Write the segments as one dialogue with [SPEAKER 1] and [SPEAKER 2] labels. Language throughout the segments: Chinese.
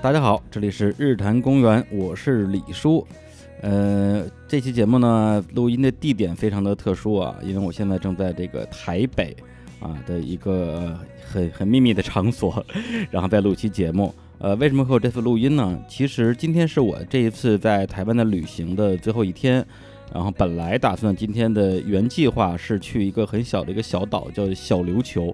[SPEAKER 1] 大家好，这里是日坛公园，我是李叔。呃，这期节目呢，录音的地点非常的特殊啊，因为我现在正在这个台北啊的一个呃很很秘密的场所，然后再录期节目。呃，为什么会有这次录音呢？其实今天是我这一次在台湾的旅行的最后一天，然后本来打算今天的原计划是去一个很小的一个小岛，叫小琉球，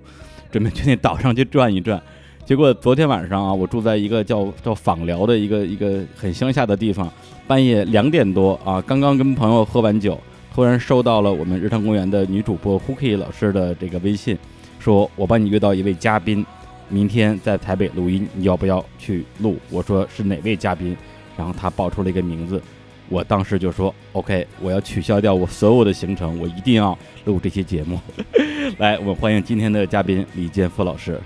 [SPEAKER 1] 准备去那岛上去转一转。结果昨天晚上啊，我住在一个叫叫访寮的一个一个很乡下的地方，半夜两点多啊，刚刚跟朋友喝完酒，突然收到了我们日常公园的女主播 Hooky 老师的这个微信，说我帮你约到一位嘉宾，明天在台北录音，你要不要去录？我说是哪位嘉宾？然后他报出了一个名字，我当时就说 OK，我要取消掉我所有的行程，我一定要录这期节目。 来，我们欢迎今天的嘉宾李建夫老师。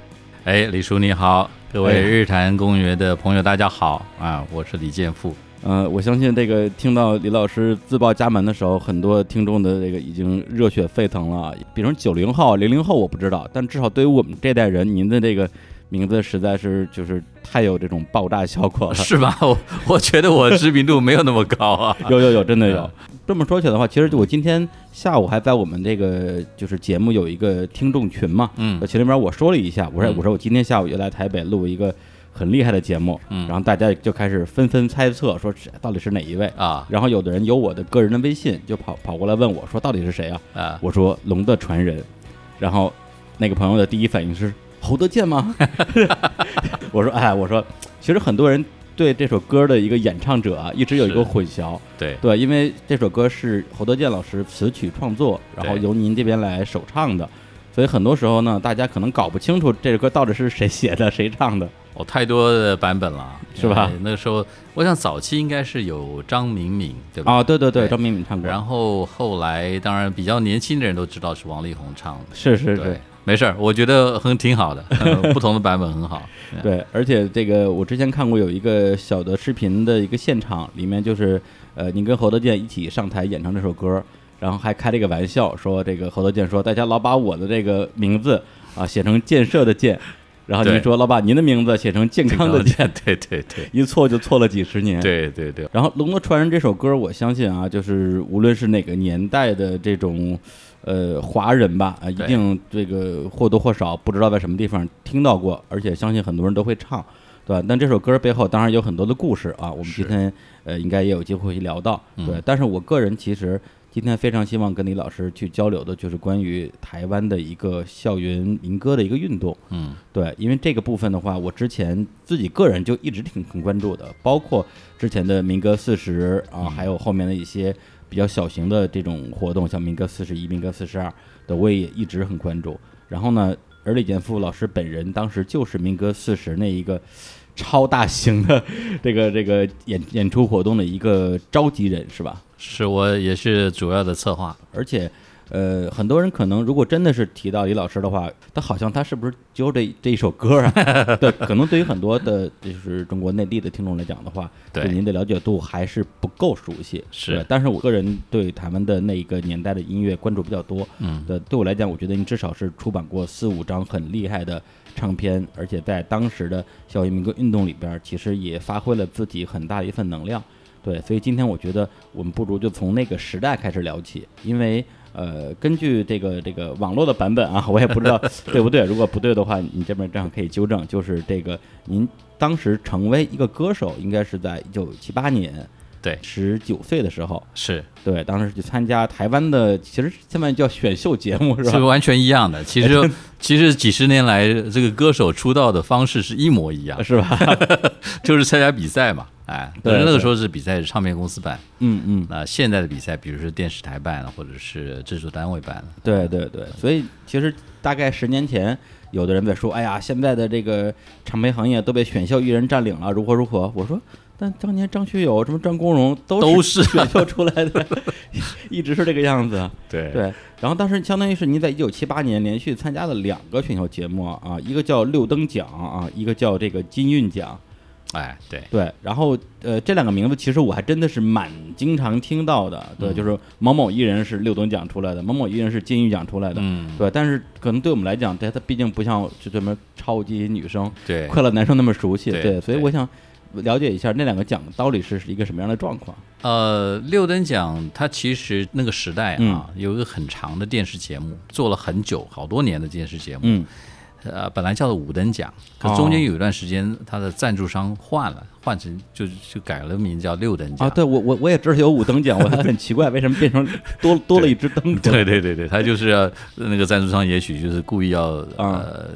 [SPEAKER 2] 哎，李叔你好，各
[SPEAKER 1] 哎
[SPEAKER 2] 位日坛公园的朋友，大家好啊！我是李健富。
[SPEAKER 1] 呃，我相信这个听到李老师自报家门的时候，很多听众的这个已经热血沸腾了。啊比如九零后、零零后，我不知道，但至少对于我们这代人，您的这个名字实在是就是太有这种爆炸效果了。
[SPEAKER 2] 是吧？ 我我觉得我知名度没有那么高 啊。
[SPEAKER 1] 有有有，真的有。这么说起来的话，其实我今天下午还在我们这个就是节目有一个听众群嘛，
[SPEAKER 2] 嗯
[SPEAKER 1] 我群里面我说了一下，我说
[SPEAKER 2] 嗯
[SPEAKER 1] 我说我今天下午要来台北录一个很厉害的节目，
[SPEAKER 2] 嗯
[SPEAKER 1] 然后大家就开始纷纷猜测说是哎到底是哪一位。
[SPEAKER 2] 啊
[SPEAKER 1] 然后有的人有我的个人的微信，就跑跑过来问我说：“到底是谁啊
[SPEAKER 2] 啊？”！
[SPEAKER 1] 我说：“龙的传人。”然后那个朋友的第一反应是：“侯德健吗？” 我说：“哎，我说，其实很多人对这首歌的一个演唱者啊，一直有一个
[SPEAKER 2] 是
[SPEAKER 1] 混淆。
[SPEAKER 2] 对
[SPEAKER 1] 对，因为这首歌是侯德健老师词曲创作，然后
[SPEAKER 2] 对
[SPEAKER 1] 由您这边来首唱的，所以很多时候呢，大家可能搞不清楚这首歌到底是谁写的、谁唱的。
[SPEAKER 2] 我太多的版本了，
[SPEAKER 1] 是吧
[SPEAKER 2] 哎那个时候，我想早期应该是有张明敏，对吧？
[SPEAKER 1] 啊，对对对，
[SPEAKER 2] 对
[SPEAKER 1] 张敏敏唱歌，
[SPEAKER 2] 然后后来，当然比较年轻的人都知道是王力宏唱的。
[SPEAKER 1] 是是是
[SPEAKER 2] 对。，没事儿，我觉得很挺好的， 嗯不同的版本很好。
[SPEAKER 1] 对，而且这个我之前看过有一个小的视频的一个现场，里面就是呃，您跟侯德健一起上台演唱这首歌，然后还开了一个玩笑，说这个侯德健说大家老把我的这个名字啊写成建设的建，然后您
[SPEAKER 2] 对
[SPEAKER 1] 说老把您的名字写成健康的健，
[SPEAKER 2] 健， 对对对
[SPEAKER 1] 一错就错了几十年。
[SPEAKER 2] 对对对，
[SPEAKER 1] 然后《龙的传人》这首歌，我相信啊，就是无论是哪个年代的这种呃华人吧，啊，一
[SPEAKER 2] 对
[SPEAKER 1] 定这个或多或少不知道在什么地方听到过，而且相信很多人都会唱，对吧？但这首歌背后当然有很多的故事啊，我们
[SPEAKER 2] 是
[SPEAKER 1] 今天呃应该也有机会去聊到，
[SPEAKER 2] 嗯
[SPEAKER 1] 对。但是我个人其实今天非常希望跟李老师去交流的，就是关于台湾的一个校园民歌的一个运动。
[SPEAKER 2] 嗯
[SPEAKER 1] 对，因为这个部分的话，我之前自己个人就一直挺挺关注的，包括之前的民歌四十啊，还有后面的一些比较小型的这种活动，像民歌四十一、民歌四十二的，我也一直很关注。然后呢，而李健富老师本人当时就是民歌四十那一个超大型的 这个这个演演出活动的一个召集人，是吧？
[SPEAKER 2] 是我也是主要的策划。
[SPEAKER 1] 而且，呃，很多人可能如果真的是提到李老师的话，他好像他是不是只有这这一首歌啊？对，可能对于很多的就是中国内地的听众来讲的话，
[SPEAKER 2] 对
[SPEAKER 1] 您的了解度还是不够熟悉。
[SPEAKER 2] 是
[SPEAKER 1] 对但是我个人对他们的那一个年代的音乐关注比较多。
[SPEAKER 2] 嗯
[SPEAKER 1] 对，对我来讲，我觉得你至少是出版过四五张很厉害的唱片，而且在当时的校园民歌运动里边儿，其实也发挥了自己很大的一份能量。对，所以今天我觉得我们不如就从那个时代开始聊起，因为呃，根据这个这个网络的版本啊，我也不 知道对不对，如果不对的话，你这边正好可以纠正，就是这个您当时成为一个歌手，应该是在一九七八年
[SPEAKER 2] 对，
[SPEAKER 1] 十九岁的时候。
[SPEAKER 2] 是
[SPEAKER 1] 对，当时去参加台湾的，其实现在叫选秀节目是
[SPEAKER 2] 是
[SPEAKER 1] 吧？
[SPEAKER 2] 完全一 样的。其实，其实几十年来，这个歌手出道的方式是一模一样，
[SPEAKER 1] 是吧？
[SPEAKER 2] 就是参加比赛嘛。哎，
[SPEAKER 1] 对
[SPEAKER 2] 但是那
[SPEAKER 1] 对
[SPEAKER 2] 个时候是比赛是唱片公司办，
[SPEAKER 1] 嗯嗯，
[SPEAKER 2] 那现在的比赛，比如说电视台办或者是制作单位办
[SPEAKER 1] 对对对，所以其实大概十年前，有的人在说，哎呀，现在的这个唱片行业都被选秀艺人占领了，如何如何？我说，但当年张学友、什么张国荣都
[SPEAKER 2] 都
[SPEAKER 1] 是
[SPEAKER 2] 是
[SPEAKER 1] 选秀出来的， 一直是这个样子。
[SPEAKER 2] 对
[SPEAKER 1] 对，然后当时相当于是您在一九七八年连续参加了两个选秀节目啊，一个叫六等奖啊，一个叫这个金韵奖。
[SPEAKER 2] 哎对
[SPEAKER 1] 对，然后呃，这两个名字其实我还真的是蛮经常听到的。对，
[SPEAKER 2] 嗯
[SPEAKER 1] 就是某某艺人是六等奖出来的，某某艺人是金玉奖出来的。
[SPEAKER 2] 嗯
[SPEAKER 1] 对，但是可能对我们来讲，这它毕竟不像就什么超级女声、
[SPEAKER 2] 对
[SPEAKER 1] 快乐男生那么熟悉。
[SPEAKER 2] 对
[SPEAKER 1] 所以
[SPEAKER 2] 对
[SPEAKER 1] 我想了解一下那两个奖到底是一个什么样的状况？
[SPEAKER 2] 呃，六等奖它其实那个时代
[SPEAKER 1] 嗯
[SPEAKER 2] 啊，有一个很长的电视节目，做了很久，好多年的电视节目，
[SPEAKER 1] 嗯，
[SPEAKER 2] 呃，本来叫做五等奖，可
[SPEAKER 1] 哦
[SPEAKER 2] 中间有一段时间它的赞助商换了，换成就就改了名叫六等奖。。
[SPEAKER 1] 啊，对我我我也知道有五等奖，我还很奇怪为什么变成多多了一只灯
[SPEAKER 2] 对对对对，他就是要那个赞助商，也许就是故意要
[SPEAKER 1] 啊
[SPEAKER 2] 呃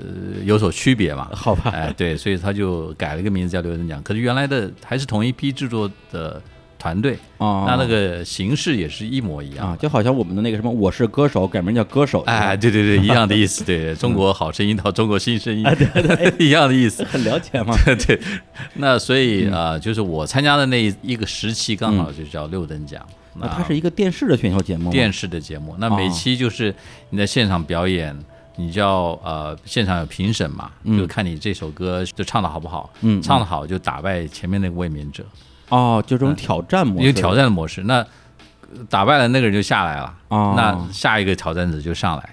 [SPEAKER 2] 有所区别嘛。
[SPEAKER 1] 好吧，
[SPEAKER 2] 哎，对，所以他就改了个名字叫六等奖。可是原来的还是同一批制作的团队，
[SPEAKER 1] 啊，
[SPEAKER 2] 那那个形式也是一模一样
[SPEAKER 1] 啊，。就好像我们的那个什么《我是歌手》改名叫《歌手》，
[SPEAKER 2] 哎，，对对对，一样的意思。对，中国好声音到中国新声
[SPEAKER 1] 啊
[SPEAKER 2] 音， 一样的意思。
[SPEAKER 1] 很了解嘛。
[SPEAKER 2] 对，那所以啊、呃就是我参加的那一个时
[SPEAKER 1] 嗯
[SPEAKER 2] 期，刚好就叫六等奖。
[SPEAKER 1] 那它是一个电视的选秀节目吗，
[SPEAKER 2] 电视的节目。那
[SPEAKER 1] 哦
[SPEAKER 2] 每期就是你在现场表演，你就要呃现场有评审嘛，就看你这首歌就唱的好不好，
[SPEAKER 1] 嗯嗯嗯
[SPEAKER 2] 唱的好就打败前面那个卫冕者，
[SPEAKER 1] 哦，就这种挑战模
[SPEAKER 2] 因
[SPEAKER 1] 式，
[SPEAKER 2] 为嗯挑战的模式，那呃打败了那个人就下来了，
[SPEAKER 1] 哦
[SPEAKER 2] 那下一个挑战者就上来，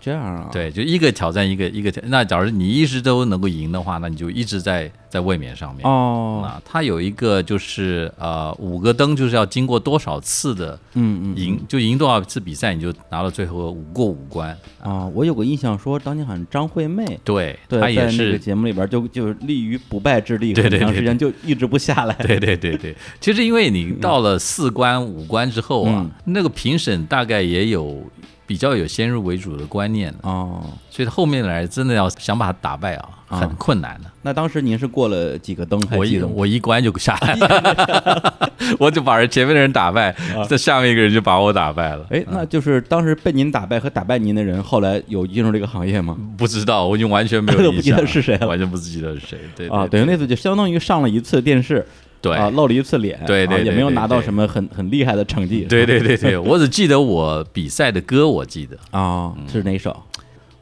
[SPEAKER 1] 这样啊，，
[SPEAKER 2] 对，就一个挑战一个一个挑，那假如你一直都能够赢的话，那你就一直在在卫冕上面。
[SPEAKER 1] 哦，
[SPEAKER 2] 啊，它有一个就是呃，五个灯就是要经过多少次的
[SPEAKER 1] 嗯嗯，
[SPEAKER 2] 赢，就赢多少次比赛，你就拿到最后五过五关。
[SPEAKER 1] 啊，我有个印象说，当年好像张惠妹。
[SPEAKER 2] 对，
[SPEAKER 1] 对，
[SPEAKER 2] 他也
[SPEAKER 1] 在那个
[SPEAKER 2] 是，
[SPEAKER 1] 节目里边就就立于不败之地，
[SPEAKER 2] 对
[SPEAKER 1] 很
[SPEAKER 2] 对
[SPEAKER 1] 长
[SPEAKER 2] 对
[SPEAKER 1] 时间就一直不下来。
[SPEAKER 2] 对对对对。其实因为你到了四关五关之后
[SPEAKER 1] 嗯
[SPEAKER 2] 啊，那个评审大概也有比较有先入为主的观念了，
[SPEAKER 1] 哦，
[SPEAKER 2] 所以后面来真的要想把他打败啊，
[SPEAKER 1] 啊
[SPEAKER 2] 很困难的。
[SPEAKER 1] 那当时您是过了几个灯还
[SPEAKER 2] 我
[SPEAKER 1] 记
[SPEAKER 2] 一
[SPEAKER 1] 得吗？
[SPEAKER 2] 我一关就下来了， 我就把人前面的人打败，
[SPEAKER 1] 啊
[SPEAKER 2] 这下面一个人就把我打败了。
[SPEAKER 1] 哎，那就是当时被您打败和打败您的人，后来有进入这个行业吗？
[SPEAKER 2] 不知道，我已经完全没有
[SPEAKER 1] 都不
[SPEAKER 2] 印
[SPEAKER 1] 记得
[SPEAKER 2] 象
[SPEAKER 1] 是谁了
[SPEAKER 2] 完全不记得是谁。对
[SPEAKER 1] 啊，
[SPEAKER 2] 对
[SPEAKER 1] 等于那次就相当于上了一次电视，
[SPEAKER 2] 对
[SPEAKER 1] 啊，露了一次脸，
[SPEAKER 2] 对对
[SPEAKER 1] 啊
[SPEAKER 2] 对
[SPEAKER 1] 也没有拿到
[SPEAKER 2] 对对
[SPEAKER 1] 什么很很厉害的成绩，
[SPEAKER 2] 对对对对，我只记得我比赛的歌，我记得
[SPEAKER 1] 啊，
[SPEAKER 2] 嗯
[SPEAKER 1] 是哪首？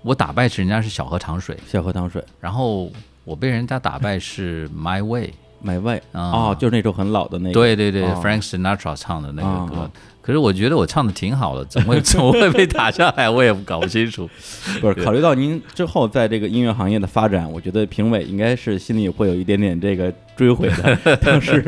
[SPEAKER 2] 我打败是人家是小河长水，
[SPEAKER 1] 小河淌水
[SPEAKER 2] 然后我被人家打败是 My Way。
[SPEAKER 1] ，My Way
[SPEAKER 2] 啊
[SPEAKER 1] 哦，就是那首很老的那个，
[SPEAKER 2] 对对对、
[SPEAKER 1] 哦
[SPEAKER 2] f r a n k Sinatra 唱的那个歌。
[SPEAKER 1] 哦
[SPEAKER 2] 可是我觉得我唱的挺好的，怎么会怎么会被打下来？我也搞不清楚。
[SPEAKER 1] 不是考虑到您之后在这个音乐行业的发展，我觉得评委应该是心里会有一点点这个追悔的， 当时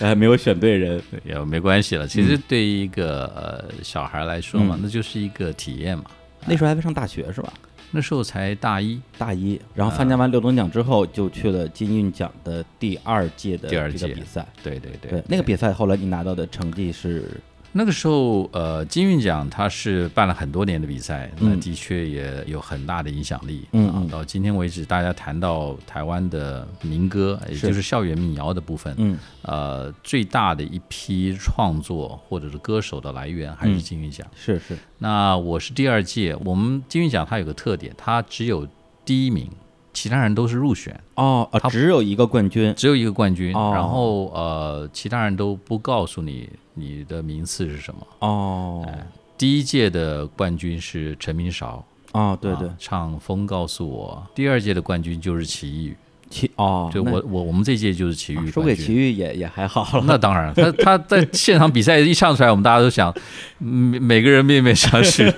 [SPEAKER 1] 呃没有选 对嗯人，
[SPEAKER 2] 也没关系了。其实对于一个、呃小孩来说
[SPEAKER 1] 嗯
[SPEAKER 2] 嘛，那就是一个体验嘛。
[SPEAKER 1] 那时候还没上大学是吧？
[SPEAKER 2] 那时候才大一，
[SPEAKER 1] 大一，
[SPEAKER 2] 嗯
[SPEAKER 1] 然后参加完六等奖之后，就去了金韵奖的第二届的
[SPEAKER 2] 第二
[SPEAKER 1] 这个
[SPEAKER 2] 届
[SPEAKER 1] 比赛。
[SPEAKER 2] 对对对
[SPEAKER 1] 对，那个比赛后来你拿到的成绩是
[SPEAKER 2] 那个时候，呃，金韵奖它是办了很多年的比赛，那
[SPEAKER 1] 嗯
[SPEAKER 2] 的确也有很大的影响力。
[SPEAKER 1] 嗯
[SPEAKER 2] 啊
[SPEAKER 1] 嗯
[SPEAKER 2] 到今天为止，大家谈到台湾的民歌，也
[SPEAKER 1] 是
[SPEAKER 2] 就是校园民谣的部分，
[SPEAKER 1] 嗯
[SPEAKER 2] 呃，最大的一批创作或者是歌手的来源还是金韵奖。
[SPEAKER 1] 是是
[SPEAKER 2] 那我是第二届，我们金韵奖它有个特点，它只有第一名，其他人都是入选，
[SPEAKER 1] 哦啊，
[SPEAKER 2] 他
[SPEAKER 1] 只有一个冠军
[SPEAKER 2] 只有一个冠军，
[SPEAKER 1] 哦
[SPEAKER 2] 然后呃，其他人都不告诉你你的名次是什么。
[SPEAKER 1] 哦
[SPEAKER 2] 第一届的冠军是陈明韶，
[SPEAKER 1] 哦对
[SPEAKER 2] 啊
[SPEAKER 1] 对，
[SPEAKER 2] 唱《风告诉我》。第二届的冠军就是齐豫，
[SPEAKER 1] 齐哦，
[SPEAKER 2] 就
[SPEAKER 1] 那
[SPEAKER 2] 我我我们这届就是齐豫
[SPEAKER 1] 啊
[SPEAKER 2] 冠军。
[SPEAKER 1] 输给齐豫也也还好了，
[SPEAKER 2] 那当然，他他在现场比赛一唱出来，我们大家都想，每每个人面面 相觑，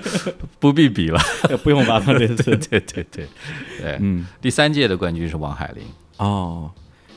[SPEAKER 2] 不必比了。
[SPEAKER 1] 不用完了这次
[SPEAKER 2] 对对对对，
[SPEAKER 1] 嗯。
[SPEAKER 2] 第三届的冠军是王海玲，
[SPEAKER 1] 哦，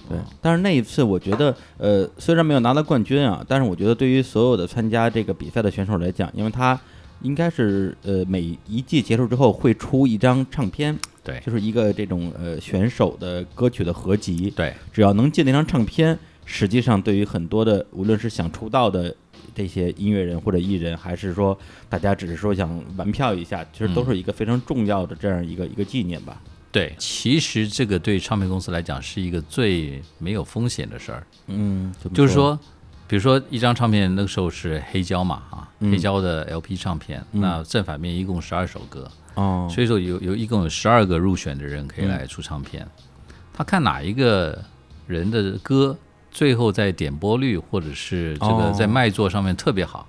[SPEAKER 1] 对，但是那一次我觉得，呃，虽然没有拿到冠军啊，但是我觉得对于所有的参加这个比赛的选手来讲，因为他应该是呃每一季结束之后会出一张唱片，
[SPEAKER 2] 对
[SPEAKER 1] 就是一个这种呃选手的歌曲的合集，
[SPEAKER 2] 对
[SPEAKER 1] 只要能进那张唱片，实际上对于很多的无论是想出道的。这些音乐人或者艺人，还是说大家只是说想玩票一下，其实都是一个非常重要的这样一个、一个纪念吧。
[SPEAKER 2] 对。其实这个对唱片公司来讲是一个最没有风险的事儿。
[SPEAKER 1] 嗯，怎么
[SPEAKER 2] 就是，说，比如说一张唱片，那个时候是黑胶嘛，啊，
[SPEAKER 1] 嗯
[SPEAKER 2] 黑胶的 LP 唱片，那正反面一共十二首歌，
[SPEAKER 1] 哦，嗯
[SPEAKER 2] 所以说有有一共有十二个入选的人可以来出唱片，他看哪一个人的歌最后在点播率或者是这个
[SPEAKER 1] 哦
[SPEAKER 2] 在卖座上面特别好，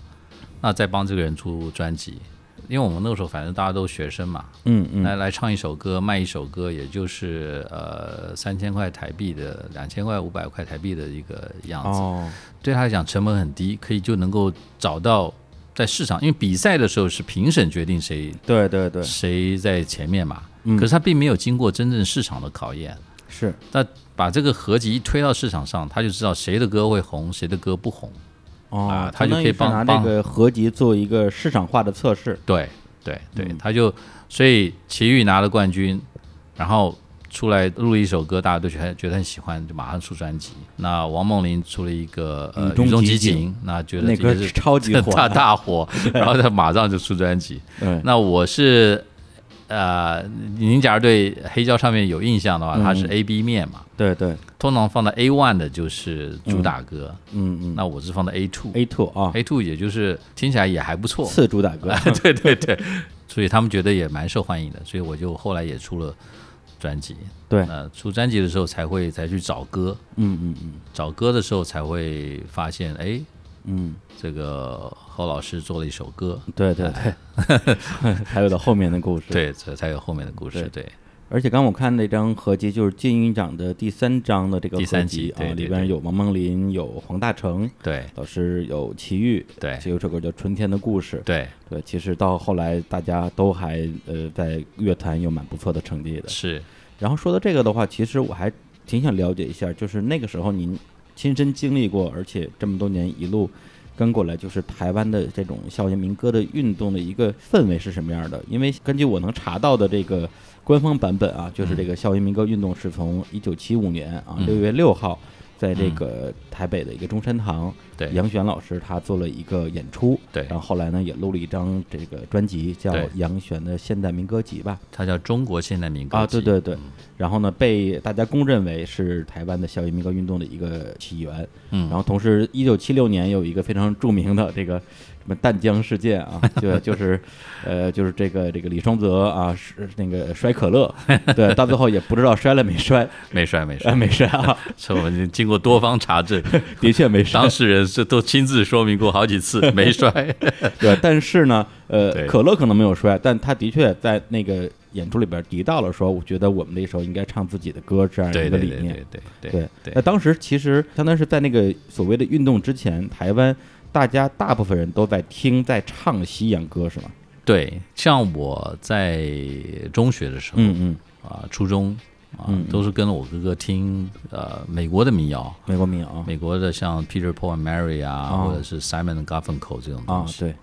[SPEAKER 2] 那再帮这个人出专辑。因为我们那个时候反正大家都学生嘛，
[SPEAKER 1] 嗯嗯，
[SPEAKER 2] 来来唱一首歌，卖一首歌，也就是呃三千块台币的、两千块、五百块台币的一个样子。
[SPEAKER 1] 哦，
[SPEAKER 2] 对他来讲成本很低，可以就能够找到在市场，因为比赛的时候是评审决定谁
[SPEAKER 1] 对对对，
[SPEAKER 2] 谁在前面嘛，
[SPEAKER 1] 嗯
[SPEAKER 2] 可是他并没有经过真正市场的考验，
[SPEAKER 1] 是
[SPEAKER 2] 把这个合集一推到市场上，他就知道谁的歌会红，谁的歌不红。
[SPEAKER 1] 哦
[SPEAKER 2] 啊，
[SPEAKER 1] 相当于
[SPEAKER 2] 它就可以
[SPEAKER 1] 是
[SPEAKER 2] 帮
[SPEAKER 1] 拿这
[SPEAKER 2] 帮
[SPEAKER 1] 个合集做一个市场化的测试。
[SPEAKER 2] 对对对，
[SPEAKER 1] 嗯
[SPEAKER 2] 他就所以齐豫拿了冠军，然后出来录了一首歌，大家都觉得觉得很喜欢，就马上出专辑。那王梦麟出了一个呃
[SPEAKER 1] 雨中
[SPEAKER 2] 雨中
[SPEAKER 1] 集
[SPEAKER 2] 集
[SPEAKER 1] 锦
[SPEAKER 2] 锦，那觉得
[SPEAKER 1] 那
[SPEAKER 2] 这个
[SPEAKER 1] 歌
[SPEAKER 2] 是
[SPEAKER 1] 超级火，嗯
[SPEAKER 2] 大大火， 然后他马上就出专辑。
[SPEAKER 1] 对，
[SPEAKER 2] 那我是呃，您假如对黑胶唱片有印象的话，它是
[SPEAKER 1] 嗯
[SPEAKER 2] A B 面嘛，
[SPEAKER 1] 对对，
[SPEAKER 2] 通常放到 A one 的就是主打歌，
[SPEAKER 1] 嗯嗯
[SPEAKER 2] 那我是放到 A two。
[SPEAKER 1] ，A two 啊，
[SPEAKER 2] A 哎 two 也就是听起来也还不错，
[SPEAKER 1] 次主打歌，
[SPEAKER 2] 对对对，所以他们觉得也蛮受欢迎的，所以我就后来也出了专辑。
[SPEAKER 1] 对，
[SPEAKER 2] 呃，出专辑的时候才会才去找歌，
[SPEAKER 1] 嗯嗯嗯
[SPEAKER 2] 找歌的时候才会发现，哎，
[SPEAKER 1] 嗯，
[SPEAKER 2] 这个侯老师做了一首歌，
[SPEAKER 1] 对对对， 还有到后面的故事。，
[SPEAKER 2] 对，这才有后面的故事。对，
[SPEAKER 1] 而且刚我看那张合集，就是金鹰奖的第三张的这个
[SPEAKER 2] 第
[SPEAKER 1] 合
[SPEAKER 2] 三
[SPEAKER 1] 集
[SPEAKER 2] 集
[SPEAKER 1] 啊，
[SPEAKER 2] 对对
[SPEAKER 1] 里
[SPEAKER 2] 对
[SPEAKER 1] 边有王梦麟，有黄大成
[SPEAKER 2] 对，
[SPEAKER 1] 老师，有齐豫，
[SPEAKER 2] 对
[SPEAKER 1] 就有首歌叫《春天的故事》。
[SPEAKER 2] 对，
[SPEAKER 1] 对，其实到后来大家都还呃在乐坛有蛮不错的成绩的。
[SPEAKER 2] 是，
[SPEAKER 1] 然后说到这个的话，其实我还挺想了解一下，就是那个时候您亲身经历过，而且这么多年一路跟过来，就是台湾的这种校园民歌的运动的一个氛围是什么样的？因为根据我能查到的这个官方版本啊，就是这个校园民歌运动是从一九七五年啊
[SPEAKER 2] 嗯
[SPEAKER 1] 六月六号。在这个台北的一个中山堂，
[SPEAKER 2] 对，
[SPEAKER 1] 杨璇老师他做了一个演出，
[SPEAKER 2] 对
[SPEAKER 1] 然后后来呢也录了一张这个专辑，叫
[SPEAKER 2] 对
[SPEAKER 1] 《杨璇的现代民歌集》吧，
[SPEAKER 2] 它叫中国现代民歌
[SPEAKER 1] 啊，对
[SPEAKER 2] 集
[SPEAKER 1] 对对，然后呢，被大家公认为是台湾的校园民歌运动的一个起源。
[SPEAKER 2] 嗯
[SPEAKER 1] 然后同时，一九七六年有一个非常著名的这个什么淡江事件啊， 就就是呃，就是这个这个李双泽啊，是那个摔可乐，对，到最后也不知道摔了没摔，
[SPEAKER 2] 没摔没
[SPEAKER 1] 呃，
[SPEAKER 2] 摔，
[SPEAKER 1] 没摔啊，
[SPEAKER 2] 这我们经过多方查 证，
[SPEAKER 1] 的确没摔
[SPEAKER 2] 当，事人是都亲自说明过好 几次没摔。
[SPEAKER 1] 对。但是呢，呃，
[SPEAKER 2] 对
[SPEAKER 1] 可乐可能没有摔，但他的确在那个演出里边提到了说，我觉得我们这时候应该唱自己的歌这样
[SPEAKER 2] 对
[SPEAKER 1] 一个
[SPEAKER 2] 对
[SPEAKER 1] 理
[SPEAKER 2] 对
[SPEAKER 1] 念。
[SPEAKER 2] 对对
[SPEAKER 1] 对
[SPEAKER 2] 对，
[SPEAKER 1] 那当时其实相当于是在那个所谓的运动之前，台湾大家大部分人都在听、在唱西洋歌，是吗？
[SPEAKER 2] 对，像我在中学的时候
[SPEAKER 1] 嗯嗯，
[SPEAKER 2] 啊、初中啊、
[SPEAKER 1] 嗯嗯
[SPEAKER 2] 都是跟着我哥哥听呃美国的民谣，
[SPEAKER 1] 美国民谣
[SPEAKER 2] 美国的像 Peter Paul and Mary 啊，
[SPEAKER 1] 哦
[SPEAKER 2] 或者是 Simon and Garfunkel 这种
[SPEAKER 1] 啊
[SPEAKER 2] 东，西。
[SPEAKER 1] 对，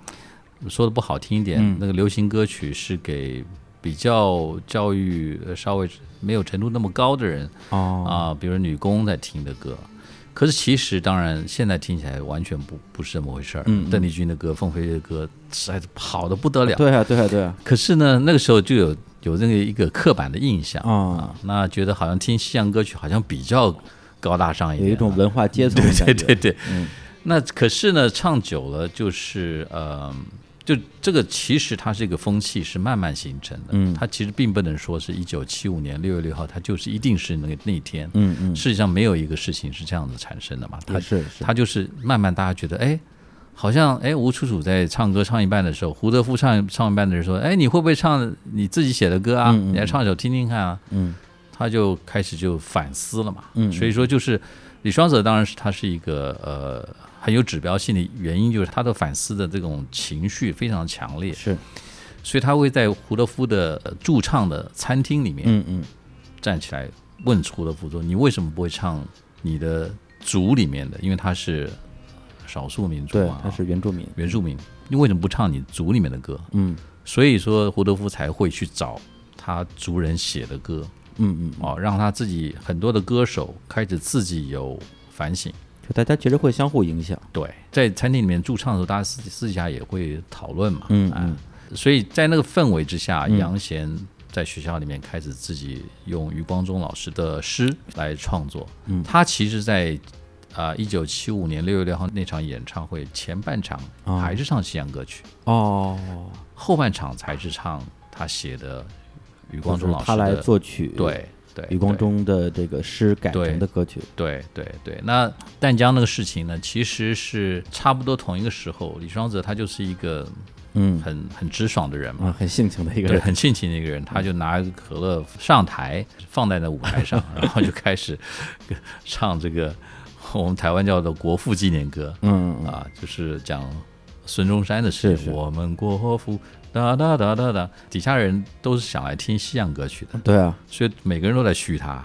[SPEAKER 2] 说的不好听一点，
[SPEAKER 1] 嗯
[SPEAKER 2] 那个流行歌曲是给比较教育呃稍微没有程度那么高的人
[SPEAKER 1] 哦，
[SPEAKER 2] 啊、比如女工在听的歌。可是其实，当然，现在听起来完全不不是这么回事儿。
[SPEAKER 1] 嗯嗯
[SPEAKER 2] 邓丽君的歌、凤飞飞的歌，实在是好的不得了。
[SPEAKER 1] 对啊，对啊，对啊，
[SPEAKER 2] 可是呢，那个时候就有有那个一个刻板的印象
[SPEAKER 1] 啊，
[SPEAKER 2] 那觉得好像听西洋歌曲好像比较高大上一
[SPEAKER 1] 有
[SPEAKER 2] 点，
[SPEAKER 1] 一种文化阶层的感觉，
[SPEAKER 2] 啊对对对。
[SPEAKER 1] 嗯
[SPEAKER 2] 那可是呢，唱久了就是呃，就这个其实它是一个风气，是慢慢形成的。
[SPEAKER 1] 嗯
[SPEAKER 2] 它其实并不能说是一九七五年六月六号，它就是一定是那个那一天。
[SPEAKER 1] 嗯嗯，
[SPEAKER 2] 世界上没有一个事情是这样子产生的嘛，它
[SPEAKER 1] 也是是，
[SPEAKER 2] 他就是慢慢大家觉得，哎，好像哎，吴楚楚在唱歌唱一半的时候，胡德夫唱唱一半的时候，哎，你会不会唱你自己写的歌啊？
[SPEAKER 1] 嗯嗯
[SPEAKER 2] 你来唱一首听听看啊。
[SPEAKER 1] 嗯
[SPEAKER 2] 他就开始就反思了嘛。
[SPEAKER 1] 嗯嗯
[SPEAKER 2] 所以说就是李双泽，当然是他是一个呃很有指标性的原因，就是他的反思的这种情绪非常强烈，
[SPEAKER 1] 是，
[SPEAKER 2] 所以他会在胡德夫的呃驻唱的餐厅里面
[SPEAKER 1] 嗯嗯
[SPEAKER 2] 站起来问胡德夫说：“你为什么不会唱你的族里面的？因为他是少数民族
[SPEAKER 1] 对
[SPEAKER 2] 嘛，，
[SPEAKER 1] 他是原住民，
[SPEAKER 2] 原住民，你为什么不唱你族里面的歌？
[SPEAKER 1] 嗯
[SPEAKER 2] 所以说胡德夫才会去找他族人写的歌
[SPEAKER 1] 嗯嗯，
[SPEAKER 2] 哦，让他自己很多的歌手开始自己有反省。
[SPEAKER 1] 就大家其实会相互影响，
[SPEAKER 2] 对，在餐厅里面驻唱的时候，大家私私底下也会讨论嘛，
[SPEAKER 1] 嗯
[SPEAKER 2] 啊
[SPEAKER 1] 嗯，
[SPEAKER 2] 所以在那个氛围之下，
[SPEAKER 1] 嗯
[SPEAKER 2] 杨贤在学校里面开始自己用余光中老师的诗来创作。
[SPEAKER 1] 嗯
[SPEAKER 2] 他其实在啊一九七五年六月六号那场演唱会前半场
[SPEAKER 1] 哦
[SPEAKER 2] 还是唱西洋歌曲，
[SPEAKER 1] 哦，
[SPEAKER 2] 后半场才是唱他写的余
[SPEAKER 1] 余
[SPEAKER 2] 光中老师
[SPEAKER 1] 他来
[SPEAKER 2] 的。
[SPEAKER 1] 作曲，，
[SPEAKER 2] 对对，
[SPEAKER 1] 余光
[SPEAKER 2] 对
[SPEAKER 1] 中的这个诗改
[SPEAKER 2] 对
[SPEAKER 1] 成的歌曲，
[SPEAKER 2] 对对对，那淡江那个事情呢，其实是差不多同一个时候，李双泽他就是一个
[SPEAKER 1] 嗯
[SPEAKER 2] 很很直爽的人嘛，
[SPEAKER 1] 啊，很性情的一个
[SPEAKER 2] 对，
[SPEAKER 1] 人，
[SPEAKER 2] 很性情的一个人，
[SPEAKER 1] 嗯
[SPEAKER 2] 他就拿可乐上台，放在那舞台上， 然后就开始唱这个我们台湾叫做国父纪念歌
[SPEAKER 1] 嗯嗯
[SPEAKER 2] 啊，就是讲孙中山的事情。
[SPEAKER 1] 是是
[SPEAKER 2] 我们国父哒哒哒哒哒，底下人都是想来听西洋歌曲的，
[SPEAKER 1] 嗯，对啊，
[SPEAKER 2] 所以每个人都在嘘他。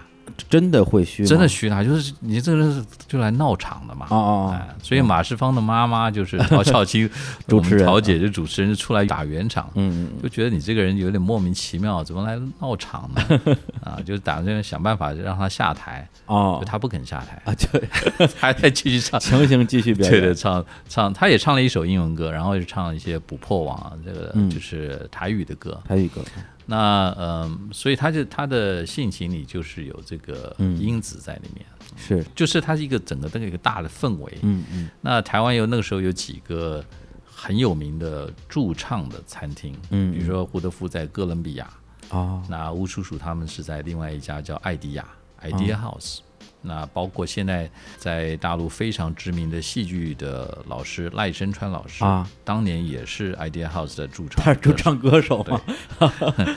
[SPEAKER 1] 真的会虚吗，
[SPEAKER 2] 真的虚他，就是你这个人是就来闹场的嘛。
[SPEAKER 1] 啊啊啊！，
[SPEAKER 2] 哎，所以马世芳的妈妈就是陶巧清
[SPEAKER 1] 主持人啊
[SPEAKER 2] 我们陶姐这主持人出来打圆场，
[SPEAKER 1] 嗯，
[SPEAKER 2] 就觉得你这个人有点莫名其妙，怎么来闹场 呢？啊，就打算想办法让他下台，
[SPEAKER 1] 哦
[SPEAKER 2] 就他不肯下台，
[SPEAKER 1] 啊，就。
[SPEAKER 2] 还在继续唱
[SPEAKER 1] 强行继续表演，
[SPEAKER 2] 对对，唱唱，他也唱了一首英文歌，然后也唱了一些《捕破网》啊，这个
[SPEAKER 1] 嗯
[SPEAKER 2] 就是台语的歌。
[SPEAKER 1] 还有一个，
[SPEAKER 2] 那嗯，所以他就他的性情里就是有这个
[SPEAKER 1] 嗯
[SPEAKER 2] 因子在里面，
[SPEAKER 1] 是，
[SPEAKER 2] 就是它是一个整个这个一个大的氛围。
[SPEAKER 1] 嗯嗯，
[SPEAKER 2] 那台湾有那个时候有几个很有名的驻唱的餐厅，
[SPEAKER 1] 嗯
[SPEAKER 2] 比如说胡德夫在哥伦比亚，
[SPEAKER 1] 哦，
[SPEAKER 2] 那吴叔叔他们是在另外一家叫艾迪亚 （Idea
[SPEAKER 1] 哦
[SPEAKER 2] House）。那包括现在在大陆非常知名的戏剧的老师赖声川老师
[SPEAKER 1] 啊，
[SPEAKER 2] 当年也是 Idea House 的驻唱，
[SPEAKER 1] 他是驻，唱歌手吗？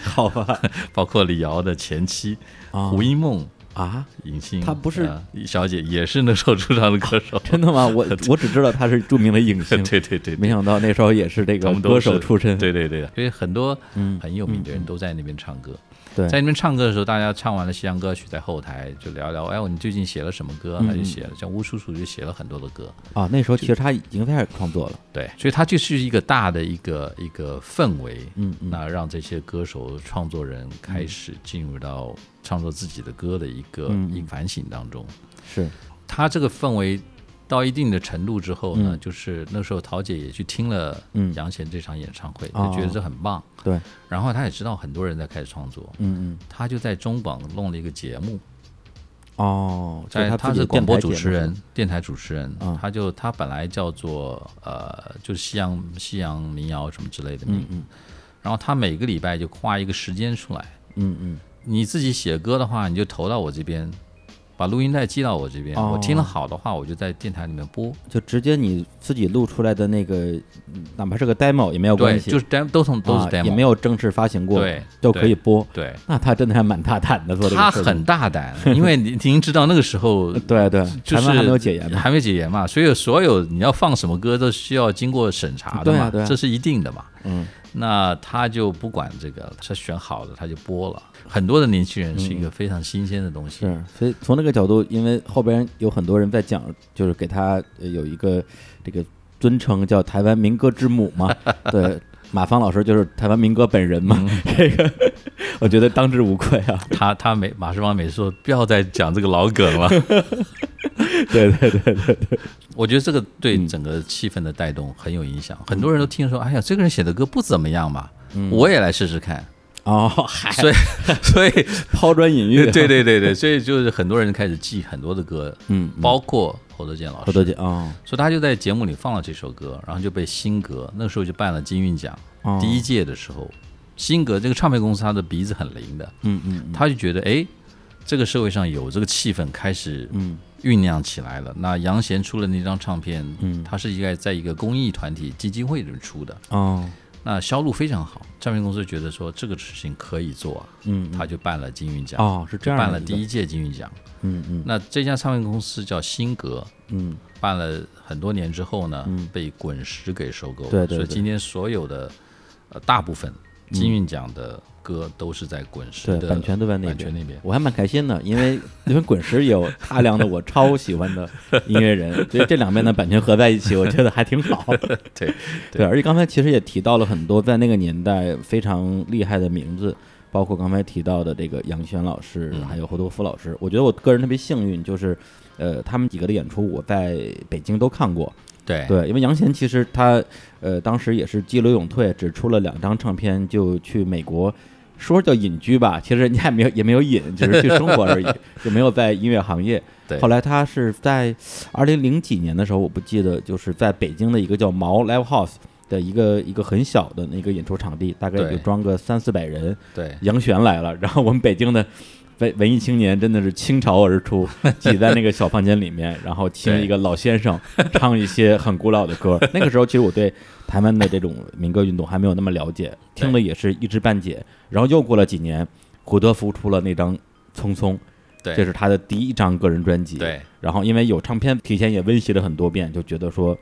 [SPEAKER 1] 好吧，
[SPEAKER 2] 包括李敖的前妻
[SPEAKER 1] 啊
[SPEAKER 2] 胡一梦
[SPEAKER 1] 啊，
[SPEAKER 2] 影星，
[SPEAKER 1] 她不是啊
[SPEAKER 2] 呃李小姐，也是那时候驻唱的歌 手。
[SPEAKER 1] 真的吗？我我只知道他是著名的影星，
[SPEAKER 2] 对对对，
[SPEAKER 1] 没想到那时候也是这
[SPEAKER 2] 他
[SPEAKER 1] 个
[SPEAKER 2] 们都
[SPEAKER 1] 歌
[SPEAKER 2] 是
[SPEAKER 1] 手出身，
[SPEAKER 2] 对对对，所以很多
[SPEAKER 1] 嗯
[SPEAKER 2] 很有名的人都在那边唱歌。
[SPEAKER 1] 对
[SPEAKER 2] 在那边唱歌的时候，大家唱完了西洋歌曲，在后台就聊聊，哎，你最近写了什么歌？
[SPEAKER 1] 嗯
[SPEAKER 2] 他就写了，像吴叔叔就写了很多的歌。
[SPEAKER 1] 啊，那时候其实他已经开始创作了，
[SPEAKER 2] 对，所以它就是一个大的一个一个氛围，
[SPEAKER 1] 嗯嗯
[SPEAKER 2] 那让这些歌手、创作人开始进入到创作自己的歌的一个
[SPEAKER 1] 嗯嗯
[SPEAKER 2] 一个反省当中。
[SPEAKER 1] 是，
[SPEAKER 2] 他这个氛围到一定的程度之后呢，就是那时候陶姐也去听了
[SPEAKER 1] 嗯
[SPEAKER 2] 杨贤这场演唱会，
[SPEAKER 1] 哦
[SPEAKER 2] 就觉得这很棒。
[SPEAKER 1] 对，
[SPEAKER 2] 然后她也知道很多人在开始创作，
[SPEAKER 1] 嗯嗯，
[SPEAKER 2] 她就在中广弄了一个节目，
[SPEAKER 1] 哦，就是
[SPEAKER 2] 在
[SPEAKER 1] 他
[SPEAKER 2] 她
[SPEAKER 1] 自己
[SPEAKER 2] 哎
[SPEAKER 1] 的
[SPEAKER 2] 是广播
[SPEAKER 1] 电台
[SPEAKER 2] 主
[SPEAKER 1] 节
[SPEAKER 2] 持
[SPEAKER 1] 目
[SPEAKER 2] 人，电台主持人
[SPEAKER 1] 嗯，
[SPEAKER 2] 她就她本来叫做呃，就是西洋西洋民谣什么之类的名
[SPEAKER 1] 嗯
[SPEAKER 2] 字，
[SPEAKER 1] 嗯
[SPEAKER 2] 然后她每个礼拜就跨一个时间出来，
[SPEAKER 1] 嗯嗯，
[SPEAKER 2] 你自己写歌的话，你就投到我这边。把录音带寄到我这边，
[SPEAKER 1] 哦
[SPEAKER 2] 我听了好的话，我就在电台里面播。
[SPEAKER 1] 就直接你自己录出来的那个，嗯哪怕是个 demo 也没有关
[SPEAKER 2] 对，
[SPEAKER 1] 系，
[SPEAKER 2] 就是 demo 都从都是
[SPEAKER 1] 啊
[SPEAKER 2] demo，、
[SPEAKER 1] 也没有正式发行过，
[SPEAKER 2] 对
[SPEAKER 1] 都可以播。
[SPEAKER 2] 对。
[SPEAKER 1] 那他真的还蛮大胆的做这个
[SPEAKER 2] 他
[SPEAKER 1] 事情
[SPEAKER 2] 很大胆，因为您 您知道那个时候
[SPEAKER 1] 对对，
[SPEAKER 2] 就
[SPEAKER 1] 台
[SPEAKER 2] 是
[SPEAKER 1] 湾还没有解严嘛，
[SPEAKER 2] 还没解严嘛，所以所有你要放什么歌都需要经过审查的
[SPEAKER 1] 对
[SPEAKER 2] 嘛，
[SPEAKER 1] 啊对啊
[SPEAKER 2] 这是一定的嘛。
[SPEAKER 1] 嗯，
[SPEAKER 2] 那他就不管这个，他选好的他就播了。很多的年轻人是一个非常新鲜的东西，
[SPEAKER 1] 是，所以从那个角度，因为后边有很多人在讲，就是给他呃有一个这个尊称叫台湾民歌之母 嘛，对，马芳老师就是台湾民歌本人嘛，
[SPEAKER 2] 嗯
[SPEAKER 1] 这个我觉得当之无愧啊，
[SPEAKER 2] 他他每马世芳每次说不要再讲这个老 梗了，
[SPEAKER 1] 对对对对，
[SPEAKER 2] 我觉得这个
[SPEAKER 1] 嗯
[SPEAKER 2] 对整个气氛的带动很有影响。很多人都听说，哎呀，这个人写的歌不怎么样嘛，
[SPEAKER 1] 嗯
[SPEAKER 2] 我也来试试看。
[SPEAKER 1] 哦，还
[SPEAKER 2] 所以 所以
[SPEAKER 1] 抛砖引玉，啊
[SPEAKER 2] 对对对对对，所以就是很多人开始记很多的歌，
[SPEAKER 1] 嗯，
[SPEAKER 2] 包括侯德健老
[SPEAKER 1] 好
[SPEAKER 2] 师，
[SPEAKER 1] 多姐啊，
[SPEAKER 2] 所以他就在节目里放了这首歌，然后就被新格那时候就办了金韵奖
[SPEAKER 1] 哦
[SPEAKER 2] 第一届的时候，新格这个唱片公司他的鼻子很灵的，
[SPEAKER 1] 嗯嗯
[SPEAKER 2] 他就觉得哎，这个社会上有这个气氛开始
[SPEAKER 1] 嗯
[SPEAKER 2] 酝酿起来了。那杨贤出了那张唱片，
[SPEAKER 1] 嗯
[SPEAKER 2] 他是应该在一个公益团体基金会里面出的，
[SPEAKER 1] 哦，
[SPEAKER 2] 那销路非常好，唱片公司觉得说这个事情可以做啊，
[SPEAKER 1] 嗯
[SPEAKER 2] 他就办了金韵奖。
[SPEAKER 1] 哦是这样的
[SPEAKER 2] 办了
[SPEAKER 1] 一个
[SPEAKER 2] 第一届金韵奖。
[SPEAKER 1] 嗯嗯
[SPEAKER 2] 那这家唱片公司叫新格，
[SPEAKER 1] 嗯，
[SPEAKER 2] 办了很多年之后呢，被滚石给收购。
[SPEAKER 1] 对对
[SPEAKER 2] 所
[SPEAKER 1] 对
[SPEAKER 2] 以
[SPEAKER 1] 嗯
[SPEAKER 2] 今天所有的呃大部分金韵奖的歌都是在滚石
[SPEAKER 1] 对，
[SPEAKER 2] 的
[SPEAKER 1] 版权都在那
[SPEAKER 2] 版权那边。
[SPEAKER 1] 我还蛮开心的，因为 因为滚石有大量的我超喜欢的音乐 人，所以这两边的版权合在一起，我觉得还挺好。
[SPEAKER 2] 对
[SPEAKER 1] 对，而且刚才其实也提到了很多在那个年代非常厉害的名字，包括刚才提到的这个杨轩老师，
[SPEAKER 2] 嗯
[SPEAKER 1] 还有侯多夫老师。我觉得我个人特别幸运，就是呃，他们几个的演出我在北京都看过。
[SPEAKER 2] 对
[SPEAKER 1] 对，因为杨贤其实他呃当时也是激流勇退，只出了两张唱片就去美国，说叫隐居 吧，其实人家也没有也没有隐，只是去生活而已，就没有在音乐行业。
[SPEAKER 2] 对
[SPEAKER 1] 后来他是在二零零几年的时候，我不记得，就是在北京的一个叫毛 Live House 的一个一个很小的那个演出场地，大概也就
[SPEAKER 2] 对
[SPEAKER 1] 装个三四百人，
[SPEAKER 2] 对
[SPEAKER 1] 杨璇来了，然后我们北京的 文文艺青年真的是倾巢而 出，挤在那个小房间里面，然后听一个老先生唱一些很古老的 歌。那个时候其实我对台湾的这种民歌运动还没有那么了解，听的也是一知半解。然后又过了几年，胡德夫出了那张《匆匆》，
[SPEAKER 2] 对，
[SPEAKER 1] 这是他的第一张个人专辑。
[SPEAKER 2] 对
[SPEAKER 1] 然后因为有唱片，提前也温习了很多遍，就觉得说，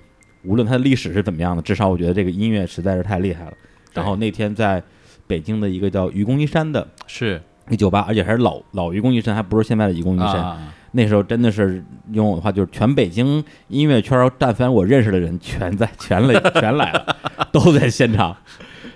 [SPEAKER 1] 无论它的历史是怎么样的，至少我觉得这个音乐实在是太厉害了。然后那天在北京的一个叫愚公移山的
[SPEAKER 2] 是
[SPEAKER 1] 一九八，而且还是老老愚公移山，还不是现在的愚公移
[SPEAKER 2] 啊
[SPEAKER 1] 山。
[SPEAKER 2] 啊啊
[SPEAKER 1] 那时候真的是用我的话，就是全北京音乐圈儿，但凡我认识的人，全在全来全来了， 都在现场。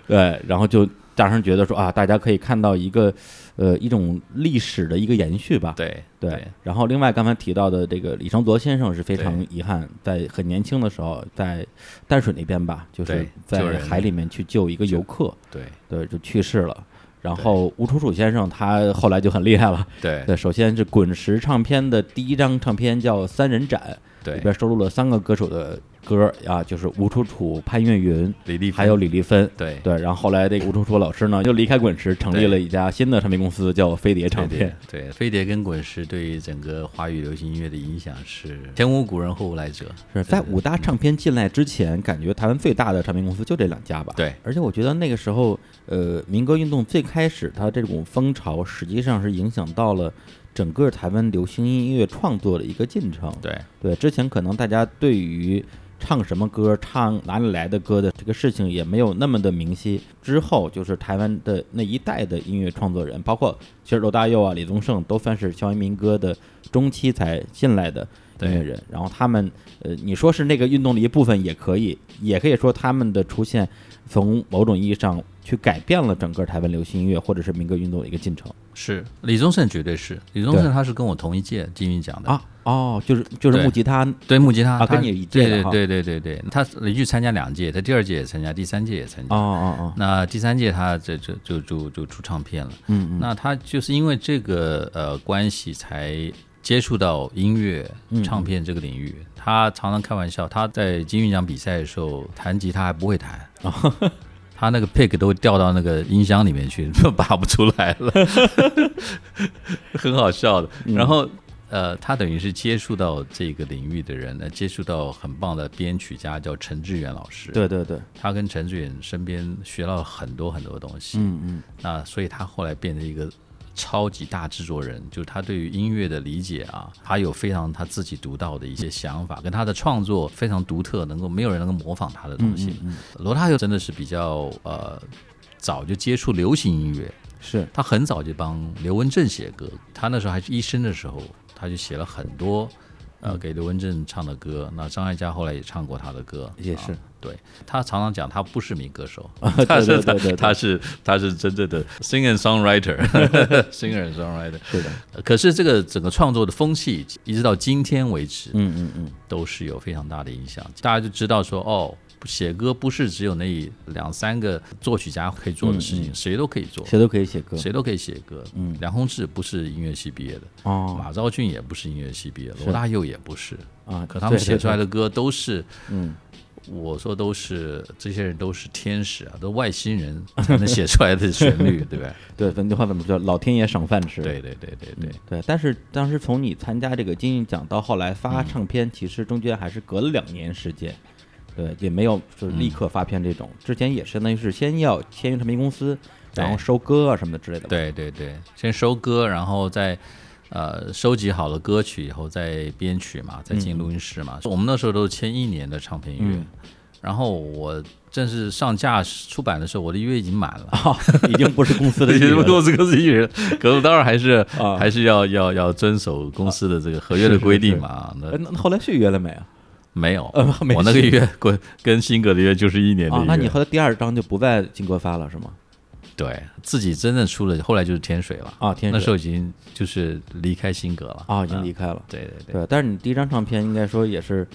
[SPEAKER 1] 对，然后就当时觉得说啊，大家可以看到一个呃一种历史的一个延续吧。
[SPEAKER 2] 啊对
[SPEAKER 1] 对，然后另外刚才提到的这个李承泽先生是非常
[SPEAKER 2] 对
[SPEAKER 1] 遗憾，在很年轻的时候，在淡水那边吧，就是
[SPEAKER 2] 对救
[SPEAKER 1] 在
[SPEAKER 2] 人
[SPEAKER 1] 海里面去救一个游客，
[SPEAKER 2] 对
[SPEAKER 1] 对，就去世了。然后吴楚楚先生他后来就很厉害了，
[SPEAKER 2] 对
[SPEAKER 1] 对，首先是滚石唱片的第一张唱片叫《三人展》，里
[SPEAKER 2] 对
[SPEAKER 1] 边收录了三个歌手的歌啊，就是吴楚楚、潘越云，
[SPEAKER 2] 李丽
[SPEAKER 1] 还有李丽芬。
[SPEAKER 2] 对
[SPEAKER 1] 对，然后后来这个吴楚楚老师呢，又离开滚石，成立
[SPEAKER 2] 对
[SPEAKER 1] 了一家新的唱片公司，叫飞碟唱
[SPEAKER 2] 对
[SPEAKER 1] 片。
[SPEAKER 2] 对飞碟跟滚石对于整个华语流行音乐的影响是前无古人后无来者，
[SPEAKER 1] 是在五大唱片进来之前，感觉台湾最大的唱片公司就这两家吧。
[SPEAKER 2] 对
[SPEAKER 1] 而且我觉得那个时候，呃，民歌运动最开始它这种风潮，实际上是影响到了整个台湾流行音乐创作的一个进程。
[SPEAKER 2] 对
[SPEAKER 1] 对，之前可能大家对于唱什么歌、唱哪里来的歌的这个事情也没有那么的明晰。之后就是台湾的那一代的音乐创作人，包括其实罗大佑啊、李宗盛都算是校园民歌的中期才进来的音乐人。然后他们，呃，你说是那个运动的一部分也可以，也可以说他们的出现从某种意义上去改变了整个台湾流行音乐或者是民歌运动的一个进程
[SPEAKER 2] 是李宗盛绝对是李宗
[SPEAKER 1] 对
[SPEAKER 2] 盛，他是跟我同一届金韵奖的
[SPEAKER 1] 啊。哦，就是就是
[SPEAKER 2] 对
[SPEAKER 1] 木吉他
[SPEAKER 2] 对木吉他，
[SPEAKER 1] 啊
[SPEAKER 2] 他
[SPEAKER 1] 跟你一届的
[SPEAKER 2] 对
[SPEAKER 1] 哈
[SPEAKER 2] 对对对对对，他连续参加两届，他第二届也参加，第三届也参加。
[SPEAKER 1] 哦哦哦，
[SPEAKER 2] 那第三届他这这就就就出唱片了，
[SPEAKER 1] 嗯嗯
[SPEAKER 2] 那他就是因为这个呃关系才接触到音乐唱片这个领域。他常常开玩笑，他在金韵奖比赛的时候弹吉他还不 会弹，他那个 pick 都掉到那个音箱里面去， 拔不出来了， 很好笑的。
[SPEAKER 1] 嗯
[SPEAKER 2] 然后。呃，他等于是接触到这个领域的人，呢，接触到很棒的编曲家，叫陈志远老师。
[SPEAKER 1] 对对对，
[SPEAKER 2] 他跟陈志远身边学到了很多很多东西，
[SPEAKER 1] 嗯嗯。
[SPEAKER 2] 那所以他后来变成一个超级大制作人，就是他对于音乐的理解啊，他有非常他自己独到的一些想法，跟他的创作非常独特，能够没有人能够模仿他的东西。罗大佑真的是比较呃早就接触流行音乐，
[SPEAKER 1] 是，
[SPEAKER 2] 他很早就帮刘文正写歌，他那时候还是医生的时候，他就写了很多。呃，给刘文正唱的歌，那张艾嘉后来也唱过他的歌，
[SPEAKER 1] 也是
[SPEAKER 2] 啊对他常常讲他不是名歌手，
[SPEAKER 1] 对
[SPEAKER 2] 他
[SPEAKER 1] 对
[SPEAKER 2] 是
[SPEAKER 1] 对
[SPEAKER 2] 他
[SPEAKER 1] 对对
[SPEAKER 2] 他是他是真正的 singer and songwriter，singer and songwriter。
[SPEAKER 1] 是的，
[SPEAKER 2] 可是这个整个创作的风气，一直到今天为止，
[SPEAKER 1] 嗯嗯嗯，
[SPEAKER 2] 都是有非常大的影响。大家就知道说，哦，写歌不是只有那两三个作曲家可以做的事
[SPEAKER 1] 嗯
[SPEAKER 2] 情，谁都可以做，
[SPEAKER 1] 谁都可以写歌
[SPEAKER 2] 谁都可以写歌。嗯，梁鸿志不是音乐系毕业的，
[SPEAKER 1] 哦
[SPEAKER 2] 马昭俊也不是音乐系毕业的，罗大佑也不是，
[SPEAKER 1] 啊，
[SPEAKER 2] 可他们写出来
[SPEAKER 1] 的
[SPEAKER 2] 的歌都是，
[SPEAKER 1] 嗯，
[SPEAKER 2] 我说都是这些人都是天使啊，都外星人才能写出来的旋律，对不 对？
[SPEAKER 1] 对，咱这话怎么说？老天爷赏饭吃。
[SPEAKER 2] 对对对对对
[SPEAKER 1] 嗯对，但是当时从你参加这个金韵奖到后来发唱片，其实中间还是隔了两年时间。对，也没有就是立刻发片这种，之前也相当于是先要签约唱片公司，然后
[SPEAKER 2] 嗯对
[SPEAKER 1] 收歌啊什么的之类的。，
[SPEAKER 2] 对对对，先收歌，然后再呃收集好了歌曲以后再编曲嘛，再
[SPEAKER 1] 嗯
[SPEAKER 2] 进录音室嘛。我们那时候都是签一年的唱片约。然后我正式上架出版的时候，我的约已经满 了，
[SPEAKER 1] 哦，已经不是公 司的艺
[SPEAKER 2] 对，
[SPEAKER 1] 人了，
[SPEAKER 2] 我是公司艺人， 可是我当然还是
[SPEAKER 1] 啊
[SPEAKER 2] 还是要要要遵守公司的这个合约的规定嘛。
[SPEAKER 1] 呃
[SPEAKER 2] 那
[SPEAKER 1] 那那后来续约了没啊？
[SPEAKER 2] 没有，
[SPEAKER 1] 呃没
[SPEAKER 2] 我那个约跟跟新格的约就是一年的
[SPEAKER 1] 啊，那你
[SPEAKER 2] 约，
[SPEAKER 1] 后来第二张就不在金歌发了是吗？
[SPEAKER 2] 对自己真正出了，后来就是天水了。
[SPEAKER 1] 啊，天
[SPEAKER 2] 那时
[SPEAKER 1] 使
[SPEAKER 2] 候已经就是离开新格了
[SPEAKER 1] 啊，已经
[SPEAKER 2] 嗯
[SPEAKER 1] 离开了。
[SPEAKER 2] 对对对
[SPEAKER 1] 对，但是你第一张唱片应该说也是，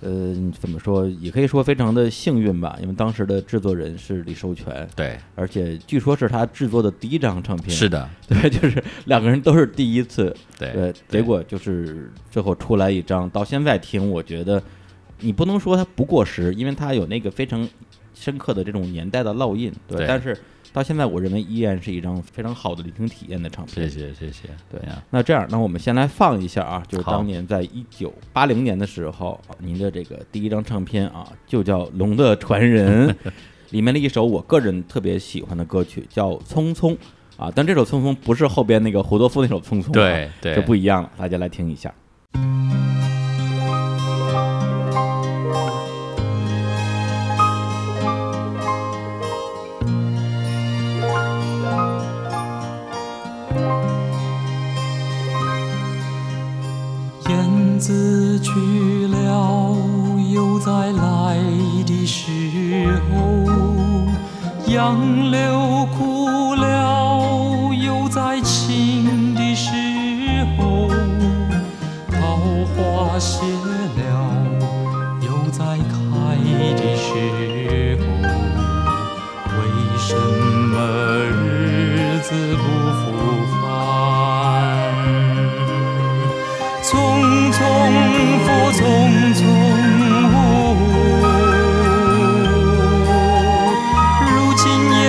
[SPEAKER 1] 呃，怎么说，也可以说非常的幸运吧，因为当时的制作人是李寿全，
[SPEAKER 2] 对，
[SPEAKER 1] 而且据说是他制作的第一张唱片，
[SPEAKER 2] 是，的，
[SPEAKER 1] 对，就是两个人都是第一次，
[SPEAKER 2] 对
[SPEAKER 1] 对，结果就是最后出来一张，到现在听，我觉得你不能说它不过时，因为它有那个非常深刻的这种年代的烙印，对，
[SPEAKER 2] 对
[SPEAKER 1] 但是到现在我认为依然是一张非常好的聆听体验的唱片，
[SPEAKER 2] 谢谢谢谢，
[SPEAKER 1] 对
[SPEAKER 2] 呀，
[SPEAKER 1] 那这样，那我们先来放一下啊，就是
[SPEAKER 2] 好
[SPEAKER 1] 当年在一九八零年的时候，啊您的这个第一张唱片啊，就叫《龙的传 人》，里面的一首我个人特别喜欢的歌曲叫《匆匆》啊，但这首《匆匆》不是后边那个胡多夫那首《匆匆》，啊
[SPEAKER 2] 对，对
[SPEAKER 1] 就不一样了，大家来听一下。
[SPEAKER 3] 燕子去了，又在来的时候；杨柳枯了，又在青的时候；桃花谢了，又在开的时候。为什么日子不复返？匆匆复匆匆，如今雁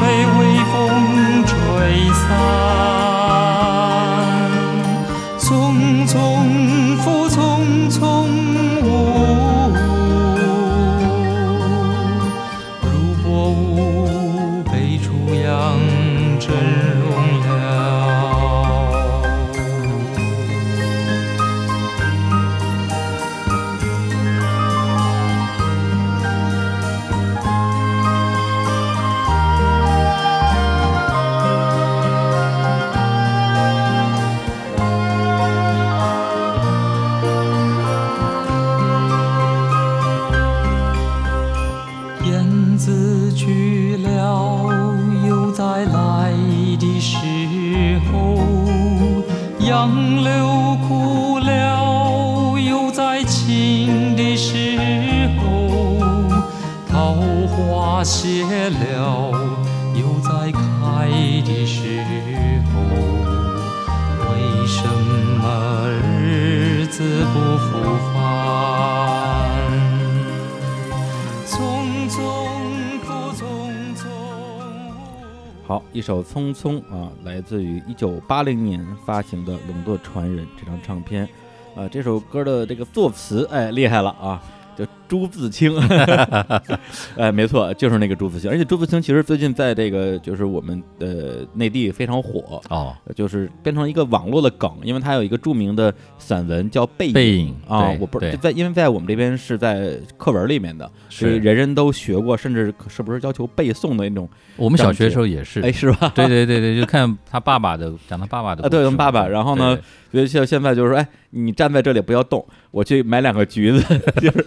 [SPEAKER 3] 被微风吹散。匆匆复匆匆，如薄雾被初阳蒸融了。燕子去了，又在来的时候；杨柳枯了，又在青的时候；桃花谢了，又在开的时候。为什么日子不复返？匆匆复匆匆。
[SPEAKER 1] 好，一首《匆匆》啊，来自于一九八零年发行的《龙的传人》这张唱片。呃，这首歌的这个作词，哎，厉害了啊！叫朱自 清，哎，没错，就是那个朱自清。而且朱自清其实最近在这个就是我们呃内地非常火，
[SPEAKER 2] 哦，
[SPEAKER 1] 就是变成一个网络的梗，因为他有一个著名的散文叫《背影》
[SPEAKER 2] 背影
[SPEAKER 1] 啊
[SPEAKER 2] 对，
[SPEAKER 1] 我不
[SPEAKER 2] 对
[SPEAKER 1] 是在，因为在我们这边是在课文里面的，所以
[SPEAKER 2] 是
[SPEAKER 1] 人人都学过，甚至是不是要求背诵的那种，
[SPEAKER 2] 我们小学的时候也是，
[SPEAKER 1] 哎，是吧？
[SPEAKER 2] 对对对对，就看他爸爸的，讲他爸爸的
[SPEAKER 1] 啊对
[SPEAKER 2] 故事
[SPEAKER 1] 我们爸爸然后呢，所以像现在就是说，哎，你站在这里不要动，我去买两个橘子，就是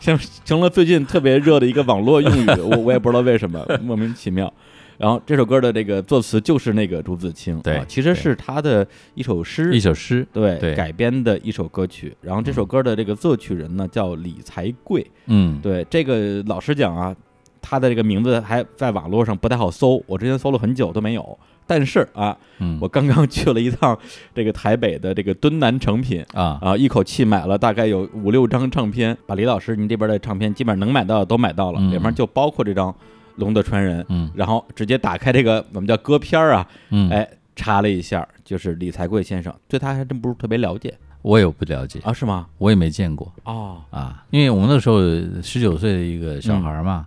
[SPEAKER 1] 像成了最近特别热的一个网络用语，我我也不知道为什么，莫名其妙。然后这首歌的这个作词就是那个朱自清，
[SPEAKER 2] 对
[SPEAKER 1] 啊其实是他的一首诗
[SPEAKER 2] 对，一首诗，
[SPEAKER 1] 对
[SPEAKER 2] 对
[SPEAKER 1] 改编的一首歌曲。然后这首歌的这个作曲人呢叫李才贵，
[SPEAKER 2] 嗯，
[SPEAKER 1] 对这个老实讲啊，他的这个名字还在网络上不太好搜，我之前搜了很久都没有。但是啊，
[SPEAKER 2] 嗯，
[SPEAKER 1] 我刚刚去了一趟这个台北的这个敦南诚品
[SPEAKER 2] 啊，
[SPEAKER 1] 啊，一口气买了大概有五六张唱片，把李老师您这边的唱片基本上能买到的都买到了，
[SPEAKER 2] 嗯
[SPEAKER 1] 里面就包括这张《龙的传人》，
[SPEAKER 2] 嗯
[SPEAKER 1] 然后直接打开这个我们叫歌片儿啊，
[SPEAKER 2] 嗯，
[SPEAKER 1] 哎，查了一下，就是李才贵先生，对他还真不是特别了解
[SPEAKER 2] 我也不了解，
[SPEAKER 1] 啊，是吗？
[SPEAKER 2] 我也没见过
[SPEAKER 1] 哦，
[SPEAKER 2] 啊，因为我们那时候十九岁的一个小
[SPEAKER 1] 嗯
[SPEAKER 2] 孩嘛，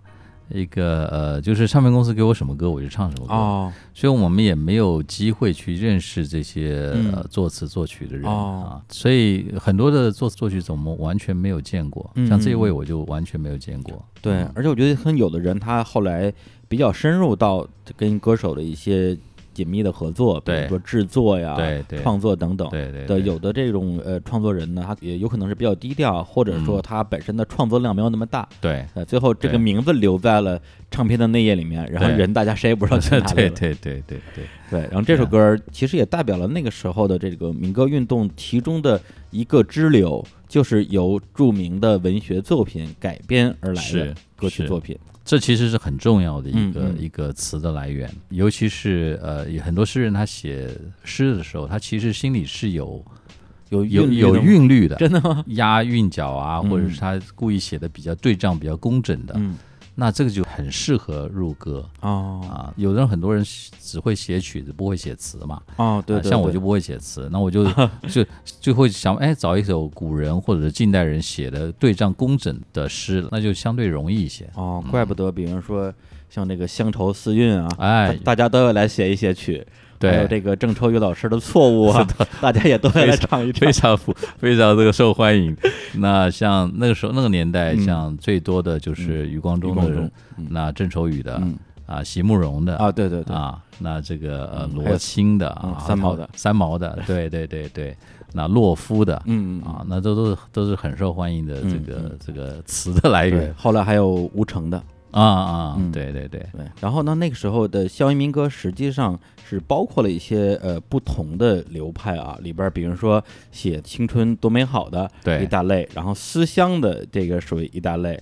[SPEAKER 2] 一个呃，就是唱片公司给我什么歌我就唱什么歌，
[SPEAKER 1] 哦，
[SPEAKER 2] 所以我们也没有机会去认识这些、
[SPEAKER 1] 嗯
[SPEAKER 2] 呃作词作曲的人、
[SPEAKER 1] 哦
[SPEAKER 2] 啊，所以很多的作词作曲者我们完全没有见过，
[SPEAKER 1] 嗯
[SPEAKER 2] 像这一位我就完全没有见过。
[SPEAKER 1] 对，而且我觉得跟有的人他后来比较深入到跟歌手的一些紧密的合作，比如
[SPEAKER 2] 对
[SPEAKER 1] 说制作呀、
[SPEAKER 2] 对对
[SPEAKER 1] 创作等等。
[SPEAKER 2] 对对
[SPEAKER 1] 的
[SPEAKER 2] 对，
[SPEAKER 1] 有的这种呃创作人呢，他也有可能是比较低调，或者说
[SPEAKER 2] 嗯
[SPEAKER 1] 他本身的创作量没有那么大，
[SPEAKER 2] 对
[SPEAKER 1] 呃，最后这个
[SPEAKER 2] 对
[SPEAKER 1] 名字留在了唱片的内页里面，然后
[SPEAKER 2] 对
[SPEAKER 1] 人大家谁也不知 道去哪里
[SPEAKER 2] 对
[SPEAKER 1] 了。
[SPEAKER 2] 对对对对，
[SPEAKER 1] 对，然后这首歌儿其实也代表了那个时候的这个民歌运动其中的一个支流，就是由著名的文学作品改编而来的
[SPEAKER 2] 是
[SPEAKER 1] 歌曲
[SPEAKER 2] 是
[SPEAKER 1] 作品。
[SPEAKER 2] 这其实是很重要的一个、
[SPEAKER 1] 嗯嗯
[SPEAKER 2] 一个词的来源，尤其是呃，也很多诗人他写诗的时候，他其实心里是有
[SPEAKER 1] 有
[SPEAKER 2] 有
[SPEAKER 1] 律
[SPEAKER 2] 有
[SPEAKER 1] 的吗，
[SPEAKER 2] 韵律的，
[SPEAKER 1] 真的吗？
[SPEAKER 2] 押韵脚啊，
[SPEAKER 1] 嗯
[SPEAKER 2] 或者是他故意写的比较对仗比较工整的，
[SPEAKER 1] 嗯，
[SPEAKER 2] 那这个就很适合入歌。
[SPEAKER 1] 哦
[SPEAKER 2] 啊，有的人很多人是只会写曲子，不会写词嘛。
[SPEAKER 1] 哦，对
[SPEAKER 2] 啊
[SPEAKER 1] 对，
[SPEAKER 2] 像我
[SPEAKER 1] 对
[SPEAKER 2] 就不会写词，那 我就就就会想，哎，找一首古人或者是近代人写的对仗工整的诗，那就相对容易一些。
[SPEAKER 1] 哦，怪不得，比如说像这个乡愁四韵啊，
[SPEAKER 2] 哎
[SPEAKER 1] 大大家都要来写一写曲，
[SPEAKER 2] 对
[SPEAKER 1] 还有这个郑愁予老师的错误啊， 大家也都要来唱一唱
[SPEAKER 2] 非。常符非常这个受欢 迎。那像那个时候那个年代，像最多的就是余光
[SPEAKER 1] 嗯
[SPEAKER 2] 中
[SPEAKER 1] 余光
[SPEAKER 2] 的
[SPEAKER 1] 中
[SPEAKER 2] 人，那郑愁予的
[SPEAKER 1] 嗯，
[SPEAKER 2] 啊，席慕容的
[SPEAKER 1] 啊，对对对，
[SPEAKER 2] 啊，那这个呃
[SPEAKER 1] 嗯还
[SPEAKER 2] 罗
[SPEAKER 1] 有
[SPEAKER 2] 青的
[SPEAKER 1] 嗯
[SPEAKER 2] 啊，
[SPEAKER 1] 三毛的
[SPEAKER 2] 三毛的，对对对对，那洛夫的
[SPEAKER 1] 嗯嗯
[SPEAKER 2] 啊，那都都是都是很受欢迎的这
[SPEAKER 1] 嗯
[SPEAKER 2] 个这个词的来
[SPEAKER 1] 对，
[SPEAKER 2] 源
[SPEAKER 1] 后来还有吴成的，
[SPEAKER 2] 啊啊
[SPEAKER 1] 嗯，
[SPEAKER 2] 对对对，
[SPEAKER 1] 对，然后呢，那个时候的校园民歌实际上是包括了一些呃不同的流派啊，里边儿比如说写青春多美好的
[SPEAKER 2] 对
[SPEAKER 1] 一大类，然后思乡的这个属于一大类，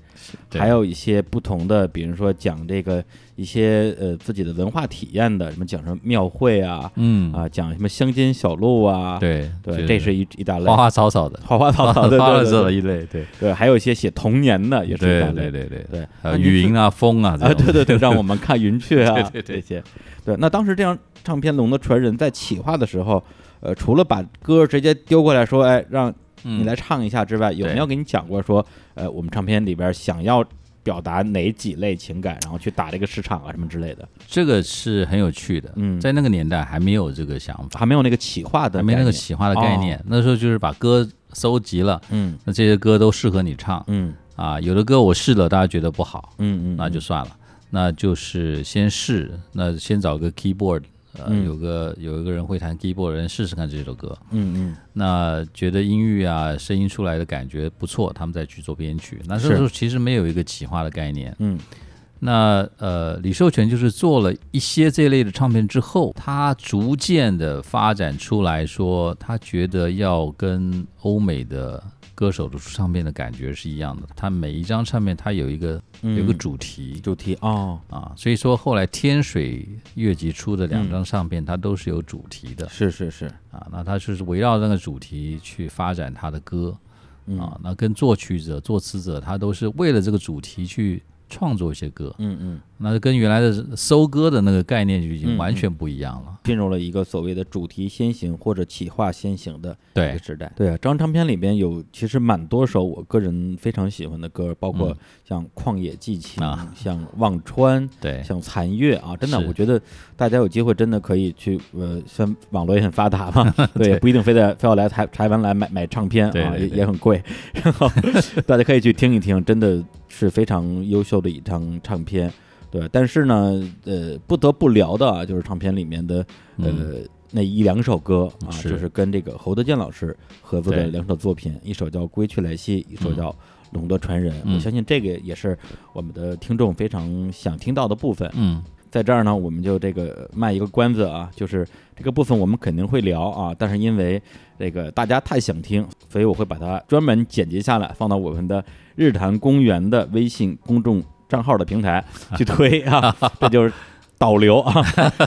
[SPEAKER 2] 对
[SPEAKER 1] 还有一些不同的，比如说讲这个一些呃自己的文化体验的，什么讲什么庙会啊，
[SPEAKER 2] 嗯
[SPEAKER 1] 啊讲什么乡间小路啊，
[SPEAKER 2] 对
[SPEAKER 1] 对，
[SPEAKER 2] 就
[SPEAKER 1] 这是一一大类，
[SPEAKER 2] 花花草草的，
[SPEAKER 1] 花花草草的，
[SPEAKER 2] 花花
[SPEAKER 1] 对
[SPEAKER 2] 草
[SPEAKER 1] 对
[SPEAKER 2] 草的
[SPEAKER 1] 对
[SPEAKER 2] 一类，对
[SPEAKER 1] 对，还有一些写童年的也是一大
[SPEAKER 2] 对
[SPEAKER 1] 类
[SPEAKER 2] 对，对对，
[SPEAKER 1] 对，
[SPEAKER 2] 还
[SPEAKER 1] 那
[SPEAKER 2] 有
[SPEAKER 1] 您
[SPEAKER 2] 云啊风 啊
[SPEAKER 1] 啊，
[SPEAKER 2] 这种，
[SPEAKER 1] 对对对，让我们看云雀啊，
[SPEAKER 2] 对对对
[SPEAKER 1] 这些，对。那当时这张唱片《龙的传人》在企划的时候，呃，除了把歌直接丢过来说，哎，让你
[SPEAKER 2] 嗯
[SPEAKER 1] 来唱一下之外，有没
[SPEAKER 2] 对
[SPEAKER 1] 有给你讲过说，呃，我们唱片里边想要表达哪几类情感，然后去打这个市场啊什么之类的？
[SPEAKER 2] 这个是很有趣的，
[SPEAKER 1] 嗯
[SPEAKER 2] 在那个年代还没有这个想法，
[SPEAKER 1] 还没有那个企划的，
[SPEAKER 2] 还没那个，企划的概
[SPEAKER 1] 哦
[SPEAKER 2] 念，那时候就是把歌搜集了，
[SPEAKER 1] 嗯
[SPEAKER 2] 那这些歌都适合你唱
[SPEAKER 1] 嗯
[SPEAKER 2] 啊，有的歌我试了，大家觉得不好，
[SPEAKER 1] 嗯嗯，
[SPEAKER 2] 那就算了，那就是先试，那先找个 keyboard，呃，
[SPEAKER 1] 嗯
[SPEAKER 2] 有个有一个人会弹 keyboard 的人试试看这首歌，
[SPEAKER 1] 嗯嗯
[SPEAKER 2] 那觉得音域啊声音出来的感觉不错，他们再去做编曲。那
[SPEAKER 1] 是
[SPEAKER 2] 这时候其实没有一个企划的概念。
[SPEAKER 1] 嗯
[SPEAKER 2] 那呃，李寿全就是做了一些这类的唱片之后，他逐渐的发展出来说，他觉得要跟欧美的。歌手的出唱片的感觉是一样的，他每一张唱片它有一个、
[SPEAKER 1] 嗯，
[SPEAKER 2] 有一个主题，
[SPEAKER 1] 主题哦，
[SPEAKER 2] 啊，所以说后来天水乐集出的两
[SPEAKER 1] 嗯
[SPEAKER 2] 张唱片，它都是有主题的
[SPEAKER 1] 是是是，
[SPEAKER 2] 啊，那它就是围绕那个主题去发展它的歌
[SPEAKER 1] 嗯
[SPEAKER 2] 啊，那跟作曲者、作词者，他都是为了这个主题去创作一些歌，
[SPEAKER 1] 嗯嗯，
[SPEAKER 2] 那跟原来的搜歌的那个概念就已
[SPEAKER 1] 嗯
[SPEAKER 2] 经完
[SPEAKER 1] 嗯
[SPEAKER 2] 全不一样了。
[SPEAKER 1] 进入了一个所谓的主题先行或者企划先行的一
[SPEAKER 2] 对
[SPEAKER 1] 个，时代。对啊，这张唱片里边有其实蛮多首我个人非常喜欢的歌，包括
[SPEAKER 2] 嗯
[SPEAKER 1] 像《旷野寄情》
[SPEAKER 2] 啊
[SPEAKER 1] 像《忘川》、
[SPEAKER 2] 对，
[SPEAKER 1] 像《残月》啊，真的，
[SPEAKER 2] 是
[SPEAKER 1] 我觉得大家有机会真的可以去呃，虽然网络也很发达 嘛，对，也不一定非得非要来台台湾来买买唱片啊，
[SPEAKER 2] 对对
[SPEAKER 1] 也
[SPEAKER 2] 对
[SPEAKER 1] 也很贵，然 后大家可以去听一听，真的是非常优秀的一张唱片。对，但是呢，呃，不得不聊的啊，就是唱片里面的
[SPEAKER 2] 嗯
[SPEAKER 1] 呃那一两首歌啊，
[SPEAKER 2] 是
[SPEAKER 1] 就是跟这个侯德健老师合作的
[SPEAKER 2] 对
[SPEAKER 1] 两首作品，一首叫《归去来兮》，一首
[SPEAKER 2] 嗯
[SPEAKER 1] 叫《龙的传人》。我
[SPEAKER 2] 嗯
[SPEAKER 1] 相信这个也是我们的听众非常想听到的部分。
[SPEAKER 2] 嗯，
[SPEAKER 1] 在这儿呢，我们就这个卖一个关子啊，就是这个部分我们肯定会聊啊，但是因为这个大家太想听，所以我会把它专门剪辑下来，放到我们的日坛公园的微信公众账号的平台 去推啊，这就是。导流啊，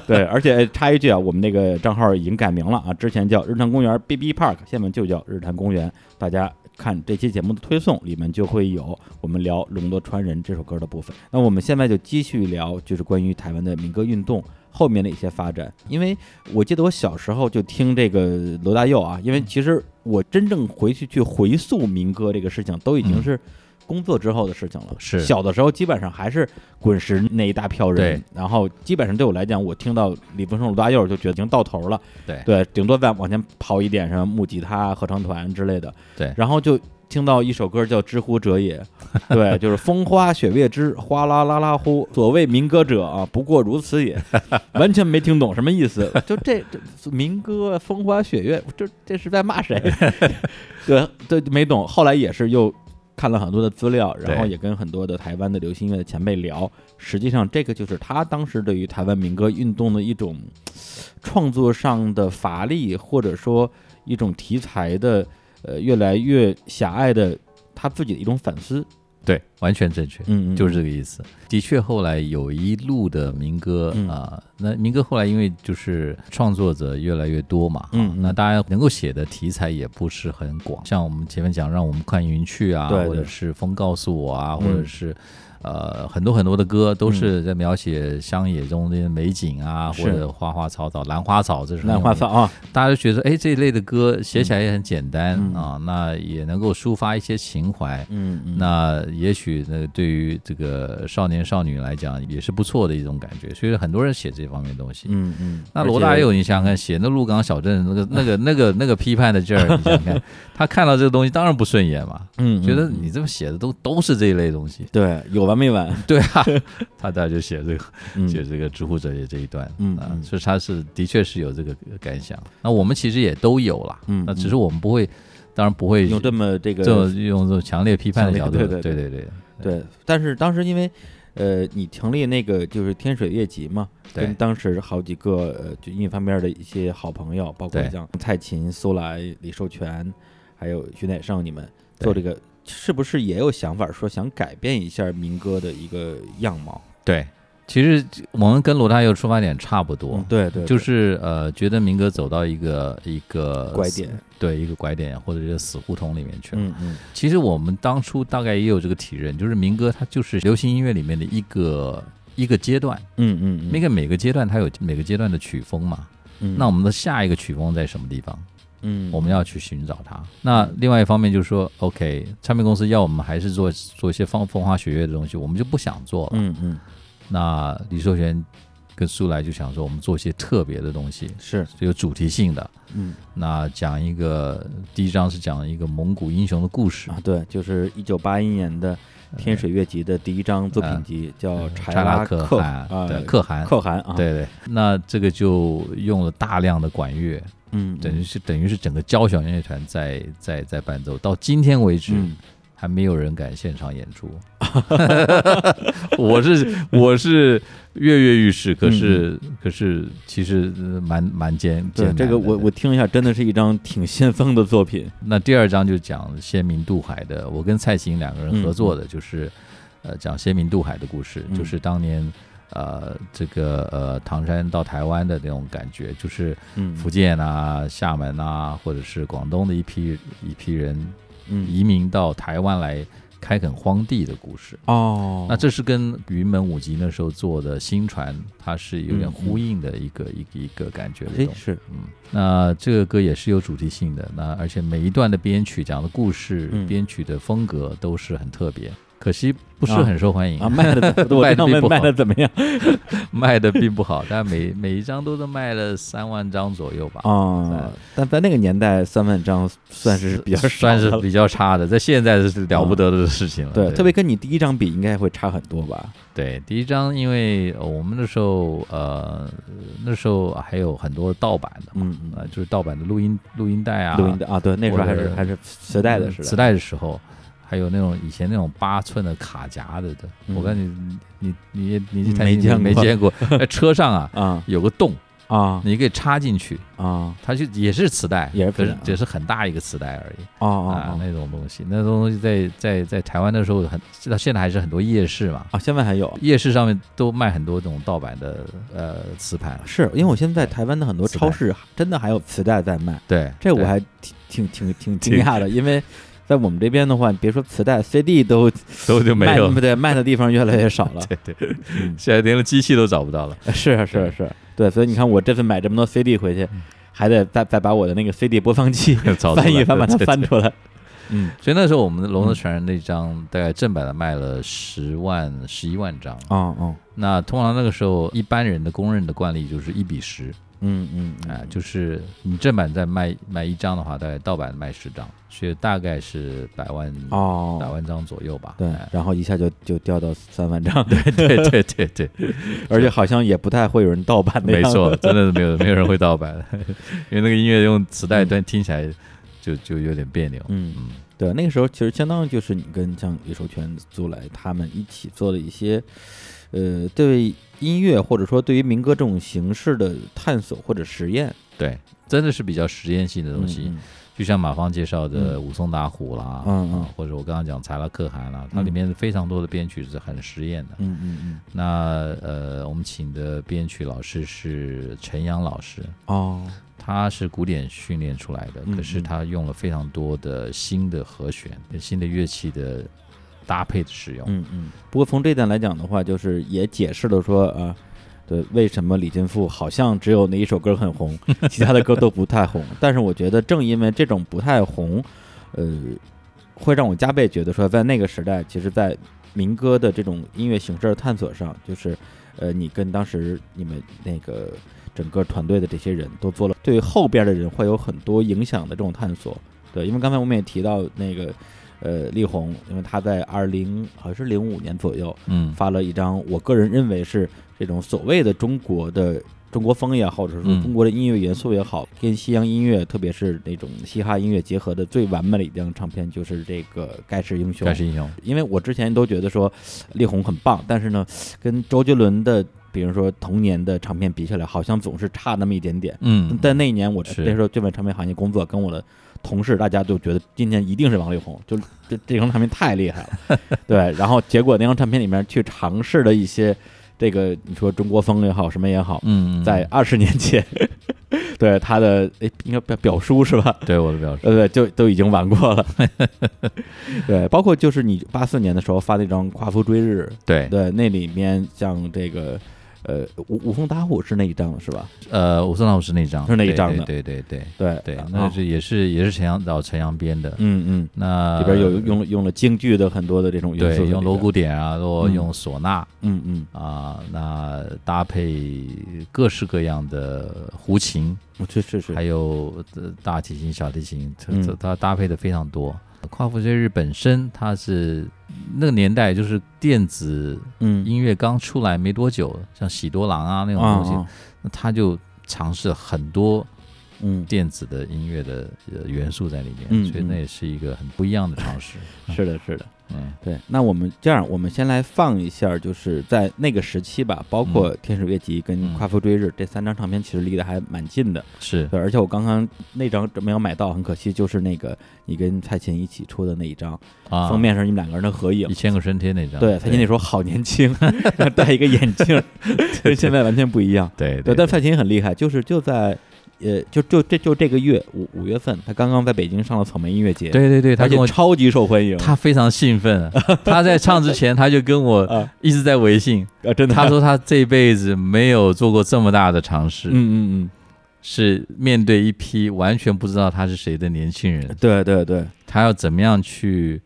[SPEAKER 1] 对，而且插一句啊，我们那个账号已经改名了啊，之前叫日坛公园 B B Park，现在就叫日坛公园。大家看这期节目的推送里面就会有我们聊《龙的传人》这首歌的部分。那我们现在就继续聊，就是关于台湾的民歌运动后面的一些发展。因为我记得我小时候就听这个罗大佑啊，因为其实我真正回去去回溯民歌这个事情，都已经
[SPEAKER 2] 嗯
[SPEAKER 1] 是工作之后的事情了。
[SPEAKER 2] 是
[SPEAKER 1] 小的时候基本上还是滚石那一大票人
[SPEAKER 2] 对，
[SPEAKER 1] 然后基本上对我来讲，我听到李宗盛、罗大佑就觉得已经到头了。
[SPEAKER 2] 对
[SPEAKER 1] 对，顶多再往前跑一点，什么木吉他、合唱团之类的。
[SPEAKER 2] 对
[SPEAKER 1] 然后就听到一首歌叫《知乎者也》， 对，就是风花雪月之哗啦啦啦呼，所谓民歌者啊，不过如此也。完全没听懂什么意思，就这这民歌风花雪月，这这是在骂谁？对对，没懂。后来也是又看了很多的资料，然后
[SPEAKER 2] 对
[SPEAKER 1] 也跟很多的台湾的流行音乐的前辈聊，实际上这个就是他当时对于台湾民歌运动的一种创作上的乏力，或者说一种题材的呃越来越狭隘的他自己的一种反思。
[SPEAKER 2] 对，完全正确。
[SPEAKER 1] 嗯，嗯
[SPEAKER 2] 就是这个意思。的确，后来有一路的民歌
[SPEAKER 1] 嗯
[SPEAKER 2] 啊、那民歌后来因为就是创作者越来越多嘛，
[SPEAKER 1] 嗯嗯
[SPEAKER 2] 那大家能够写的题材也不是很广，像我们前面讲，让我们看云去啊，
[SPEAKER 1] 对对
[SPEAKER 2] 或者是风告诉我啊，
[SPEAKER 1] 嗯
[SPEAKER 2] 或者是。呃，很多很多的歌都是在描写乡野中的美景啊，
[SPEAKER 1] 是
[SPEAKER 2] 或者花花草草、兰花草这是很
[SPEAKER 1] 兰
[SPEAKER 2] 有
[SPEAKER 1] 花
[SPEAKER 2] 名的
[SPEAKER 1] 草啊，
[SPEAKER 2] 大家都觉得哎，这一类的歌写起来也很简单、
[SPEAKER 1] 嗯
[SPEAKER 2] 啊，那也能够抒发一些情怀。
[SPEAKER 1] 嗯嗯，
[SPEAKER 2] 那也许呢，对于这个少年少女来讲，也是不错的一种感觉。所以很多人写这方面的东西。
[SPEAKER 1] 嗯嗯，
[SPEAKER 2] 那
[SPEAKER 1] 而
[SPEAKER 2] 罗
[SPEAKER 1] 且
[SPEAKER 2] 大佑，你想想看，写那鹿港小镇那个 那个那个那个批判的劲儿，你想想看，他看到这个东西当然不顺眼嘛，
[SPEAKER 1] 嗯，嗯
[SPEAKER 2] 觉得
[SPEAKER 1] 嗯
[SPEAKER 2] 你这么写的都都是这一类东西。
[SPEAKER 1] 对，有完完没完？
[SPEAKER 2] 对啊，他大概就写这个
[SPEAKER 1] 嗯
[SPEAKER 2] 写这个知乎者也这一段，
[SPEAKER 1] 嗯
[SPEAKER 2] 啊
[SPEAKER 1] 嗯，
[SPEAKER 2] 所以他是的确是有这个感想。那我们其实也都有啦，
[SPEAKER 1] 嗯
[SPEAKER 2] 那只是我们不会，当然不会
[SPEAKER 1] 用这么这个
[SPEAKER 2] 这种用这种强烈批判的
[SPEAKER 1] 强
[SPEAKER 2] 角度，
[SPEAKER 1] 烈
[SPEAKER 2] 对
[SPEAKER 1] 对对
[SPEAKER 2] 对对
[SPEAKER 1] 对，但是当时因为呃，你成立那个就是天水乐集嘛，
[SPEAKER 2] 对
[SPEAKER 1] 跟当时好几个呃，就音乐方面的一些好朋友，包括
[SPEAKER 2] 对
[SPEAKER 1] 像蔡琴、苏来、李寿全，还有徐乃盛，你们
[SPEAKER 2] 对
[SPEAKER 1] 做这个，是不是也有想法说想改变一下民歌的一个样貌？
[SPEAKER 2] 对。其实我们跟罗大佑出发点差不多，
[SPEAKER 1] 嗯对对，对
[SPEAKER 2] 就是呃，觉得民歌走到一个一个
[SPEAKER 1] 拐点，
[SPEAKER 2] 对一个拐点或者一个死胡同里面去了。
[SPEAKER 1] 嗯嗯
[SPEAKER 2] 其实我们当初大概也有这个体认，就是民歌它就是流行音乐里面的一个一个阶段，
[SPEAKER 1] 嗯嗯，
[SPEAKER 2] 那
[SPEAKER 1] 个
[SPEAKER 2] 个每个阶段它有每个阶段的曲风嘛。那我们的下一个曲风在什么地方？
[SPEAKER 1] 嗯
[SPEAKER 2] 我们要去寻找它。那另外一方面就是说，OK，唱片公司要我们还是做做一些风风花雪月的东西，我们就不想做了。
[SPEAKER 1] 嗯嗯
[SPEAKER 2] 那李寿全跟苏来就想说，我们做一些特别的东西，
[SPEAKER 1] 是
[SPEAKER 2] 有主题性的。
[SPEAKER 1] 嗯
[SPEAKER 2] 那讲一个第一章是讲一个蒙古英雄的故事，
[SPEAKER 1] 啊对，就是一九八一年的天水乐集的第一张作品集叫《
[SPEAKER 2] 柴拉
[SPEAKER 1] 克
[SPEAKER 2] 可
[SPEAKER 1] 啊
[SPEAKER 2] 汗，对，可汗，
[SPEAKER 1] 可汗啊，
[SPEAKER 2] 对对。那这个就用了大量的管乐，
[SPEAKER 1] 嗯，嗯
[SPEAKER 2] 等于是等于是整个交响乐团在在在伴奏，到今天为止。
[SPEAKER 1] 嗯
[SPEAKER 2] 还没有人敢现场演出， 我是我是跃跃欲试，可是、可是其实呃蛮蛮艰艰
[SPEAKER 1] 对
[SPEAKER 2] 难的。
[SPEAKER 1] 这个我我听一下，真的是一张挺先锋的作品。
[SPEAKER 2] 那第二章就讲先民渡海的，我跟蔡琴两个人合作的，就是、呃讲先民渡海的故事，
[SPEAKER 1] 嗯
[SPEAKER 2] 就是当年呃这个呃唐山到台湾的那种感觉，就是
[SPEAKER 1] 嗯
[SPEAKER 2] 福建啊、厦门啊，或者是广东的一批一批人
[SPEAKER 1] 嗯
[SPEAKER 2] 移民到台湾来开垦荒地的故事。
[SPEAKER 1] 哦，
[SPEAKER 2] 那这是跟云门舞集那时候做的新传，它是有点
[SPEAKER 1] 嗯
[SPEAKER 2] 呼应的一个、一个一个感觉的
[SPEAKER 1] 哎
[SPEAKER 2] 东西。
[SPEAKER 1] 是
[SPEAKER 2] 嗯，那这个歌也是有主题性的，那而且每一段的编曲讲的故事、
[SPEAKER 1] 嗯
[SPEAKER 2] 编曲的风格都是很特别，可惜不是
[SPEAKER 1] 啊
[SPEAKER 2] 很受欢迎，
[SPEAKER 1] 啊，卖的怎 么我
[SPEAKER 2] 卖
[SPEAKER 1] 知
[SPEAKER 2] 得
[SPEAKER 1] 道
[SPEAKER 2] 并
[SPEAKER 1] 卖
[SPEAKER 2] 不
[SPEAKER 1] 卖
[SPEAKER 2] 好
[SPEAKER 1] 的怎么样
[SPEAKER 2] 卖的并不好，但每每一张都能卖了三万张左右吧。
[SPEAKER 1] 啊？但在那个年代，三万张算是比较少
[SPEAKER 2] 算是
[SPEAKER 1] 的了嗯
[SPEAKER 2] 比较差的，在现在是了不得的事情了。
[SPEAKER 1] 对，特
[SPEAKER 2] 对
[SPEAKER 1] 别跟你第一张比，应该会差很多吧？
[SPEAKER 2] 对，第一张，因为呃我们那时候呃那时候还有很多盗版的，
[SPEAKER 1] 嗯嗯
[SPEAKER 2] 呃，就是盗版的录音录音带啊，
[SPEAKER 1] 录音的啊，对，那时候
[SPEAKER 2] 我的
[SPEAKER 1] 还是还是磁带的时代，
[SPEAKER 2] 磁带的时候，还有那种以前那种八寸的卡夹的的，
[SPEAKER 1] 嗯
[SPEAKER 2] 我跟你你你你你
[SPEAKER 1] 没见过
[SPEAKER 2] 没见过， 哎车上啊
[SPEAKER 1] 啊
[SPEAKER 2] 有个洞，
[SPEAKER 1] 啊
[SPEAKER 2] 你可以插进去，
[SPEAKER 1] 啊
[SPEAKER 2] 它就也是磁带，
[SPEAKER 1] 也是啊
[SPEAKER 2] 可
[SPEAKER 1] 磁带
[SPEAKER 2] 是只是很大一个磁带而已
[SPEAKER 1] 啊啊
[SPEAKER 2] 啊，
[SPEAKER 1] 啊！
[SPEAKER 2] 那种东西，那种东西在在在台湾的时候很到现在还是很多夜市嘛，
[SPEAKER 1] 啊，现在还有
[SPEAKER 2] 夜市上面都卖很多这种盗版的呃磁盘，
[SPEAKER 1] 是因为我现在台湾的很多
[SPEAKER 2] 啊磁带
[SPEAKER 1] 超市真的还有磁带在卖。
[SPEAKER 2] 对，
[SPEAKER 1] 这我
[SPEAKER 2] 对
[SPEAKER 1] 还挺挺挺挺惊讶的，因为在我们这边的话，你别说磁带、CD 都
[SPEAKER 2] 都就没
[SPEAKER 1] 卖
[SPEAKER 2] 有
[SPEAKER 1] 不，对卖的地方越来越 少了。嗯
[SPEAKER 2] 现在连个机器都找不到了。
[SPEAKER 1] 是啊是啊
[SPEAKER 2] 对嗯
[SPEAKER 1] 是啊，对，所以你看我这次买这么多 CD 回去，还得再再把我的那个 CD 播放器
[SPEAKER 2] 找出来
[SPEAKER 1] 翻一翻，把它
[SPEAKER 2] 对对
[SPEAKER 1] 翻出来。嗯
[SPEAKER 2] 所以那时候我们的《龙的传人》那张大概正版的卖了十万、十一万张。
[SPEAKER 1] 哦哦
[SPEAKER 2] 那通常那个时候一般人的公认的惯例就是一比十
[SPEAKER 1] 嗯嗯
[SPEAKER 2] 啊、就是你正版再卖卖一张的话，大概盗版卖十张，所以大概是百万、百
[SPEAKER 1] 哦。
[SPEAKER 2] 万张左右吧。
[SPEAKER 1] 对
[SPEAKER 2] 哎，
[SPEAKER 1] 然后一下就就掉到三万张，对，
[SPEAKER 2] 对对 对对，
[SPEAKER 1] 而且好像也不太会有人盗版的
[SPEAKER 2] 没
[SPEAKER 1] 样子
[SPEAKER 2] 错，真的是没有没有人会盗版， 因为那个音乐用磁带端听起来就就有点别扭。
[SPEAKER 1] 嗯，
[SPEAKER 2] 嗯，
[SPEAKER 1] 对，那个时候其实相当于就是你跟像李寿全、苏来他们一起做了一些，呃，对音乐或者说对于民歌这种形式的探索或者实验
[SPEAKER 2] 对，真的是比较实验性的东西。，就像马芳介绍的武松打虎啦，
[SPEAKER 1] 嗯嗯嗯
[SPEAKER 2] 啊或者我刚刚讲柴拉可汗啦，它
[SPEAKER 1] 嗯
[SPEAKER 2] 里面非常多的编曲是很实验的。
[SPEAKER 1] 嗯嗯嗯，
[SPEAKER 2] 那呃，我们请的编曲老师是陈阳老师，
[SPEAKER 1] 哦，
[SPEAKER 2] 他是古典训练出来的，
[SPEAKER 1] 嗯
[SPEAKER 2] 可是
[SPEAKER 1] 嗯
[SPEAKER 2] 他用了非常多的新的和弦、跟新的乐器的搭配的使用。
[SPEAKER 1] 嗯嗯。不过从这点来讲的话，就是也解释了说啊、对，为什么李金复好像只有那一首歌很 红，其他的歌都不太红。但是我觉得正因为这种不太红，呃，会让我加倍觉得说，在那个时代，其实，在民歌的这种音乐形式的探索上，就是呃，你跟当时你们那个整个团队的这些人都做了，对后边的人会有很多影响的这种探索。对，因为刚才我们也提到那个。呃力宏，因为他在二零好像是零五年左右
[SPEAKER 2] 嗯
[SPEAKER 1] 发了一张，我个人认为是这种所谓的中国的。中国风也好，或者说
[SPEAKER 2] 嗯
[SPEAKER 1] 中国的音乐元素也好，跟西洋音乐，特别是那种嘻哈音乐结合的最完美的一张唱片，就是这个《盖世英雄》。
[SPEAKER 2] 盖世英雄，
[SPEAKER 1] 因为我之前都觉得说力宏很棒，但是呢，跟周杰伦的，比如说同年的唱片比起来，好像总是差那么一点点。
[SPEAKER 2] 嗯，
[SPEAKER 1] 但那一年我
[SPEAKER 2] 是
[SPEAKER 1] 那时候就在唱片行业工作，跟我的同事大家都觉得今年一定是王力宏，就这这张唱片太厉害 了，对。然后结果那张唱片里面去尝试了一些这个你说中国风也好，什么也好，
[SPEAKER 2] 嗯，嗯
[SPEAKER 1] 在二十年前， 对他的诶应该表表叔是吧？
[SPEAKER 2] 对我的表示，
[SPEAKER 1] 呃，对，就都已经玩过了。 对，包括就是你八四年的时候发那张《夸父追日
[SPEAKER 2] 对》，，
[SPEAKER 1] 对，那里面像这个呃无无风打虎是那一张是吧？
[SPEAKER 2] 呃，武松老师那张
[SPEAKER 1] 是那一张的
[SPEAKER 2] 对对对对
[SPEAKER 1] 对
[SPEAKER 2] 对对，
[SPEAKER 1] 啊
[SPEAKER 2] 那是也是也是陈阳找陈阳编的，
[SPEAKER 1] 嗯嗯，
[SPEAKER 2] 那
[SPEAKER 1] 里边有用用了京剧的很多的这种元素在
[SPEAKER 2] 呃对
[SPEAKER 1] 里边，
[SPEAKER 2] 用锣鼓点啊，或
[SPEAKER 1] 嗯
[SPEAKER 2] 用唢呐
[SPEAKER 1] 嗯嗯，
[SPEAKER 2] 啊，那搭配各式各样的胡琴，
[SPEAKER 1] 我确实是
[SPEAKER 2] 还有呃大提琴、小提琴，它
[SPEAKER 1] 嗯
[SPEAKER 2] 它它搭配的非常多。夸父追日本身，它是那个年代就是电子
[SPEAKER 1] 嗯
[SPEAKER 2] 音乐刚出来没多久，像喜多郎啊那种
[SPEAKER 1] 啊
[SPEAKER 2] 东西，
[SPEAKER 1] 啊
[SPEAKER 2] 那他就尝试很多
[SPEAKER 1] 嗯。
[SPEAKER 2] 电子的音乐的呃元素在里面，
[SPEAKER 1] 嗯
[SPEAKER 2] 所以那也是一个很不一样的尝试。
[SPEAKER 1] 是的，是的，
[SPEAKER 2] 嗯，
[SPEAKER 1] 对。那我们这样，我们先来放一下，就是在那个时期吧，包括《天使乐集》跟
[SPEAKER 2] 嗯
[SPEAKER 1] 《夸父追日》这三张唱片，其实离得还蛮近的。
[SPEAKER 2] 是
[SPEAKER 1] 对，而且我刚刚那张没有买到，很可惜，就是那个你跟蔡琴一起出的那一张，
[SPEAKER 2] 啊，
[SPEAKER 1] 封面是你们两个人的合影
[SPEAKER 2] 一。啊千个春天那张，
[SPEAKER 1] 对，蔡琴那时候好年轻， 然后戴一个眼 镜，跟现在完全不一样。
[SPEAKER 2] 对
[SPEAKER 1] 对，
[SPEAKER 2] 对，
[SPEAKER 1] 但蔡琴很厉害，就是就在呃，就就这就这个月五五月份，她刚刚在北京上了草莓音乐节，，
[SPEAKER 2] 对对对，他
[SPEAKER 1] 而
[SPEAKER 2] 跟
[SPEAKER 1] 且
[SPEAKER 2] 我
[SPEAKER 1] 超级受欢迎。
[SPEAKER 2] 他非常兴奋，他在唱之前他就跟我
[SPEAKER 1] 啊
[SPEAKER 2] 一直在 微信，
[SPEAKER 1] 啊，真的，
[SPEAKER 2] 他说他这辈子没有做过这么大的尝试，
[SPEAKER 1] 嗯嗯
[SPEAKER 2] 是面对一批完全不知道他是谁的年轻
[SPEAKER 1] 嗯，
[SPEAKER 2] 人，
[SPEAKER 1] 对对对，
[SPEAKER 2] 他要怎么样去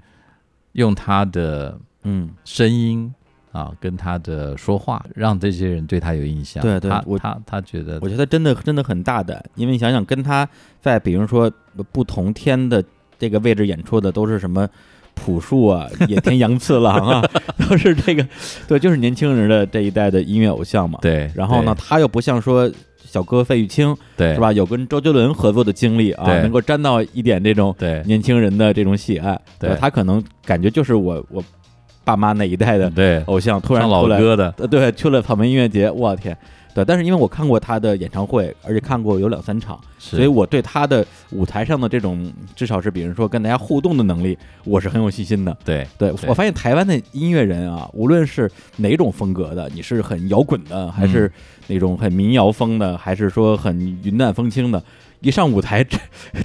[SPEAKER 2] 用他的
[SPEAKER 1] 嗯，
[SPEAKER 2] 声音啊，跟他的说话，让这些人对他有印象。
[SPEAKER 1] 对对
[SPEAKER 2] 他
[SPEAKER 1] 我
[SPEAKER 2] 他他觉得
[SPEAKER 1] 我觉得真的真的很大胆，因为你想想，跟他在比如说不同天的这个位置演出的都是什么朴树啊、野田洋次郎啊， 都是这个，对，就是年轻人的这一代的音乐偶像嘛。。
[SPEAKER 2] 对，
[SPEAKER 1] 然后呢，他又不像说小哥费玉清
[SPEAKER 2] 对，对
[SPEAKER 1] 是？吧，有跟周杰伦合作的经历啊，
[SPEAKER 2] 对
[SPEAKER 1] 能够沾到一点这种
[SPEAKER 2] 对
[SPEAKER 1] 年轻人的这种喜爱。
[SPEAKER 2] 对
[SPEAKER 1] 吧他可能感觉就是我我爸妈那一代的
[SPEAKER 2] 对，
[SPEAKER 1] 偶像，突然
[SPEAKER 2] 唱
[SPEAKER 1] 出
[SPEAKER 2] 嗯老
[SPEAKER 1] 来
[SPEAKER 2] 歌的，
[SPEAKER 1] 呃，对，去了草莓音乐节，我天，对，但是因为我看过他的演唱会，而且看过有两三场，所
[SPEAKER 2] 所
[SPEAKER 1] 以我对他的舞台上的这种，至少是比如说跟大家互动的能力，我是很有信心的。
[SPEAKER 2] 对
[SPEAKER 1] 对
[SPEAKER 2] 对
[SPEAKER 1] 我发现台湾的音乐人啊，无论是哪种风格的，你是很摇滚的，还是那种很民谣风的，还是说很云淡风轻的，一上舞台这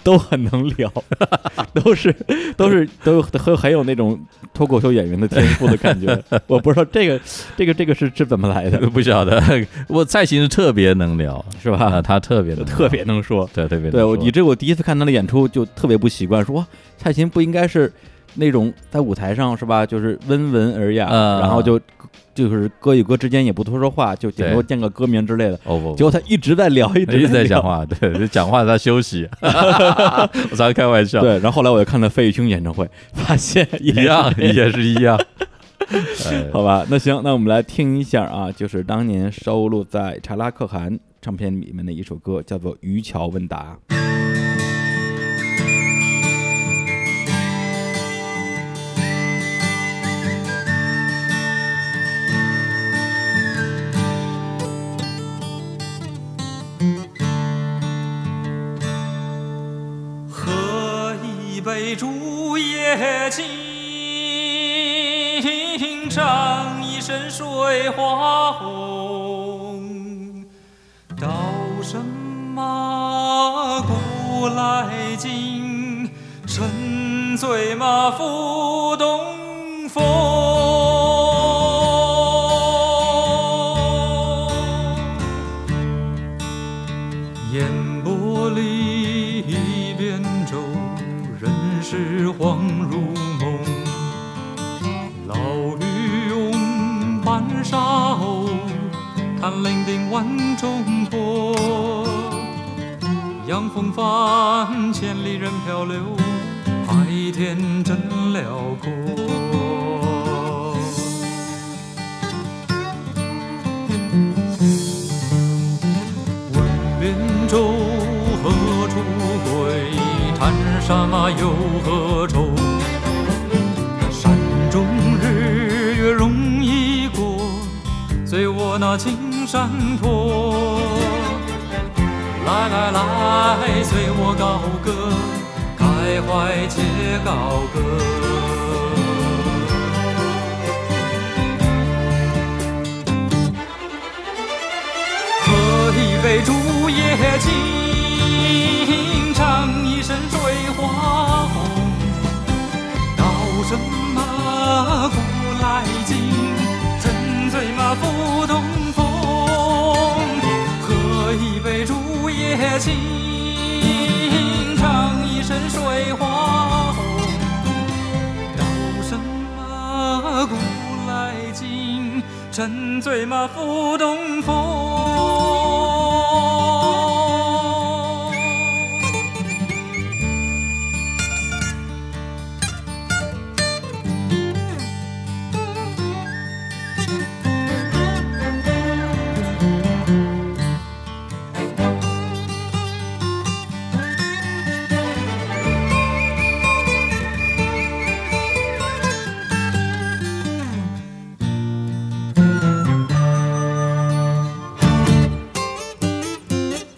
[SPEAKER 1] 都很能聊， 都是都是都很很有那种脱口秀演员的天赋的感觉。我不知道这个这个这个是是怎么来的，
[SPEAKER 2] 不晓得，我蔡琴是特别能聊，
[SPEAKER 1] 是吧
[SPEAKER 2] 啊，？他特别能聊
[SPEAKER 1] 特别能说，
[SPEAKER 2] 对特别能
[SPEAKER 1] 对我，
[SPEAKER 2] 说
[SPEAKER 1] 你这我第一次看他的演出就特别不习惯，说哇蔡琴不应该是那种在舞台上是吧，就是温文尔雅，
[SPEAKER 2] 嗯
[SPEAKER 1] 然后就就是歌与歌之间也不多说话，就顶多
[SPEAKER 2] 对
[SPEAKER 1] 见个歌名之类的。
[SPEAKER 2] 哦不
[SPEAKER 1] 结果他一直在聊，一
[SPEAKER 2] 一直在
[SPEAKER 1] 聊
[SPEAKER 2] 讲。话，对， 就讲话他 休息，我常开玩笑，
[SPEAKER 1] 对，然后后来我又看了费玉清演唱会，发现也
[SPEAKER 2] 一
[SPEAKER 1] 是
[SPEAKER 2] 样
[SPEAKER 1] 这样
[SPEAKER 2] 也是一样，哎
[SPEAKER 1] 好吧，那行，那我们来听一下啊，就是当年收录在查拉克汗唱片里面的一首歌，叫做《渔樵问答》。
[SPEAKER 3] 喝一杯竹叶青，唱一声水花红。道什么古来今，沉醉马赴东风。烟波里扁舟，人世恍如梦。老渔翁半沙鸥，叹零丁万重波。扬风帆，千里任漂流，海的天真辽阔。问扁舟何处归？看山啊又何愁？山中日月容易过，随我那青山坡。来来来，随我高歌，开怀且高歌。喝一杯竹叶青，唱一声水花红，高声嘛古来今，沉醉嘛不同风。喝一杯竹叶青，唱一声水花红，高声嘛古来今，沉醉嘛不同风。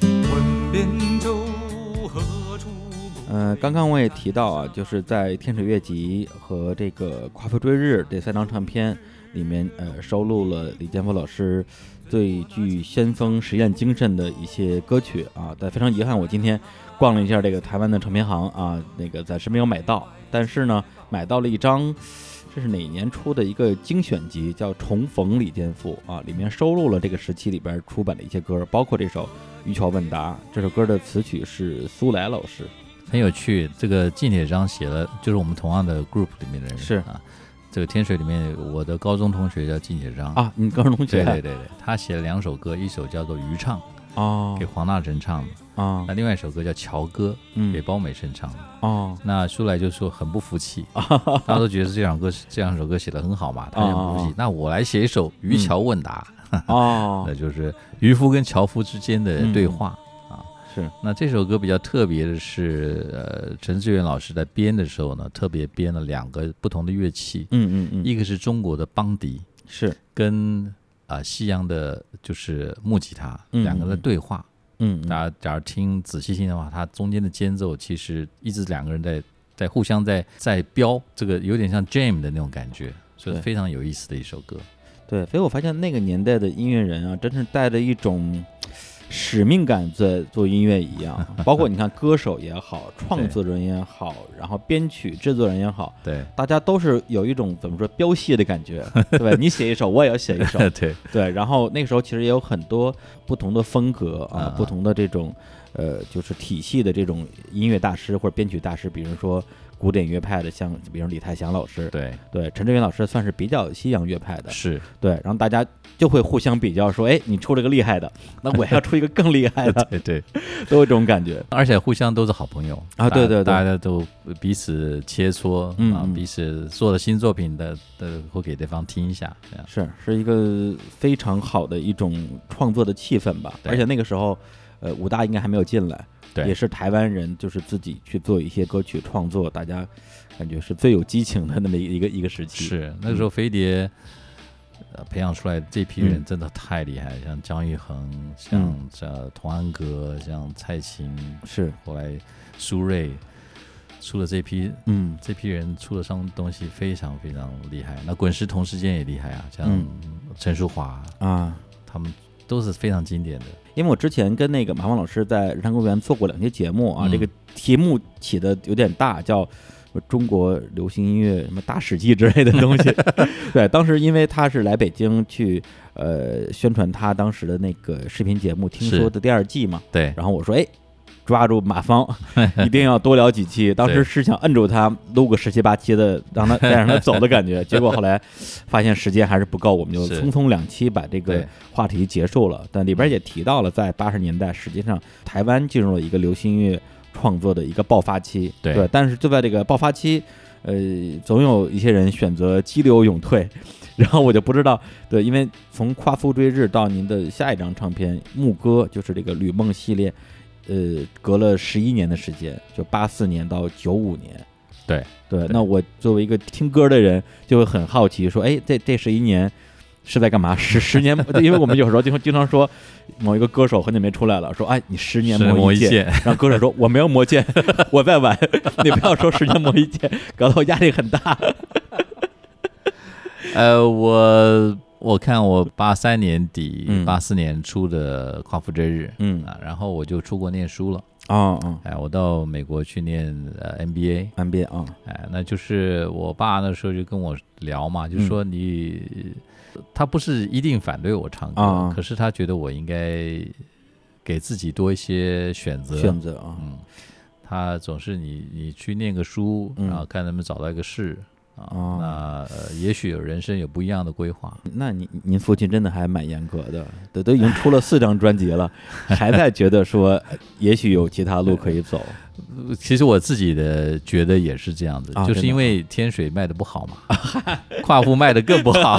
[SPEAKER 3] 问扁舟何处归
[SPEAKER 1] 呃，刚刚我也提到啊，就是在《天水乐集》和这个《夸父追日》这三张唱片里面，呃，收录了李建波老师最具先锋实验精神的一些歌曲啊。但非常遗憾，我今天逛了一下这个台湾的唱片行啊，那个暂时没有买到，但是呢，买到了一张。这是哪年出的一个精选集，叫《重逢李健富》啊，里面收录了这个时期里边出版的一些歌，包括这首《渔樵问答》。这首歌的词曲是苏来老师，
[SPEAKER 2] 很有趣。这个近铁章写了，就是我们同样的 group 里面的人
[SPEAKER 1] 是
[SPEAKER 2] 啊。这个天水里面，我的高中同学叫近铁章，
[SPEAKER 1] 啊，你高中同学
[SPEAKER 2] 对对对对，他写了两首歌，一首叫做《渔唱》，
[SPEAKER 1] 哦
[SPEAKER 2] 给黄大成唱的；
[SPEAKER 1] 啊
[SPEAKER 2] 那另外一首歌叫《乔歌》，给
[SPEAKER 1] 嗯
[SPEAKER 2] 包美胜唱的。
[SPEAKER 1] 哦
[SPEAKER 2] 那舒来就说很不服气，
[SPEAKER 1] 啊
[SPEAKER 2] 大家都觉得这两歌这两首歌写的很好嘛，他就很不服
[SPEAKER 1] 哦
[SPEAKER 2] 气。那我来写一首《渔樵问答》，
[SPEAKER 1] 哦嗯
[SPEAKER 2] 那就是渔夫跟樵夫之间的对话。
[SPEAKER 1] 是
[SPEAKER 2] 那这首歌比较特别的是，呃，陈志远老师在编的时候呢，特别编了两个不同的乐器，
[SPEAKER 1] 嗯嗯嗯
[SPEAKER 2] 一个是中国的邦迪，
[SPEAKER 1] 是
[SPEAKER 2] 跟啊、呃西洋的，就是木吉他，
[SPEAKER 1] 嗯
[SPEAKER 2] 两个的对话。
[SPEAKER 1] 嗯嗯
[SPEAKER 2] 大家假如听仔细听的话，它中间的间奏其实一直两个人在在互相在在飙，这个有点像 jam 的那种感觉，所以
[SPEAKER 1] 对
[SPEAKER 2] 非常有意思的一首歌。
[SPEAKER 1] 对，所以我发现那个年代的音乐人啊，真是带着一种使命感在做音乐一 样，包括你看歌手也好，创作人也好，然后编曲制作人也好，
[SPEAKER 2] 对，
[SPEAKER 1] 大家都是有一种怎么说飙戏的感觉，对 吧？你写一首，我也要写一首，
[SPEAKER 2] 对，
[SPEAKER 1] 对，然后那个时候其实也有很多不同的风格啊，
[SPEAKER 2] 啊
[SPEAKER 1] 不同的这种呃，就是体系的这种音乐大师或者编曲大师，比如说古典乐派的，像比如李泰祥老师，
[SPEAKER 2] 对，
[SPEAKER 1] 对，陈志远老师算是比较西洋乐派的，
[SPEAKER 2] 是，
[SPEAKER 1] 对，然后大家就会互相比较，说，哎，你出了个厉害的，那我也要出一个更厉害 的，
[SPEAKER 2] 对对，
[SPEAKER 1] 都有这种感觉，
[SPEAKER 2] 而且互相都是好朋友
[SPEAKER 1] 啊对对对
[SPEAKER 2] 大家都彼此切磋
[SPEAKER 1] 嗯
[SPEAKER 2] 啊
[SPEAKER 1] 嗯，
[SPEAKER 2] 彼此做了新作品的，呃，会给对方听一下，这样
[SPEAKER 1] 是是一个非常好的一种创作的气氛吧，
[SPEAKER 2] 对
[SPEAKER 1] 而且那个时候，呃，武大应该还没有进来。
[SPEAKER 2] 对
[SPEAKER 1] 也是台湾人，就是自己去做一些歌曲创作，大家感觉是最有激情的那么一个一个时期。
[SPEAKER 2] 是那个时候飞碟。呃，培养出来这批
[SPEAKER 1] 嗯
[SPEAKER 2] 人真的太厉害，像姜育恒，像
[SPEAKER 1] 嗯
[SPEAKER 2] 这童安格，像蔡琴，
[SPEAKER 1] 是，
[SPEAKER 2] 后来苏芮出了这批
[SPEAKER 1] 嗯
[SPEAKER 2] 这批人出了上东西非常非常厉害。那滚石同时间也厉害啊，像
[SPEAKER 1] 嗯
[SPEAKER 2] 陈淑桦，
[SPEAKER 1] 啊，
[SPEAKER 2] 他们都是非常经典的。
[SPEAKER 1] 因为我之前跟那个马芳老师在日常公园做过两期节目啊，
[SPEAKER 2] 嗯
[SPEAKER 1] 这个题目起的有点大，叫。中国流行音乐什么大史记之类的东 西，对，当时因为他是来北京去呃宣传他当时的那个视频节目《听
[SPEAKER 2] 是
[SPEAKER 1] 说》的第二季嘛，
[SPEAKER 2] 对，
[SPEAKER 1] 然后我说，哎，抓住马 芳，一定要多聊几期。当时
[SPEAKER 2] 对
[SPEAKER 1] 是想摁住他录个十七八期的，让他再让他走的感觉。结果后来发现时间还是不够，我们就是匆匆两期把这个
[SPEAKER 2] 对
[SPEAKER 1] 话题结束了。但里边也提到了，在八十年代，实际上台湾进入了一个流行音乐。创作的一个爆发期。
[SPEAKER 2] 对
[SPEAKER 1] 但是就在这个爆发期，呃，总有一些人选择激流勇退，然后我就不知道，对，因为从《夸父追日》到您的下一张唱片《牧歌》，就是这个《吕梦》系列，呃，隔了十一年的时间，就八四年到九五年。
[SPEAKER 2] 对
[SPEAKER 1] 对，
[SPEAKER 2] 对
[SPEAKER 1] 那我作为一个听歌的人，就会很好奇，说，哎，这这十一年是在干嘛？十十年， 因为我们有时候经经常说某一个歌手很久没出来了，说，哎，你十年
[SPEAKER 2] 是
[SPEAKER 1] 磨
[SPEAKER 2] 一
[SPEAKER 1] 剑，
[SPEAKER 2] 剑，
[SPEAKER 1] 然后歌手说我没有磨剑， 我在玩，你不要说十年磨一剑，搞得我压力很大。
[SPEAKER 2] 呃，我我看我八三年底
[SPEAKER 1] 嗯
[SPEAKER 2] 八四年初的《夸父追日》
[SPEAKER 1] 嗯
[SPEAKER 2] 啊，然后我就出国念书了，
[SPEAKER 1] 啊啊
[SPEAKER 2] 哎，我到美国去念呃 MBA，
[SPEAKER 1] 安边啊，
[SPEAKER 2] 哎，那就是我爸那时候就跟我聊嘛，
[SPEAKER 1] 嗯
[SPEAKER 2] 就说你，他不是一定反对我唱歌，
[SPEAKER 1] 啊
[SPEAKER 2] 可是他觉得我应该给自己多一些选择。
[SPEAKER 1] 选择啊，
[SPEAKER 2] 嗯，他总是你你去念个书，
[SPEAKER 1] 嗯
[SPEAKER 2] 然后看能不能找到一个事啊，
[SPEAKER 1] 哦
[SPEAKER 2] 那、呃、也许有人生有不一样的规划。
[SPEAKER 1] 那您您父亲真的还蛮严格的，都都已经出了四张专辑 了，还在觉得说呃也许有其他路可以 走。
[SPEAKER 2] 呃其实我自己的觉得也是这样子，
[SPEAKER 1] 啊
[SPEAKER 2] 就是因为天水卖的不好嘛， 跨户卖的更不好，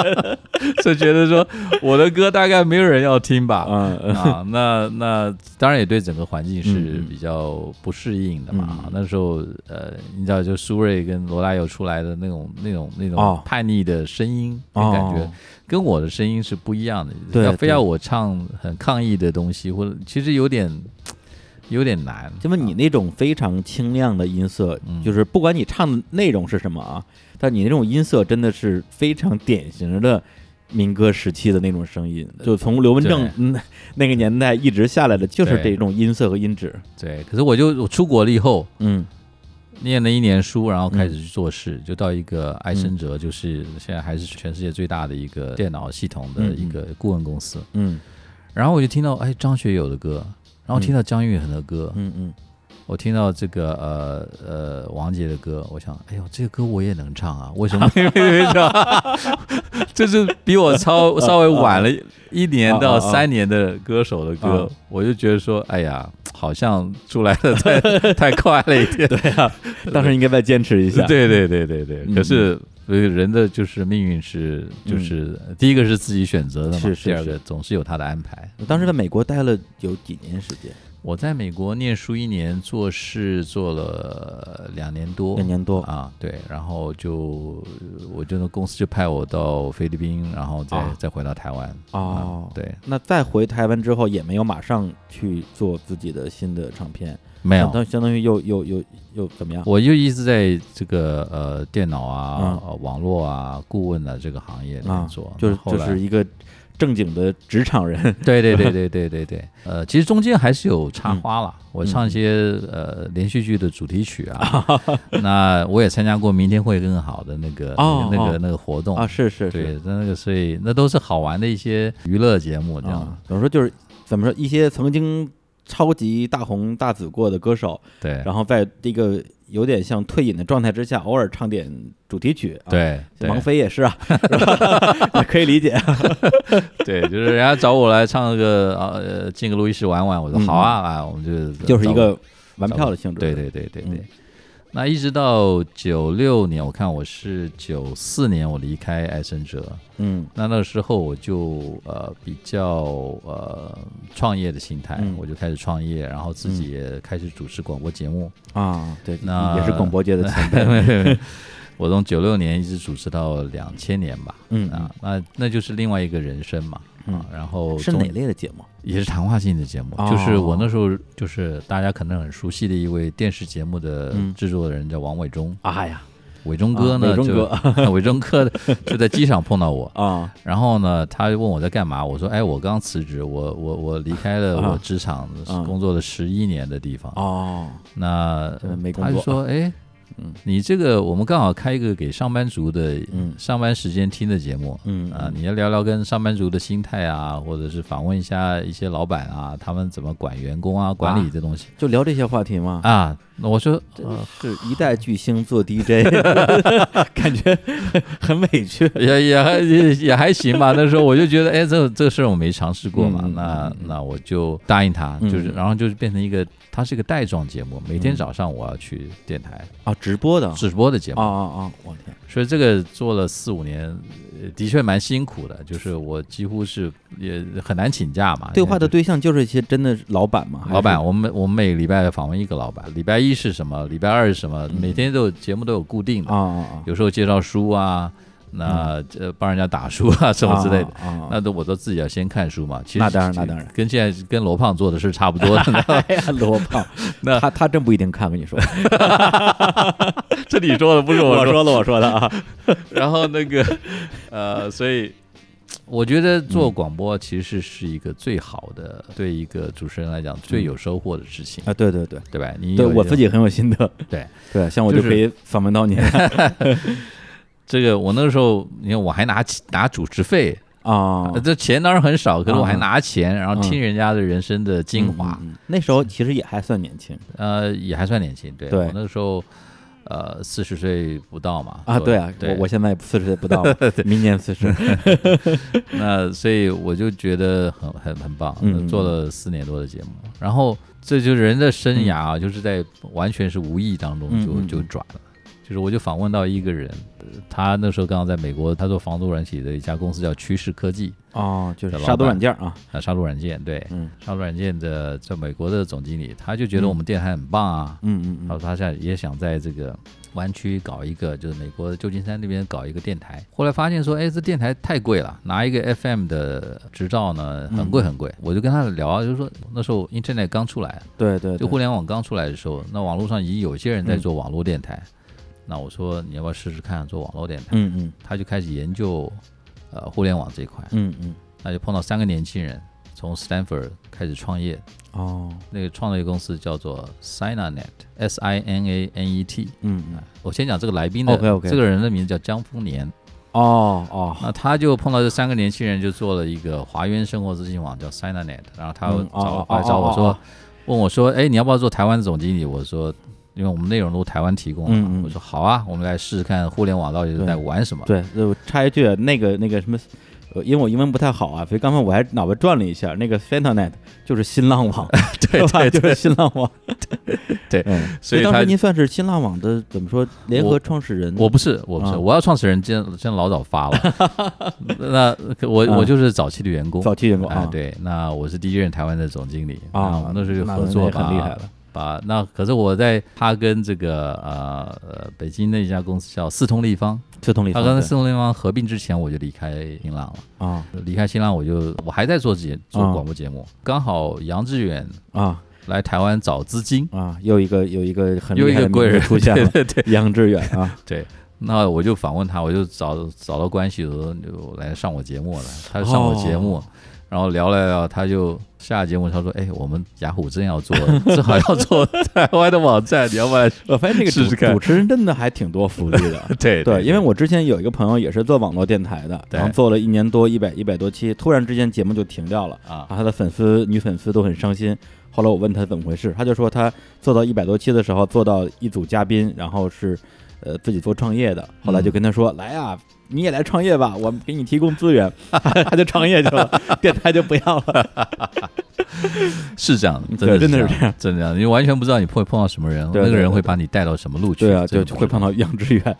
[SPEAKER 2] 就觉得说我的歌大概没有人要听吧。
[SPEAKER 1] 嗯嗯
[SPEAKER 2] 啊，那那当然也对整个环境是
[SPEAKER 1] 嗯嗯
[SPEAKER 2] 比较不适应的嘛。啊
[SPEAKER 1] 嗯
[SPEAKER 2] 那时候呃，你知道，就苏芮跟罗大佑出来的那种那种那
[SPEAKER 1] 哦
[SPEAKER 2] 种叛逆的声音，
[SPEAKER 1] 哦
[SPEAKER 2] 感觉跟我的声音是不一样的。
[SPEAKER 1] 对
[SPEAKER 2] 要非
[SPEAKER 1] 对
[SPEAKER 2] 要我唱很抗议的东西，或者其实有点有点难。
[SPEAKER 1] 就问你那种非常清亮的音色，
[SPEAKER 2] 啊嗯
[SPEAKER 1] 就是不管你唱的内容是什么啊，但你那种音色真的是非常典型的民歌时期的那种声音，就从刘文正
[SPEAKER 2] 对
[SPEAKER 1] 嗯那个年代一直下来的，就是
[SPEAKER 2] 对
[SPEAKER 1] 这种音色和音质。
[SPEAKER 2] 对，可是我就我出国了以后，
[SPEAKER 1] 嗯
[SPEAKER 2] 念了一年书，然后开始去做事，就到一
[SPEAKER 1] 嗯
[SPEAKER 2] 个埃森哲，就是现在还是全世界最大的一个电脑系统的
[SPEAKER 1] 嗯嗯
[SPEAKER 2] 一个顾问公司。
[SPEAKER 1] 嗯
[SPEAKER 2] 然后我就听到哎张学友的歌，然后听到姜育恒的歌，
[SPEAKER 1] 嗯嗯，
[SPEAKER 2] 我听到这个呃呃王杰的歌，我想哎呦这个歌我也能唱啊，为什么 没人唱？就是比我稍稍微晚了一年到三年的歌手的
[SPEAKER 1] 啊啊啊
[SPEAKER 2] 歌，我就觉得说哎呀好像出来的 太太快了一点，对啊，
[SPEAKER 1] 当时应该再坚持一下。
[SPEAKER 2] 对对对对对，
[SPEAKER 1] 啊嗯嗯
[SPEAKER 2] 可是。所以人的就是命运是，就是、第一个是自己选择的嘛，
[SPEAKER 1] 是是
[SPEAKER 2] 第二个
[SPEAKER 1] 是
[SPEAKER 2] 总是有他的安排。
[SPEAKER 1] 我当时在美国待了有几年时间，
[SPEAKER 2] 我在美国念书一年，做事做了两年多，
[SPEAKER 1] 两年多。
[SPEAKER 2] 啊，对，然后就我就那公司就派我到菲律宾，然后再、
[SPEAKER 1] 啊
[SPEAKER 2] 再回到台湾。
[SPEAKER 1] 哦
[SPEAKER 2] 啊对，
[SPEAKER 1] 那再回台湾之后，也没有马上去做自己的新的唱片，
[SPEAKER 2] 没
[SPEAKER 1] 相当
[SPEAKER 2] 有，
[SPEAKER 1] 相当于又又又又怎么样？
[SPEAKER 2] 我就一直在这个呃电脑啊、
[SPEAKER 1] 嗯
[SPEAKER 2] 呃网络啊、顾问啊这个行业里面
[SPEAKER 1] 啊，
[SPEAKER 2] 做，
[SPEAKER 1] 就是
[SPEAKER 2] 后
[SPEAKER 1] 就
[SPEAKER 2] 来
[SPEAKER 1] 是一个正经的职场 人，
[SPEAKER 2] 对对对对对对对，呃，其实中间还是有
[SPEAKER 1] 嗯
[SPEAKER 2] 插花啦，我唱一些呃连续剧的主题曲 啊，那我也参加过《明天会更好》的那个、
[SPEAKER 1] 哦
[SPEAKER 2] 那个、
[SPEAKER 1] 哦
[SPEAKER 2] 那个活动
[SPEAKER 1] 啊，是是是
[SPEAKER 2] 对，那那个所以那都是好玩的一些娱乐节目，这样、
[SPEAKER 1] 啊，怎么说就是怎么说一些曾经超级大红大紫过的歌手，
[SPEAKER 2] 对，
[SPEAKER 1] 然后在这个有点像退隐的状态之下，偶尔唱点主题曲，啊、。
[SPEAKER 2] 对对
[SPEAKER 1] 王菲也是啊， 可以理 解。
[SPEAKER 2] 对，就是人家找我来唱个啊呃进个录音室玩玩，我说
[SPEAKER 1] 嗯
[SPEAKER 2] 好啊啊，我们就
[SPEAKER 1] 就是一
[SPEAKER 2] 找我
[SPEAKER 1] 个玩票的性质。
[SPEAKER 2] 对对对对对
[SPEAKER 1] 嗯。
[SPEAKER 2] 那一直到九六年，我看我是九四年我离开艾森哲，
[SPEAKER 1] 嗯，
[SPEAKER 2] 那那个时候我就呃比较呃创业的心态，
[SPEAKER 1] 嗯
[SPEAKER 2] 我就开始创业，然后自己也开始主持广播节目。
[SPEAKER 1] 嗯啊，对，
[SPEAKER 2] 那
[SPEAKER 1] 也是广播界的前 辈。
[SPEAKER 2] 对，我从九六年一直主持到两千年吧。
[SPEAKER 1] 嗯
[SPEAKER 2] 啊，那那就是另外一个人生嘛。
[SPEAKER 1] 嗯
[SPEAKER 2] 啊，然后
[SPEAKER 1] 是
[SPEAKER 2] 中
[SPEAKER 1] 哪类的节目？
[SPEAKER 2] 也是谈话性的节目，
[SPEAKER 1] 哦
[SPEAKER 2] 就是我那时候就是大家可能很熟悉的一位电视节目的
[SPEAKER 1] 嗯
[SPEAKER 2] 制作人叫王伟忠，
[SPEAKER 1] 啊呀
[SPEAKER 2] 伟忠哥
[SPEAKER 1] 啊
[SPEAKER 2] 呢
[SPEAKER 1] 伟忠
[SPEAKER 2] 就 伟忠哥就在机场碰到我，
[SPEAKER 1] 啊
[SPEAKER 2] 然后呢，他就问我在干嘛，我说，哎，我刚辞职，我我我离开了
[SPEAKER 1] 啊
[SPEAKER 2] 我职场
[SPEAKER 1] 啊
[SPEAKER 2] 工作了十一年的地方，
[SPEAKER 1] 哦，
[SPEAKER 2] 那
[SPEAKER 1] 这没工
[SPEAKER 2] 他就
[SPEAKER 1] 作
[SPEAKER 2] 说，哎，你这个我们刚好开一个给上班族的
[SPEAKER 1] 嗯
[SPEAKER 2] 上班时间听的节目，
[SPEAKER 1] 嗯
[SPEAKER 2] 啊，你要聊聊跟上班族的心态啊，或者是访问一下一些老板啊，他们怎么管员工啊，管理这东西
[SPEAKER 1] 就聊这些话题吗？
[SPEAKER 2] 啊。那我说
[SPEAKER 1] 真是一代巨星做 DJ，感觉很委屈。
[SPEAKER 2] 也也还也也还行吧。 那时候我就觉得，哎，这这个事儿我没尝试过嘛，
[SPEAKER 1] 嗯
[SPEAKER 2] 那那我就答应他，就是、
[SPEAKER 1] 嗯
[SPEAKER 2] 然后就是变成一个，它是一个带状节目，每天早上我要去电台、
[SPEAKER 1] 啊，直播的，
[SPEAKER 2] 直播的节目，
[SPEAKER 1] 啊啊啊！我天，
[SPEAKER 2] 所以这个做了四五年，呃的确蛮辛苦的，就是我几乎是也很难请假嘛。
[SPEAKER 1] 对话的对象就是一些真的老板吗？还是
[SPEAKER 2] 老板，，我们我们每个礼拜访问一个老板，礼拜一是什么，礼拜二是什么，每天都有节目都有固定的
[SPEAKER 1] 嗯啊，啊啊，
[SPEAKER 2] 有时候介绍书啊，那呃帮人家打书啊什么之类的。
[SPEAKER 1] 啊，啊啊
[SPEAKER 2] 那都我都自己要先看书嘛，其实
[SPEAKER 1] 那当然那当然
[SPEAKER 2] 跟现在跟罗胖做的是差不多 的。
[SPEAKER 1] 哎呀，罗 胖，
[SPEAKER 2] 那
[SPEAKER 1] 他他真不一定看，跟你说，
[SPEAKER 2] 这你说的不是我说的。
[SPEAKER 1] 的， 我说的啊，
[SPEAKER 2] 然后那个呃，所以我觉得做广播其实是一个最好的，对一个主持人来讲最有收获的事情，
[SPEAKER 1] 啊，对对对，
[SPEAKER 2] 对吧？你
[SPEAKER 1] 对
[SPEAKER 2] 有一
[SPEAKER 1] 我
[SPEAKER 2] 个
[SPEAKER 1] 自己很有心得，
[SPEAKER 2] 对
[SPEAKER 1] 对，像我就
[SPEAKER 2] 就是
[SPEAKER 1] 可以访问到你啊
[SPEAKER 2] 这个，我那个时候你看我还拿起拿主持费，
[SPEAKER 1] 啊
[SPEAKER 2] 呃，这钱当然很少，可是我还
[SPEAKER 1] 嗯
[SPEAKER 2] 拿钱，然后听人家的人生的精华，
[SPEAKER 1] 嗯嗯嗯那时候其实也还算年轻
[SPEAKER 2] 呃，也还算年轻。对
[SPEAKER 1] 对
[SPEAKER 2] 我那时候，呃，四十岁不到嘛。
[SPEAKER 1] 啊，
[SPEAKER 2] 左
[SPEAKER 1] 对啊，我
[SPEAKER 2] 对
[SPEAKER 1] 我现在四十岁不到 了，明年四十，
[SPEAKER 2] 那所以我就觉得很很很棒，呃
[SPEAKER 1] 嗯
[SPEAKER 2] 做了四年多的节目，然后这就是人的生涯啊，就是在完全是无意当中
[SPEAKER 1] 嗯
[SPEAKER 2] 就
[SPEAKER 1] 嗯嗯
[SPEAKER 2] 就转了。就是我就访问到一个人，呃他那时候刚好在美国，他做防毒软体的一家公司叫趋势科技
[SPEAKER 1] 哦，就是
[SPEAKER 2] 对老
[SPEAKER 1] 杀毒
[SPEAKER 2] 板
[SPEAKER 1] 软件啊，
[SPEAKER 2] 啊，杀毒软件对，
[SPEAKER 1] 嗯
[SPEAKER 2] 杀毒软件的在美国的总经理，他就觉得我们电台很棒啊，
[SPEAKER 1] 嗯嗯
[SPEAKER 2] 他说他现在也想在这个湾区搞一个，就是美国旧金山那边搞一个电台。后来发现说，哎，这电台太贵了，拿一个 FM 的执照呢，很
[SPEAKER 1] 嗯
[SPEAKER 2] 贵很贵。我就跟他聊啊，就是说那时候 Internet 刚出来，
[SPEAKER 1] 嗯，对对，嗯
[SPEAKER 2] 就
[SPEAKER 1] 对
[SPEAKER 2] 互联网刚出来的时候，那网络上已经有些人在做网络电台。那我说你要不要试试看做网络电台？
[SPEAKER 1] 嗯嗯
[SPEAKER 2] 他就开始研究呃互联网这一块，
[SPEAKER 1] 嗯嗯，
[SPEAKER 2] 那就碰到三个年轻人从 Stanford 开始创业，
[SPEAKER 1] 哦，
[SPEAKER 2] 那个创业公司叫做 SinaNet，S I N A N E T。
[SPEAKER 1] 嗯嗯
[SPEAKER 2] 啊，我先讲这个来宾的
[SPEAKER 1] OK，OK
[SPEAKER 2] 这个人的名字叫江丰年，
[SPEAKER 1] 哦哦，
[SPEAKER 2] 那他就碰到这三个年轻人，就做了一个华源生活资讯网叫 SinaNet，然后他
[SPEAKER 1] 嗯
[SPEAKER 2] 找
[SPEAKER 1] 哦哦
[SPEAKER 2] 我来找我
[SPEAKER 1] 哦哦
[SPEAKER 2] 说，问我说，哎，你要不要做台湾总经理？我说，因为我们内容都台湾提供的
[SPEAKER 1] 嗯
[SPEAKER 2] 嘛
[SPEAKER 1] 嗯，
[SPEAKER 2] 我说好啊，我们来试试看互联网到底是在玩什么。
[SPEAKER 1] 对，呃我插一句，那个那个什么，呃，因为我英文不太好啊，所以刚才我还脑袋转了一下，那个 s a n t a n e t 就是新浪网，
[SPEAKER 2] 对
[SPEAKER 1] 吧？
[SPEAKER 2] 对
[SPEAKER 1] 就
[SPEAKER 2] 对
[SPEAKER 1] 是新浪网，
[SPEAKER 2] 对
[SPEAKER 1] 嗯，
[SPEAKER 2] 所以
[SPEAKER 1] 当时
[SPEAKER 2] 他
[SPEAKER 1] 您算是新浪网的怎么说联合创始人？
[SPEAKER 2] 我不是，我不是，
[SPEAKER 1] 啊
[SPEAKER 2] 我要创始人，今天今天老早发了。 那我
[SPEAKER 1] 啊
[SPEAKER 2] 我就是早期的员工，
[SPEAKER 1] 早期员工
[SPEAKER 2] 哎
[SPEAKER 1] 啊，，
[SPEAKER 2] 对，那我是第一任台湾的总经理
[SPEAKER 1] 啊
[SPEAKER 2] 那我们那时候就
[SPEAKER 1] 那
[SPEAKER 2] 合作
[SPEAKER 1] 那也
[SPEAKER 2] 吧，
[SPEAKER 1] 很厉害了
[SPEAKER 2] 把那可是我在他跟这个呃呃北京那家公司叫四通立方，
[SPEAKER 1] 四通立
[SPEAKER 2] 他
[SPEAKER 1] 方
[SPEAKER 2] 跟
[SPEAKER 1] 对
[SPEAKER 2] 四通立方合并之前我就离开新浪了，
[SPEAKER 1] 啊
[SPEAKER 2] 离开新浪我就我还在做节做
[SPEAKER 1] 啊
[SPEAKER 2] 广播节目，刚好杨致远
[SPEAKER 1] 啊
[SPEAKER 2] 来台湾找资金，
[SPEAKER 1] 啊，又一个有一个很
[SPEAKER 2] 又
[SPEAKER 1] 厉
[SPEAKER 2] 一
[SPEAKER 1] 害
[SPEAKER 2] 个
[SPEAKER 1] 的
[SPEAKER 2] 贵
[SPEAKER 1] 名字
[SPEAKER 2] 人，
[SPEAKER 1] 出现了
[SPEAKER 2] 对对对
[SPEAKER 1] 杨致远啊，
[SPEAKER 2] 对。那我就访问他，我就找找到关系，我说你就来上我节目了。他就上我节目，
[SPEAKER 1] 哦
[SPEAKER 2] 然后聊了聊，他就下节目他说：“哎，我们雅虎真要做， 正好要做台湾的网站，你要不然
[SPEAKER 1] 我发现这个
[SPEAKER 2] 试
[SPEAKER 1] 主
[SPEAKER 2] 试看
[SPEAKER 1] 主持人真的还挺多福利的。啊
[SPEAKER 2] 对
[SPEAKER 1] 对，因为我之前有一个朋友也是做网络电台的，
[SPEAKER 2] 对
[SPEAKER 1] 然后做了一年多，一百一百多期，突然之间节目就停掉了，
[SPEAKER 2] 啊
[SPEAKER 1] 啊，他的粉丝女粉丝都很伤心。后来我问他怎么回事，他就说他做到一百多期的时候，做到一组嘉宾，然后是呃自己做创业的。后来就跟他说：“来啊，你也来创业吧，我们给你提供资源。” 他就创业去 了，电台就不要了。
[SPEAKER 2] 是这样的，
[SPEAKER 1] 对嗯
[SPEAKER 2] 真
[SPEAKER 1] 真的是
[SPEAKER 2] 是
[SPEAKER 1] 这样，
[SPEAKER 2] 真的这样，你完全不知道你会碰到什么人，
[SPEAKER 1] 对对
[SPEAKER 2] 那个人
[SPEAKER 1] 对
[SPEAKER 2] 会把你带到什么路去，
[SPEAKER 1] 对啊，
[SPEAKER 2] 这
[SPEAKER 1] 就
[SPEAKER 2] 个不
[SPEAKER 1] 会
[SPEAKER 2] 知道
[SPEAKER 1] 碰。到杨致远。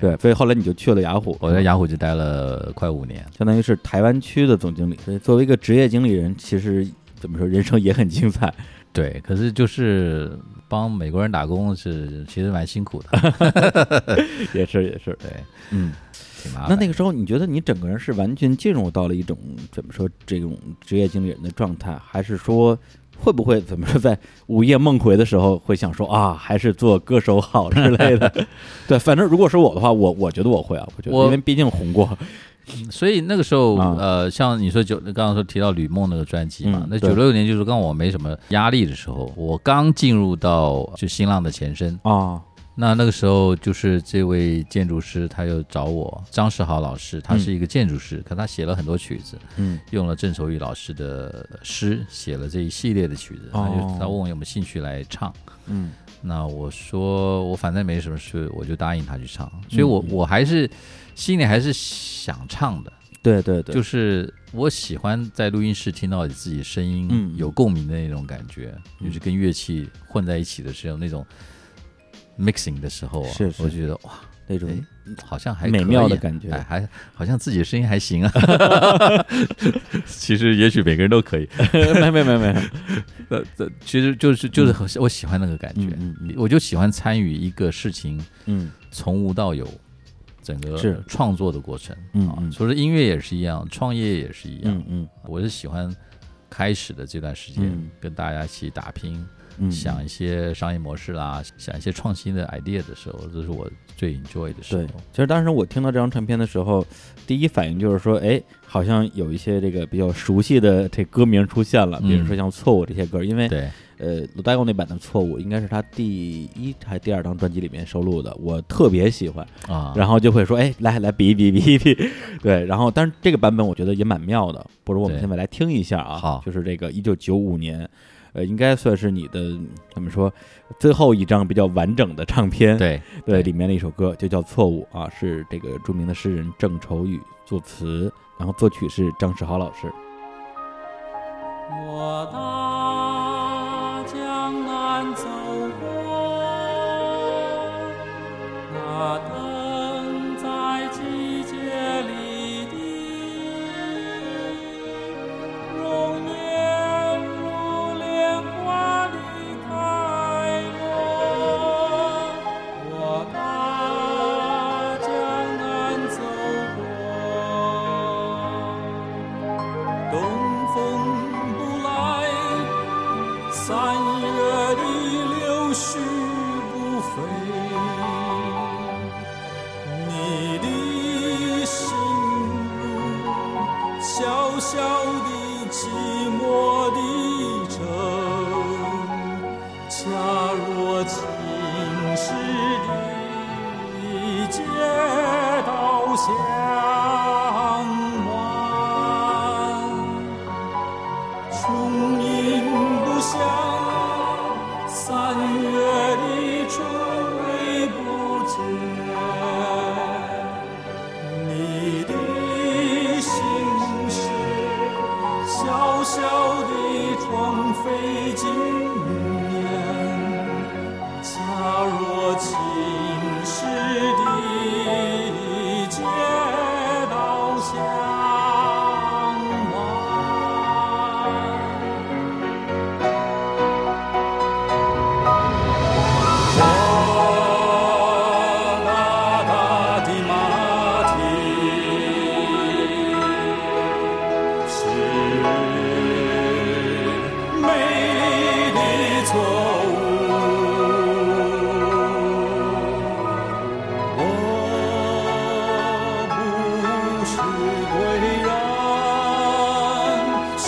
[SPEAKER 1] 对，所以后来你就去了雅虎，
[SPEAKER 2] 我在雅虎就待了快五年，
[SPEAKER 1] 相当于是台湾区的总经理。所以作为一个职业经理人，其实怎么说，人生也很精彩。
[SPEAKER 2] 对，可是就是帮美国人打工是其实蛮辛苦的，
[SPEAKER 1] 也是也是，
[SPEAKER 2] 对，
[SPEAKER 1] 嗯，
[SPEAKER 2] 挺麻烦
[SPEAKER 1] 那
[SPEAKER 2] 的。
[SPEAKER 1] 那个时候你觉得你整个人是完全进入到了一种怎么说这种职业经理人的状态，还是说会不会怎么说在午夜梦回的时候会想说啊，还是做歌手好之类的？ 对，反正如果是我的话，我我觉得我会啊，我觉得
[SPEAKER 2] 我
[SPEAKER 1] 因为毕竟红 过，
[SPEAKER 2] 所以那个时候，
[SPEAKER 1] 啊
[SPEAKER 2] 呃，像你说九，刚刚说提到吕梦那个专辑嘛，
[SPEAKER 1] 嗯
[SPEAKER 2] 那
[SPEAKER 1] 对
[SPEAKER 2] 九六年就是刚我没什么压力的时候，我刚进入到就新浪的前身，
[SPEAKER 1] 啊
[SPEAKER 2] 那那个时候就是这位建筑师，他又找我张世豪老师，他是一个建筑师，可他写了很多曲子，
[SPEAKER 1] 嗯，
[SPEAKER 2] 用了郑守玉老师的诗写了这一系列的曲子，他就
[SPEAKER 1] 哦
[SPEAKER 2] 他问我有没有兴趣来唱，
[SPEAKER 1] 嗯
[SPEAKER 2] 那我说我反正没什么事，我就答应他去唱，所以我
[SPEAKER 1] 嗯
[SPEAKER 2] 我还是心里还是想唱的，
[SPEAKER 1] 对对对，
[SPEAKER 2] 就是是我喜欢在录音室听到自己声音
[SPEAKER 1] 嗯
[SPEAKER 2] 有共鸣的那种感觉，
[SPEAKER 1] 嗯
[SPEAKER 2] 就是跟乐器混在一起的时候那种 mixing 的时候啊，
[SPEAKER 1] 是是
[SPEAKER 2] 我就觉得哇，
[SPEAKER 1] 那种
[SPEAKER 2] 哎好像还
[SPEAKER 1] 美
[SPEAKER 2] 可
[SPEAKER 1] 妙的
[SPEAKER 2] 以
[SPEAKER 1] 感觉
[SPEAKER 2] 哎， 还好像自己的声音还 行啊。其实也许每个人都可以，
[SPEAKER 1] 没没没没，
[SPEAKER 2] 那这其实就是就是很我喜欢那个感觉，
[SPEAKER 1] 嗯嗯
[SPEAKER 2] 我就喜欢参与一个事情
[SPEAKER 1] 嗯
[SPEAKER 2] 从无到有。整
[SPEAKER 1] 是
[SPEAKER 2] 个创作的过程，
[SPEAKER 1] 嗯
[SPEAKER 2] 啊
[SPEAKER 1] 嗯
[SPEAKER 2] 所以说音乐也是一样，创业也是一样，
[SPEAKER 1] 嗯嗯
[SPEAKER 2] 我是喜欢开始的这段时间、
[SPEAKER 1] 嗯
[SPEAKER 2] 跟大家一起打拼，
[SPEAKER 1] 嗯，
[SPEAKER 2] 想一些商业模式啦，想一些创新的 idea 的时候，这是我最 enjoy 的时
[SPEAKER 1] 对
[SPEAKER 2] 候。，
[SPEAKER 1] 其实当时我听到这张唱片的时候，第一反应就是说，哎，好像有一些这个比较熟悉的这歌名出现了，比如说像《错误》这些歌，因为
[SPEAKER 2] 嗯对，
[SPEAKER 1] 呃，鲁大佑那版的《错误》应该是他第一还是第二张专辑里面收录的，我特别喜欢，
[SPEAKER 2] 啊，
[SPEAKER 1] 然后就会说，哎，来来比一比，比一 比，对，然后但是这个版本我觉得也蛮妙的，不如我们
[SPEAKER 2] 对
[SPEAKER 1] 现在来听一下啊，
[SPEAKER 2] 好
[SPEAKER 1] 就是这个一九九五年。呃，应该算是你的怎么说，最后一张比较完整的唱片。
[SPEAKER 2] 对
[SPEAKER 1] 对，
[SPEAKER 2] 对
[SPEAKER 1] 里面的一首歌就叫《错误》啊，是这个著名的诗人郑愁予作词，然后作曲是张世豪老师。
[SPEAKER 3] 我大江南走过，那等在季节里的容颜如莲花的开落。我大江南走过。东风不来，三月的柳絮不飞。你的心如小小的寂寞的城，恰若青石的街道相伴。重影不响，三月的春未不见。你的心事，小小的窗飞进眠。恰若青石的街道相伴。我那大的马蹄是美丽的错误，我不是归人，是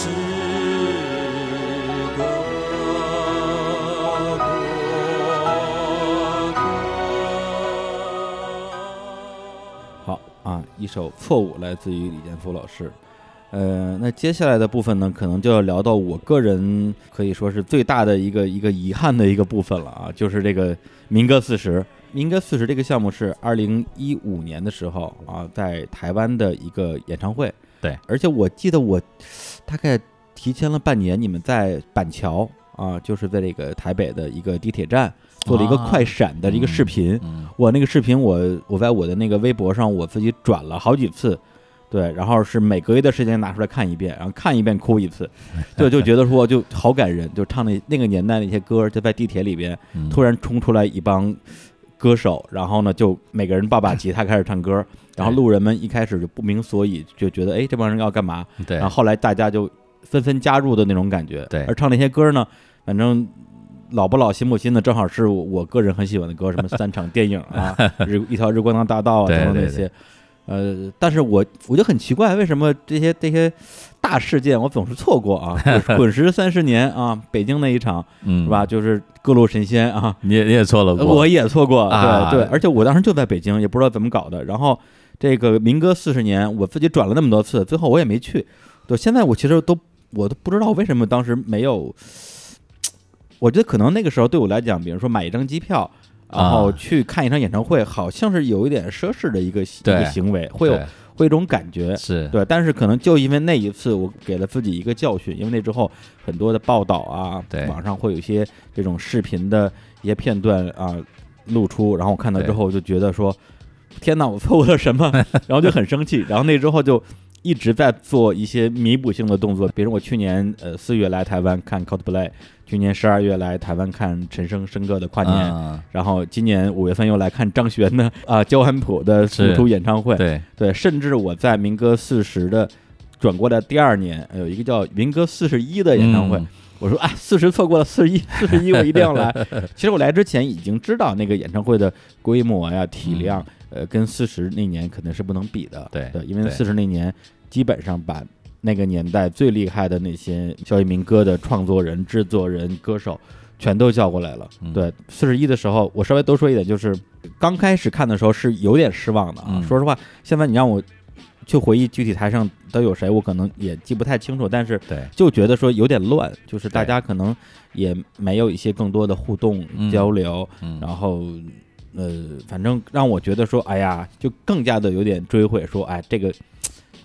[SPEAKER 3] 个过客。
[SPEAKER 1] 好啊，一首《错误》来自于李健夫老师。呃，那接下来的部分呢，可能就要聊到我个人可以说是最大的一个一个遗憾的一个部分了啊，就是这个民歌四十。民歌四十这个项目是二零一五年的时候啊，在台湾的一个演唱会。
[SPEAKER 2] 对，
[SPEAKER 1] 而且我记得我大概提前了半年，你们在板桥啊，就是在这个台北的一个地铁站做了一个
[SPEAKER 2] 啊
[SPEAKER 1] 快闪的一个视频。
[SPEAKER 2] 嗯，
[SPEAKER 1] 我那个视频我，我在我的那个微博上我自己转了好几次，对，然后是每隔一段时间拿出来看一遍，然后看一遍哭一次，对，就觉得说就好感人，就唱那那个年代那些歌，就在地铁里边
[SPEAKER 2] 嗯
[SPEAKER 1] 突然冲出来一帮歌手，然后呢就每个人抱把吉他开始唱歌，然后路人们一开始就不明所以，就觉得哎这帮人要干嘛，
[SPEAKER 2] 对
[SPEAKER 1] 然后后来大家就纷纷加入的那种感觉。
[SPEAKER 2] 对
[SPEAKER 1] 而唱那些歌呢，反正老不老新不新的，正好是我我个人很喜欢的歌， 什么三场电影啊，日一条日光灯大道啊
[SPEAKER 2] 对
[SPEAKER 1] 等等
[SPEAKER 2] 对
[SPEAKER 1] 那些。呃，但是我我就很奇怪，为什么这些这些大事件我总是错过 啊，滚滚石三十年啊，北京那一场
[SPEAKER 2] 嗯，
[SPEAKER 1] 是吧？？就是各路神仙啊，
[SPEAKER 2] 你也你也错了
[SPEAKER 1] 呃
[SPEAKER 2] 过，
[SPEAKER 1] 我也错过，
[SPEAKER 2] 啊
[SPEAKER 1] 对对，而且我当时就在北京，也不知道怎么搞的。然后这个民歌四十年，我自己转了那么多次，最后我也没去。对，现在我其实都我都不知道为什么当时没有。我觉得可能那个时候对我来讲，比如说买一张机票，然后
[SPEAKER 2] 啊
[SPEAKER 1] 去看一场演唱会，好像是有一点奢侈的一个一个
[SPEAKER 2] 对
[SPEAKER 1] 行为，会有
[SPEAKER 2] 对
[SPEAKER 1] 会有一种感觉。
[SPEAKER 2] 是
[SPEAKER 1] 对，但是可能就因为那一次，我给了自己一个教训，因为那之后很多的报道啊，
[SPEAKER 2] 对
[SPEAKER 1] 网上会有一些这种视频的一些片段啊露出，然后我看到之
[SPEAKER 2] 对
[SPEAKER 1] 后就觉得说，天哪，我错过了什 么？然后就很生气，然后那之后就。一直在做一些弥补性的动作，比如我去年呃四月来台湾看 Coldplay，去年十二月来台湾看陈升升哥的跨年，
[SPEAKER 2] 嗯
[SPEAKER 1] 然后今年五月份又来看张悬的啊、焦汉普的复
[SPEAKER 2] 是
[SPEAKER 1] 出演唱会，
[SPEAKER 2] 对
[SPEAKER 1] 对，甚至我在民歌四十的转过来第二年，呃有一个叫民歌四十一的演唱会，
[SPEAKER 2] 嗯
[SPEAKER 1] 我说啊，四十错过了，四十 一，四十一我一定要来。其实我来之前已经知道那个演唱会的规模
[SPEAKER 2] 嗯
[SPEAKER 1] 呀、体量，呃，跟四十那年肯定是不能比的。
[SPEAKER 2] 对
[SPEAKER 1] 因为
[SPEAKER 2] 对
[SPEAKER 1] 四十那年基本上把。那个年代最厉害的那些校园民歌的创作人、制作人、歌手，全都叫过来了。
[SPEAKER 2] 嗯
[SPEAKER 1] 对，四十一的时候，我稍微多说一点，就是刚开始看的时候是有点失望的啊。
[SPEAKER 2] 嗯
[SPEAKER 1] 说实话，现在你让我去回忆具体台上都有谁，我可能也记不太清楚，但是
[SPEAKER 2] 对
[SPEAKER 1] 就觉得说有点乱，就是大家可能也没有一些更多的互动
[SPEAKER 2] 嗯
[SPEAKER 1] 交流，
[SPEAKER 2] 嗯
[SPEAKER 1] 然后呃，反正让我觉得说，哎呀，就更加的有点追悔，说哎，这个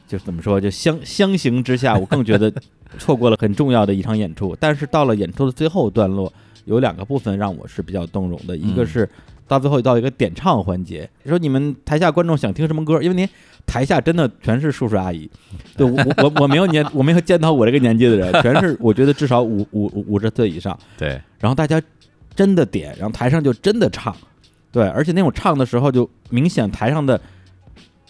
[SPEAKER 1] 就怎么说，就相相形之下，我更觉得 错过了很重要的一场演出。但是到了演出的最后段落，有两个部分让我是比较动容的，一个
[SPEAKER 2] 嗯
[SPEAKER 1] 是。到最后到一个点唱环节，说你们台下观众想听什么歌？因为您台下真的全是叔叔阿姨，对我我我我没有年我没有见到我这个年纪的人，全是我觉得至少五五五五十岁以上，
[SPEAKER 2] 对
[SPEAKER 1] 然后大家真的点，然后台上就真的唱，对，而且那种唱的时候就明显台上的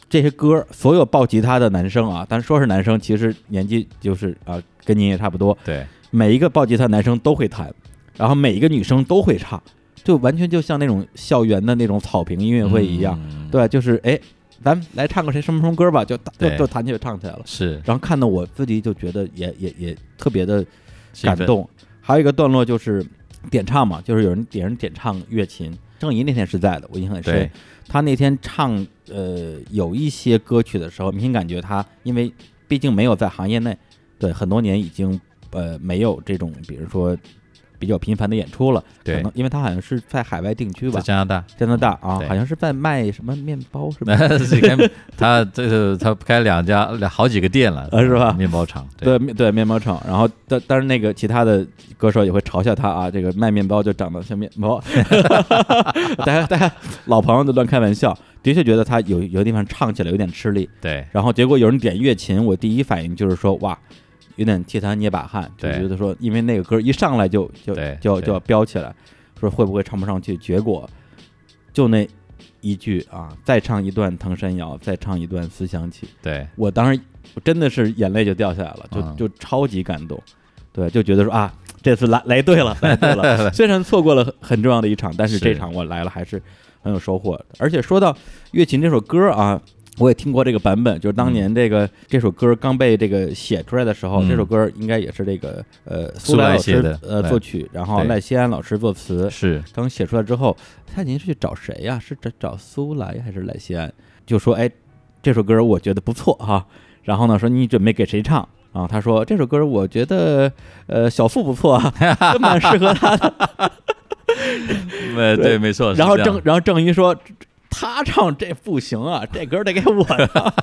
[SPEAKER 1] 这些歌，所有抱吉他的男生啊，但说是男生，其实年纪就是啊、跟您也差不多，
[SPEAKER 2] 对
[SPEAKER 1] 每一个抱吉他男生都会弹，然后每一个女生都会唱，就完全就像那种校园的那种草坪音乐会一样，，
[SPEAKER 2] 嗯
[SPEAKER 1] 对，就是哎，咱们来唱个谁什么什么歌吧，就就
[SPEAKER 2] 对
[SPEAKER 1] 就弹起来唱起来了。
[SPEAKER 2] 是
[SPEAKER 1] 然后看到我自己就觉得也也也特别的
[SPEAKER 2] 气
[SPEAKER 1] 感
[SPEAKER 2] 氛
[SPEAKER 1] 动。还有一个段落就是点唱嘛，就是有人点人点唱乐琴。郑怡那天是在的，我印象很深
[SPEAKER 2] 对。
[SPEAKER 1] 他那天唱呃有一些歌曲的时候，明显感觉他因为毕竟没有在行业内，对很多年已经呃没有这种比如说比较频繁的演出了。可
[SPEAKER 2] 对
[SPEAKER 1] 能因为他好像是在海外定居
[SPEAKER 2] 在
[SPEAKER 1] 吧，
[SPEAKER 2] 加拿大。
[SPEAKER 1] 加拿大啊，
[SPEAKER 2] 对
[SPEAKER 1] 好像是在卖什么面包是吧？
[SPEAKER 2] 那 是开他这个他开两家两好几个店了，
[SPEAKER 1] 呃是吧
[SPEAKER 2] 面包厂，
[SPEAKER 1] 对面对面包厂，然后但但是那个其他的歌手也会嘲笑他啊，这个卖面包就长得像面 包，大家大家老朋友都乱开玩笑，的确觉得他有有的地方唱起来有点吃力，
[SPEAKER 2] 对
[SPEAKER 1] 然后结果有人点乐琴，我第一反应就是说哇，有点替他捏把汗，就
[SPEAKER 2] 对
[SPEAKER 1] 觉得说因为那个歌一上来就就
[SPEAKER 2] 对
[SPEAKER 1] 就
[SPEAKER 2] 对
[SPEAKER 1] 就要飙起来，说会不会唱不上去，结果就那一句啊，再唱一段《唐山谣》，再唱一段《思乡起》。
[SPEAKER 2] 对
[SPEAKER 1] 我当时我真的是眼泪就掉下来了，
[SPEAKER 2] 啊
[SPEAKER 1] 就就超级感动，对，就觉得说啊，这次来来对 了，来对了。虽然错过了很很重要的一场，但是
[SPEAKER 2] 是
[SPEAKER 1] 这场我来了还是很有收获的。而且说到月琴这首歌啊，我也听过这个版本，就是当年这个、这首歌刚被这个写出来的时候，
[SPEAKER 2] 嗯
[SPEAKER 1] 这首歌应该也是这个呃
[SPEAKER 2] 苏
[SPEAKER 1] 苏来
[SPEAKER 2] 来
[SPEAKER 1] 老
[SPEAKER 2] 写
[SPEAKER 1] 师
[SPEAKER 2] 的
[SPEAKER 1] 呃
[SPEAKER 2] 对
[SPEAKER 1] 作曲，然后
[SPEAKER 2] 对
[SPEAKER 1] 赖西安老师作词，
[SPEAKER 2] 是
[SPEAKER 1] 刚写出来之后，蔡琴是去找谁呀、是找找苏来还是赖西安？就说哎，这首歌我觉得不错哈、然后呢，说你准备给谁唱？啊，他说这首歌我觉得呃小付不 错啊，就蛮适合他的。
[SPEAKER 2] 呃 对没错，是
[SPEAKER 1] 然后
[SPEAKER 2] 这样
[SPEAKER 1] 郑然后郑怡说。他唱这不行啊，这歌得给我唱，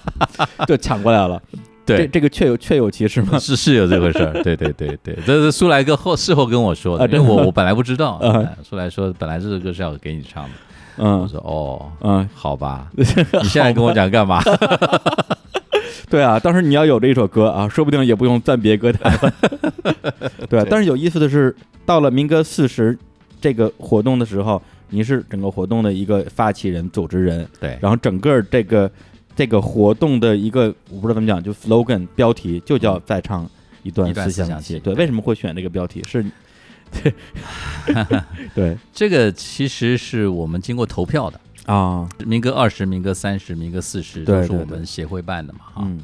[SPEAKER 1] 就抢过来了。这
[SPEAKER 2] 对
[SPEAKER 1] 这个确有确有其事吗？
[SPEAKER 2] 是是有这回事儿，对对对对，这是苏来哥后事后跟我说的，
[SPEAKER 1] 啊
[SPEAKER 2] 因为
[SPEAKER 1] 真的
[SPEAKER 2] 我我本来不知道，
[SPEAKER 1] 啊
[SPEAKER 2] 哎苏来说本来这首歌是要给你唱的，我
[SPEAKER 1] 嗯
[SPEAKER 2] 说哦，
[SPEAKER 1] 嗯，
[SPEAKER 2] 好吧，你现在跟我讲干嘛？
[SPEAKER 1] 对啊，当时你要有这一首歌啊，说不定也不用暂别歌坛 了。对，啊但是有意思的是，到了民歌四十这个活动的时候，你是整个活动的一个发起人、组织人，
[SPEAKER 2] 对
[SPEAKER 1] 然后整个这个这个活动的一个我不知道怎么讲，就 slogan 标题就叫再唱一段
[SPEAKER 2] 一段
[SPEAKER 1] 思
[SPEAKER 2] 思
[SPEAKER 1] 想哎
[SPEAKER 2] 想
[SPEAKER 1] 起。
[SPEAKER 2] 起
[SPEAKER 1] 对，
[SPEAKER 2] 对
[SPEAKER 1] 为什么会选这个标题？是， 对
[SPEAKER 2] 这个其实是我们经过投票的，
[SPEAKER 1] 啊，
[SPEAKER 2] 民歌二十、民歌三十、民歌四十
[SPEAKER 1] 对
[SPEAKER 2] 都是
[SPEAKER 1] 对
[SPEAKER 2] 我
[SPEAKER 1] 对
[SPEAKER 2] 们协会办的嘛，哈，
[SPEAKER 1] 嗯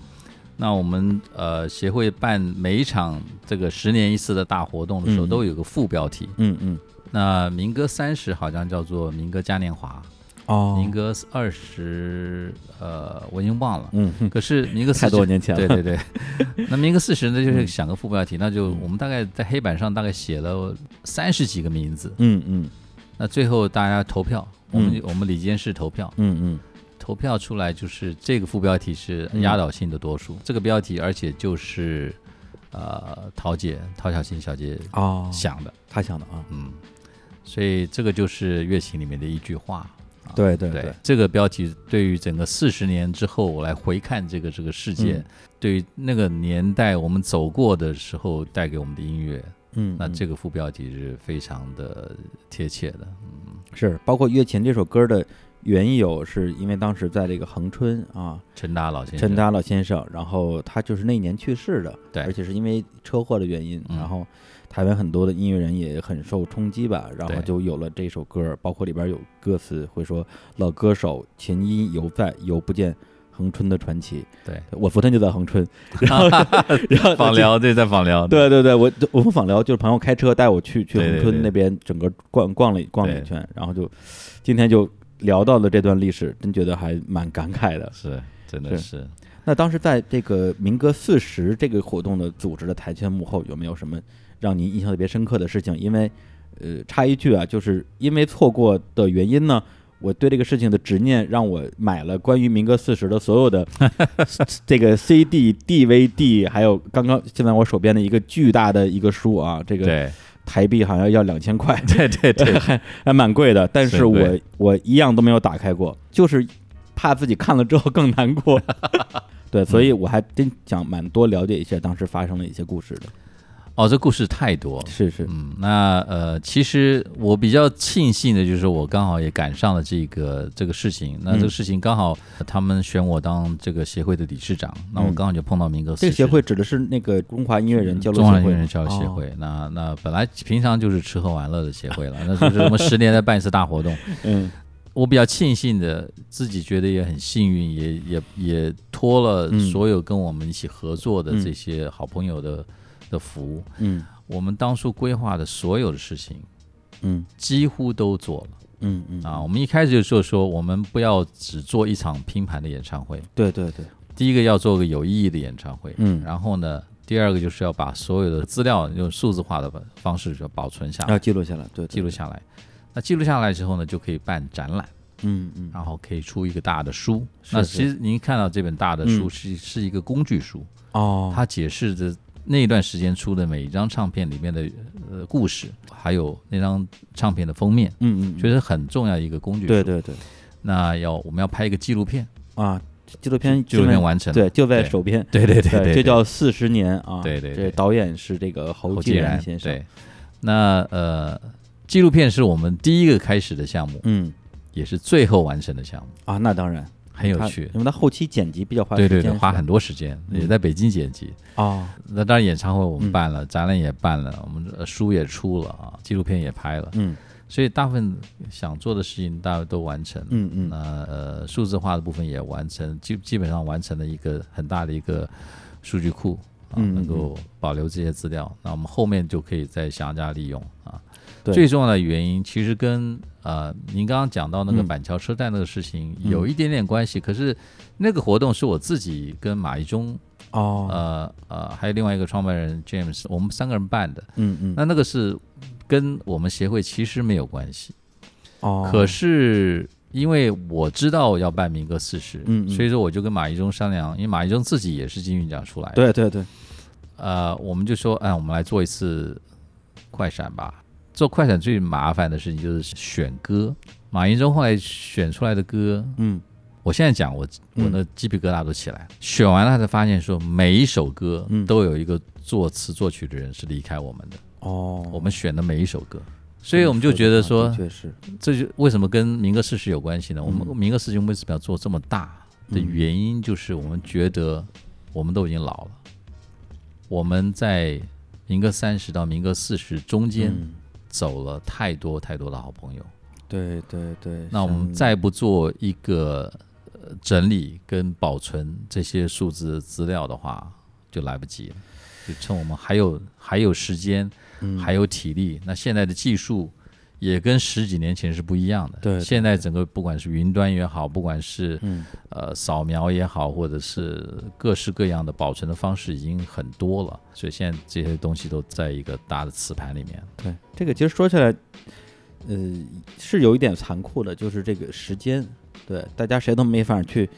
[SPEAKER 2] 那我们呃协会办每一场这个十年一次的大活动的时候，
[SPEAKER 1] 嗯
[SPEAKER 2] 都有个副标题。
[SPEAKER 1] 嗯嗯，
[SPEAKER 2] 那民歌三十好像叫做民歌嘉年华，
[SPEAKER 1] 哦
[SPEAKER 2] 民歌二十呃我已经忘了。
[SPEAKER 1] 嗯哼
[SPEAKER 2] 可是民歌40
[SPEAKER 1] 太多年前了
[SPEAKER 2] 对对 对。那民歌四十呢，就是想个副标题，那就我们大概在黑板上大概写了三十几个名字，
[SPEAKER 1] 嗯嗯
[SPEAKER 2] 那最后大家投票，我们、
[SPEAKER 1] 嗯
[SPEAKER 2] 我们里监事投票，
[SPEAKER 1] 嗯嗯，
[SPEAKER 2] 投票出来就是这个副标题是压倒性的多
[SPEAKER 1] 嗯
[SPEAKER 2] 数，这个标题而且就是呃陶姐陶小新小姐
[SPEAKER 1] 哦
[SPEAKER 2] 想的，
[SPEAKER 1] 他想的啊，
[SPEAKER 2] 嗯，所以这个就是乐琴里面的一句话。啊
[SPEAKER 1] 对对
[SPEAKER 2] 对
[SPEAKER 1] 对，
[SPEAKER 2] 这个标题对于整个四十年之后，我来回看这个这个世界，
[SPEAKER 1] 嗯
[SPEAKER 2] 对于那个年代我们走过的时候带给我们的音乐，
[SPEAKER 1] 嗯，
[SPEAKER 2] 那
[SPEAKER 1] 嗯
[SPEAKER 2] 这个副标题是非常的贴切的。
[SPEAKER 1] 是包括《月琴》这首歌的缘由，是因为当时在这个恒春啊，
[SPEAKER 2] 陈达老先生，
[SPEAKER 1] 陈达老先生，然后他就是那年去世的，
[SPEAKER 2] 对
[SPEAKER 1] 而且是因为车祸的原因，
[SPEAKER 2] 嗯
[SPEAKER 1] 然后台湾很多的音乐人也很受冲击吧，然后
[SPEAKER 2] 对
[SPEAKER 1] 就有了这首歌，包括里边有歌词会说老歌手琴音犹在，犹不见恒春的传奇。
[SPEAKER 2] 对，
[SPEAKER 1] 我昨天就在恒春，然后 然后
[SPEAKER 2] 访聊对，在访聊，
[SPEAKER 1] 呃对对对，我我们访聊就是朋友开车带我去去
[SPEAKER 2] 对对
[SPEAKER 1] 恒春
[SPEAKER 2] 对
[SPEAKER 1] 那边整个逛逛了一逛了一
[SPEAKER 2] 对
[SPEAKER 1] 圈，然后就今天就聊到了这段历史，真觉得还蛮感慨的。
[SPEAKER 2] 是真的
[SPEAKER 1] 是
[SPEAKER 2] 是。
[SPEAKER 1] 那当时在这个民歌四十这个活动的组织的台前幕后，有没有什么让您印象特别深刻的事情？因为呃，插一句啊，就是因为错过的原因呢。我对这个事情的执念，让我买了关于民歌四十的所有的这个 CD、DVD，还有刚刚现在我手边的一个巨大的一个书啊，这个
[SPEAKER 2] 对
[SPEAKER 1] 台币好像要两千块，
[SPEAKER 2] 对对 对，
[SPEAKER 1] 还还蛮贵的，但是
[SPEAKER 2] 很贵
[SPEAKER 1] 我我一样都没有打开过，就是怕自己看了之后更难过。 对，所以
[SPEAKER 2] 嗯
[SPEAKER 1] 我还真想蛮多了解一下当时发生的一些故事的。
[SPEAKER 2] 哦，这故事太多了。
[SPEAKER 1] 是是，
[SPEAKER 2] 嗯，那呃，其实我比较庆幸的就是我刚好也赶上了这个这个事情。那这个
[SPEAKER 1] 嗯
[SPEAKER 2] 事情刚好他们选我当这个协会的理事长，那我
[SPEAKER 1] 嗯
[SPEAKER 2] 刚好就碰到民歌
[SPEAKER 1] 这
[SPEAKER 2] 40
[SPEAKER 1] 个协会指的是那个中华音乐人交流
[SPEAKER 2] 嗯中华
[SPEAKER 1] 协
[SPEAKER 2] 音
[SPEAKER 1] 会
[SPEAKER 2] 乐
[SPEAKER 1] 吗，
[SPEAKER 2] 人交流协
[SPEAKER 1] 哦。
[SPEAKER 2] 会。那那本来平常就是吃喝玩乐的协会了， 那就是我们十年再办一次大活动。
[SPEAKER 1] 嗯
[SPEAKER 2] 我比较庆幸的，自己觉得也很幸运，也也也托了
[SPEAKER 1] 嗯
[SPEAKER 2] 所有跟我们一起合作的这些好朋友的、的福。
[SPEAKER 1] 嗯
[SPEAKER 2] 我们当初规划的所有的事情，
[SPEAKER 1] 嗯
[SPEAKER 2] 几乎都做了
[SPEAKER 1] 嗯嗯
[SPEAKER 2] 啊。我们一开始就说说，我们不要只做一场拼盘的演唱会，
[SPEAKER 1] 对对对，
[SPEAKER 2] 第一个要做个有意义的演唱会，
[SPEAKER 1] 嗯
[SPEAKER 2] 然后呢，第二个就是要把所有的资料用数字化的方式就保存下
[SPEAKER 1] 要
[SPEAKER 2] 来，
[SPEAKER 1] 记录下来，对对
[SPEAKER 2] 啊记录下来。那记录下来之后呢，就可以办展览。
[SPEAKER 1] 嗯嗯
[SPEAKER 2] 然后可以出一个大的书。
[SPEAKER 1] 是
[SPEAKER 2] 那
[SPEAKER 1] 是
[SPEAKER 2] 其实您看到这本大的书
[SPEAKER 1] 嗯
[SPEAKER 2] 是、是一个工具书，
[SPEAKER 1] 哦，
[SPEAKER 2] 它解释着那段时间出的每一张唱片里面的呃故事，还有那张唱片的封面，
[SPEAKER 1] 嗯嗯，
[SPEAKER 2] 觉得很重要一个工具书。
[SPEAKER 1] 对对对
[SPEAKER 2] 那要我们要拍一个纪录片，
[SPEAKER 1] 啊，纪录片
[SPEAKER 2] 纪录
[SPEAKER 1] 现在
[SPEAKER 2] 片完成了。
[SPEAKER 1] 对就在
[SPEAKER 2] 对
[SPEAKER 1] 手边，
[SPEAKER 2] 对对对
[SPEAKER 1] 对，这叫四十年啊！
[SPEAKER 2] 对对对
[SPEAKER 1] 这导演是这个侯
[SPEAKER 2] 侯
[SPEAKER 1] 继
[SPEAKER 2] 继
[SPEAKER 1] 然
[SPEAKER 2] 然
[SPEAKER 1] 先生。
[SPEAKER 2] 对，那呃，纪录片是我们第一个开始的项目，
[SPEAKER 1] 嗯
[SPEAKER 2] 也是最后完成的项目，
[SPEAKER 1] 啊，那当然
[SPEAKER 2] 很有
[SPEAKER 1] 他
[SPEAKER 2] 趣
[SPEAKER 1] 因。为他后期剪辑比较花
[SPEAKER 2] 对
[SPEAKER 1] 时
[SPEAKER 2] 对
[SPEAKER 1] 间，
[SPEAKER 2] 对，花
[SPEAKER 1] 是吧
[SPEAKER 2] 很多时间，
[SPEAKER 1] 嗯
[SPEAKER 2] 也在北京剪辑。
[SPEAKER 1] 啊，
[SPEAKER 2] 那当然，演唱会我
[SPEAKER 1] 嗯
[SPEAKER 2] 们办了，展览也办了，我们呃书也出了啊，纪录片也拍了，
[SPEAKER 1] 嗯
[SPEAKER 2] 所以大部分想做的事情大家都完成了。
[SPEAKER 1] 嗯嗯
[SPEAKER 2] 那呃，数字化的部分也完成，基基本上完成了一个很大的一个数据库啊，
[SPEAKER 1] 嗯嗯嗯
[SPEAKER 2] 能够保留这些资料。那我们后面就可以再详加利用啊。
[SPEAKER 1] 对
[SPEAKER 2] 最重要的原因其实跟呃您刚刚讲到那个
[SPEAKER 1] 嗯
[SPEAKER 2] 板桥车站那个事情
[SPEAKER 1] 嗯
[SPEAKER 2] 有一点点关系，可是那个活动是我自己跟马一中
[SPEAKER 1] 哦，
[SPEAKER 2] 呃呃，还有另外一个创办人 James，我们三个人办的。
[SPEAKER 1] 嗯嗯
[SPEAKER 2] 那那个是跟我们协会其实没有关系，
[SPEAKER 1] 哦，
[SPEAKER 2] 可是因为我知道要办民歌四十，
[SPEAKER 1] 嗯嗯
[SPEAKER 2] 所以说我就跟马一中商量，因为马一中自己也是金韵奖出来的，，
[SPEAKER 1] 对对对，
[SPEAKER 2] 呃，我们就说，哎，我们来做一次快闪吧。做快闪最麻烦的事情就是选歌，马一中后来选出来的歌，
[SPEAKER 1] 嗯
[SPEAKER 2] 我现在讲，我我
[SPEAKER 1] 嗯
[SPEAKER 2] 那鸡皮疙瘩都起来了。选完了，他才发现说，每一首歌
[SPEAKER 1] 嗯
[SPEAKER 2] 都有一个作词作曲的人是离开我们的，
[SPEAKER 1] 哦，啊
[SPEAKER 2] 我们选的每一首歌，所以我们就觉得
[SPEAKER 1] 的
[SPEAKER 2] 说，
[SPEAKER 1] 确是，
[SPEAKER 2] 这就为什么跟民歌四十有关系呢？我
[SPEAKER 1] 嗯
[SPEAKER 2] 们民歌四十为什么要做这么大的
[SPEAKER 1] 嗯
[SPEAKER 2] 原因，就是我们觉得我们都已经老了，我们在民歌三十到民歌四十中间
[SPEAKER 1] 嗯，
[SPEAKER 2] 走了太多太多的好朋友。
[SPEAKER 1] 对对对，
[SPEAKER 2] 那我们
[SPEAKER 1] 像
[SPEAKER 2] 再不做一个呃整理跟保存这些数字资料的话，就来不及了。就趁我们还有还有时间，
[SPEAKER 1] 嗯
[SPEAKER 2] 还有体力，那现在的技术也跟十几年前是不一样的。
[SPEAKER 1] 对对
[SPEAKER 2] 现在整个不管是云端也好，不管是
[SPEAKER 1] 嗯
[SPEAKER 2] 呃扫描也好，或者是各式各样的保存的方式已经很多了，所以现在这些东西都在一个大的磁盘里面。
[SPEAKER 1] 对，这个其实说起来，呃，是有一点残酷的，就是这个时间，对，大家谁都没法去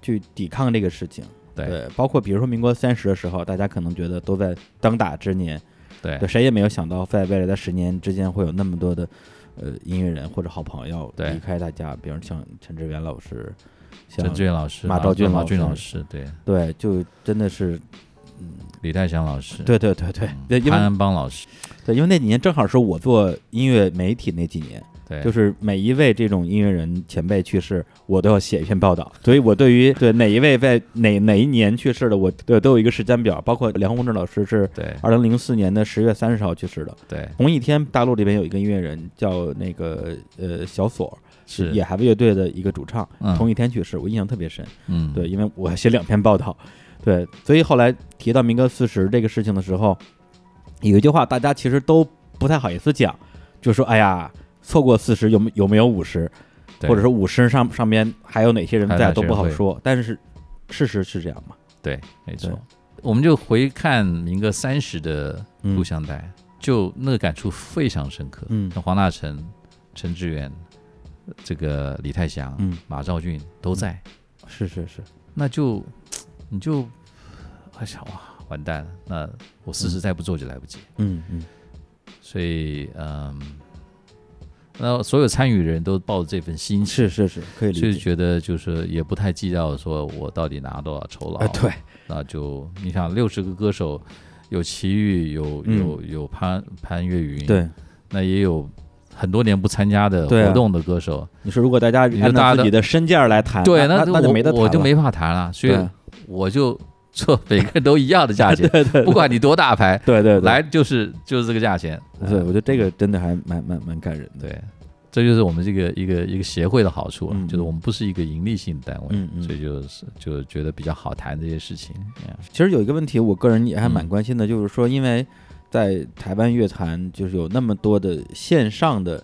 [SPEAKER 1] 去抵抗这个事情。
[SPEAKER 2] 对
[SPEAKER 1] 对，包括比如说民国三十的时候，大家可能觉得都在当打之年，
[SPEAKER 2] 对
[SPEAKER 1] 对，谁也没有想到在未来的十年之间会有那么多的呃音乐人或者好朋友
[SPEAKER 2] 对
[SPEAKER 1] 离开大家，比如像陈志远老师，像
[SPEAKER 2] 陈志远老师、啊
[SPEAKER 1] 马兆俊
[SPEAKER 2] 马
[SPEAKER 1] 老
[SPEAKER 2] 俊
[SPEAKER 1] 师
[SPEAKER 2] 老师，对，
[SPEAKER 1] 对，就真的是
[SPEAKER 2] 李泰祥老师，
[SPEAKER 1] 对对对对
[SPEAKER 2] 嗯，
[SPEAKER 1] 对，因
[SPEAKER 2] 潘
[SPEAKER 1] 为
[SPEAKER 2] 安邦老师，
[SPEAKER 1] 对，因为那几年正好是我做音乐媒体那几年，
[SPEAKER 2] 对，
[SPEAKER 1] 就是每一位这种音乐人前辈去世，我都要写一篇报道，所以我对于对哪一位在哪哪一年去世的，我对都有一个时间表，包括梁鸿志老师是
[SPEAKER 2] 对
[SPEAKER 1] 二零零四年的十月三十号去世的。
[SPEAKER 2] 对
[SPEAKER 1] 同一天，大陆这边有一个音乐人叫那个呃小索，
[SPEAKER 2] 是
[SPEAKER 1] 野孩子乐队的一个主唱，
[SPEAKER 2] 嗯
[SPEAKER 1] 同一天去世，我印象特别深。
[SPEAKER 2] 嗯
[SPEAKER 1] 对，因为我写两篇报道，对，所以后来提到民歌四十这个事情的时候，有一句话大家其实都不太好意思讲，就说哎呀，错过四十有没有没有五十，
[SPEAKER 2] 对
[SPEAKER 1] 或者说五十上上边还有哪些人
[SPEAKER 2] 还有
[SPEAKER 1] 在
[SPEAKER 2] 哪
[SPEAKER 1] 都
[SPEAKER 2] 些
[SPEAKER 1] 不好
[SPEAKER 2] 人会
[SPEAKER 1] 说，但是事实是这样嘛？
[SPEAKER 2] 对，没
[SPEAKER 1] 对
[SPEAKER 2] 错。我们就回看民歌三十的录像带，就那个感触非常深刻。
[SPEAKER 1] 嗯
[SPEAKER 2] 像黄大成、陈志远、这个李泰祥、
[SPEAKER 1] 嗯
[SPEAKER 2] 马兆俊都在，
[SPEAKER 1] 是是是，
[SPEAKER 2] 那就你就哎想哇，完蛋了，那我四十再不做就来不及。
[SPEAKER 1] 嗯嗯
[SPEAKER 2] 所以嗯，那所有参与人都抱着这份心情。
[SPEAKER 1] 是是是，可以
[SPEAKER 2] 嗯就是
[SPEAKER 1] 理解。
[SPEAKER 2] 觉得就是也不太计较，说我到底拿多少酬劳。
[SPEAKER 1] 哎，对，
[SPEAKER 2] 那就你想六十个歌手，有齐豫，有
[SPEAKER 1] 嗯
[SPEAKER 2] 有有潘潘越云，，
[SPEAKER 1] 对，
[SPEAKER 2] 那也有很多年不参加的
[SPEAKER 1] 对啊
[SPEAKER 2] 活动的歌手，
[SPEAKER 1] 你说如果大家
[SPEAKER 2] 你
[SPEAKER 1] 按
[SPEAKER 2] 就大
[SPEAKER 1] 照
[SPEAKER 2] 家
[SPEAKER 1] 自己的身价来谈，
[SPEAKER 2] 对，
[SPEAKER 1] 啊那
[SPEAKER 2] 我
[SPEAKER 1] 就没得谈
[SPEAKER 2] 我就
[SPEAKER 1] 了
[SPEAKER 2] 没法谈了， 所以
[SPEAKER 1] 对
[SPEAKER 2] 我就做每个人都一样的 价钱，不管你多大牌，
[SPEAKER 1] 对对对
[SPEAKER 2] 来就是就是这个价钱，啊
[SPEAKER 1] 对，我觉得这个真的还蛮蛮蛮感人的。
[SPEAKER 2] 对。这就是我们这个一个一个协会的好处了，啊
[SPEAKER 1] 嗯
[SPEAKER 2] 就是我们不是一个盈利性的单位，
[SPEAKER 1] 嗯嗯
[SPEAKER 2] 所以就是就觉得比较好谈这些事情。Yeah
[SPEAKER 1] 其实有一个问题，我个人也
[SPEAKER 2] 嗯
[SPEAKER 1] 还蛮关心的，就是说，因为在台湾乐坛，就是有那么多的线上的，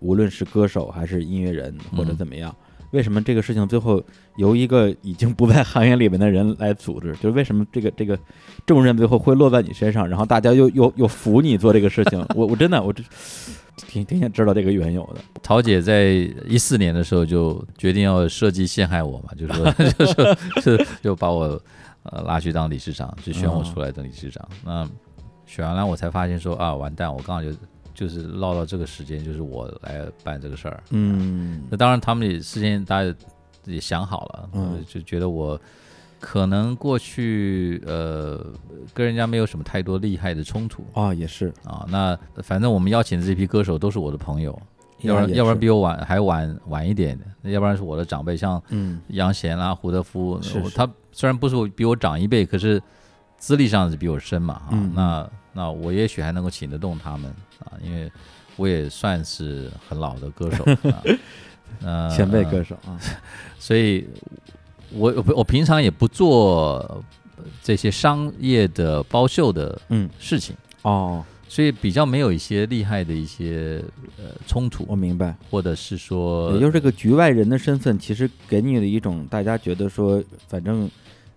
[SPEAKER 1] 无论是歌手还是音乐人或者
[SPEAKER 2] 嗯
[SPEAKER 1] 怎么样，为什么这个事情最后由一个已经不在行业里面的人来组织？就是为什么这个这个重任最后会落在你身上，然后大家又又又服你做这个事情？ 我我真的我这挺挺想知道这个缘由的。
[SPEAKER 2] 桃姐在一四年的时候就决定要设计陷害我嘛，就是说 就是说就是就把我呃拉去当理事长，就选我出来当理事
[SPEAKER 1] 嗯
[SPEAKER 2] 长。那选完了，我才发现说啊，完蛋，我刚好就就是落到这个时间，就是我来办这个事儿。
[SPEAKER 1] 嗯
[SPEAKER 2] 那当然，他们也事先大家也想好了，
[SPEAKER 1] 嗯
[SPEAKER 2] 呃就觉得我可能过去呃跟人家没有什么太多厉害的冲突
[SPEAKER 1] 啊、也是，
[SPEAKER 2] 啊。那反正我们邀请的这批歌手都是我的朋友，要不然
[SPEAKER 1] 啊也
[SPEAKER 2] 要不然
[SPEAKER 1] 是
[SPEAKER 2] 比我晚还晚晚一点，要不然是我的长辈，像
[SPEAKER 1] 嗯
[SPEAKER 2] 杨贤啦、胡德夫，
[SPEAKER 1] 是
[SPEAKER 2] 我
[SPEAKER 1] 是
[SPEAKER 2] 他虽然不是我比我长一辈，可是资历上是比我深嘛啊，
[SPEAKER 1] 嗯
[SPEAKER 2] 那那我也许还能够请得动他们啊，因为我也算是很老的歌手，啊、呃
[SPEAKER 1] 前辈歌手啊，
[SPEAKER 2] 所以我我我平常也不做这些商业的包秀的
[SPEAKER 1] 嗯
[SPEAKER 2] 事情，
[SPEAKER 1] 哦，
[SPEAKER 2] 所以比较没有一些厉害的一些呃冲突
[SPEAKER 1] 我，明白。
[SPEAKER 2] 或者是说
[SPEAKER 1] 也就是这个局外人的身份，其实给你的一种大家觉得说，反正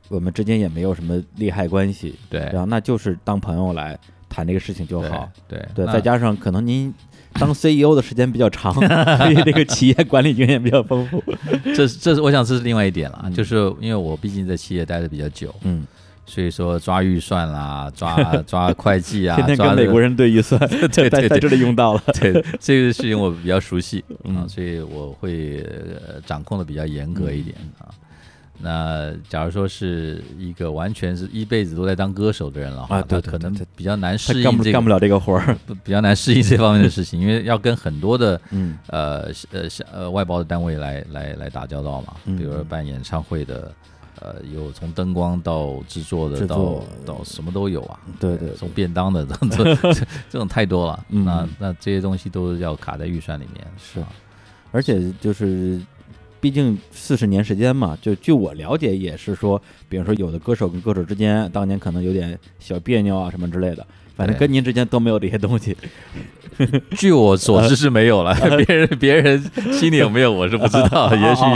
[SPEAKER 1] 我们之间也没有什么利害关系，
[SPEAKER 2] 对，
[SPEAKER 1] 然后那就是当朋友来谈这个事情就好。
[SPEAKER 2] 对
[SPEAKER 1] 对，
[SPEAKER 2] 那
[SPEAKER 1] 再加上可能您当 CEO 的时间比较长， 所以这个企业管理经验比较丰富。
[SPEAKER 2] 这是这是我想这是另外一点啦
[SPEAKER 1] 嗯，
[SPEAKER 2] 就是因为我毕竟在企业待的比较久，
[SPEAKER 1] 嗯，
[SPEAKER 2] 所以说抓预算啦， 抓抓会计啊，
[SPEAKER 1] 天天跟
[SPEAKER 2] 抓
[SPEAKER 1] 美国
[SPEAKER 2] 人，
[SPEAKER 1] 人对预算，
[SPEAKER 2] 对
[SPEAKER 1] 在
[SPEAKER 2] 对
[SPEAKER 1] 在
[SPEAKER 2] 对
[SPEAKER 1] 这里用到了。
[SPEAKER 2] 对这个事情我比较熟悉啊，
[SPEAKER 1] 嗯
[SPEAKER 2] 所以我会呃掌控的比较严格一点啊。那假如说是一个完全是一辈子都在当歌手的人的话，
[SPEAKER 1] 啊对
[SPEAKER 2] 他
[SPEAKER 1] 对
[SPEAKER 2] 可能
[SPEAKER 1] 对
[SPEAKER 2] 比较难
[SPEAKER 1] 他
[SPEAKER 2] 适
[SPEAKER 1] 干
[SPEAKER 2] 应
[SPEAKER 1] 不
[SPEAKER 2] 这
[SPEAKER 1] 干不
[SPEAKER 2] 个，
[SPEAKER 1] 了这个活儿。
[SPEAKER 2] 比较难适应这方面的事情，因为要跟很多的
[SPEAKER 1] 嗯
[SPEAKER 2] 呃是呃是呃外包的单位来来来打交道嘛，
[SPEAKER 1] 嗯
[SPEAKER 2] 比如说办演唱会的，呃，有从灯光到制作的，
[SPEAKER 1] 制
[SPEAKER 2] 到
[SPEAKER 1] 作
[SPEAKER 2] 到什么都有啊，
[SPEAKER 1] 对对对
[SPEAKER 2] 从便当的这这这种太多了，
[SPEAKER 1] 嗯
[SPEAKER 2] 那那这些东西都要卡在预算里面，
[SPEAKER 1] 是
[SPEAKER 2] 啊
[SPEAKER 1] 而且就是毕竟四十年时间嘛，就据我了解，也是说，比如说有的歌手跟歌手之间当年可能有点小别扭啊什么之类的，反正
[SPEAKER 2] 对
[SPEAKER 1] 跟您之间都没有这些东 西。
[SPEAKER 2] 据我所知是没有了，别人别人心里有没有我是不知道，也许
[SPEAKER 1] 好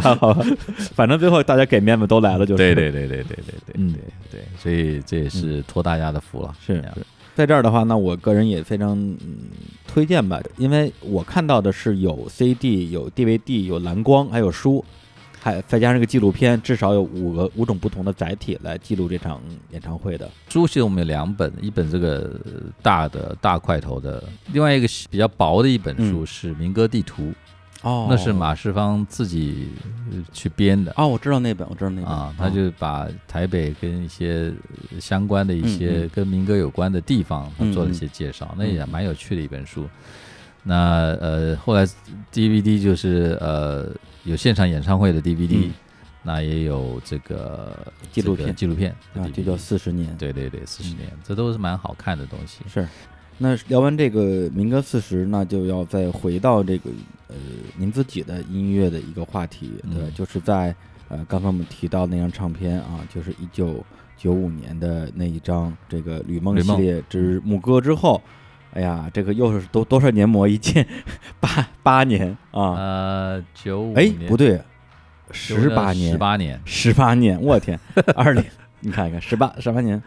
[SPEAKER 1] 吧，好吧，反正最后大家给面子都来了，就是。
[SPEAKER 2] 对对对对对对对
[SPEAKER 1] 嗯
[SPEAKER 2] 对对，所以这也是托大家的福了。
[SPEAKER 1] 是
[SPEAKER 2] 这样
[SPEAKER 1] 是在这儿的话，那我个人也非常、嗯、推荐吧，因为我看到的是有 CD、有 DVD、有蓝光，还有书，还再加上一个纪录片，至少有五个五种不同的载体来记录这场演唱会的。
[SPEAKER 2] 书其实我们有两本，一本这个呃大的大块头的，另外一个是比较薄的一本书是《民歌地图》，
[SPEAKER 1] 嗯哦
[SPEAKER 2] 那是？马世芳自己呃去编的。
[SPEAKER 1] 哦，我知道那本，我知道那本
[SPEAKER 2] 啊，他就把台北跟一些呃相关的一
[SPEAKER 1] 嗯
[SPEAKER 2] 些
[SPEAKER 1] 嗯
[SPEAKER 2] 跟民歌有关的地方，他做了一些介绍，那也蛮有趣的一本书。那呃，后来 DVD 就是呃有现场演唱会的 DVD，、
[SPEAKER 1] 嗯
[SPEAKER 2] 那也有这个
[SPEAKER 1] 纪录
[SPEAKER 2] 这个
[SPEAKER 1] 片
[SPEAKER 2] 纪录片的
[SPEAKER 1] 啊，
[SPEAKER 2] DVD
[SPEAKER 1] 这叫四十年。
[SPEAKER 2] 对对对，四十年，这都是蛮好看的东西。
[SPEAKER 1] 是。那聊完这个民歌四十，那就要再回到这个呃您自己的音乐的一个话题，对，
[SPEAKER 2] 嗯
[SPEAKER 1] 就是在呃刚才我们提到那张唱片啊，就是一九九五年的那一张这个《吕梦》
[SPEAKER 2] 吕
[SPEAKER 1] 系
[SPEAKER 2] 梦嗯
[SPEAKER 1] 列之牧歌之后，哎呀，这个又是多多少年磨一剑， 八八年啊，
[SPEAKER 2] 呃，九五
[SPEAKER 1] 哎、
[SPEAKER 2] 年
[SPEAKER 1] 不对，十八
[SPEAKER 2] 十
[SPEAKER 1] 年，
[SPEAKER 2] 八年，
[SPEAKER 1] 十八年，我天，二零，你看一看，十八十八年，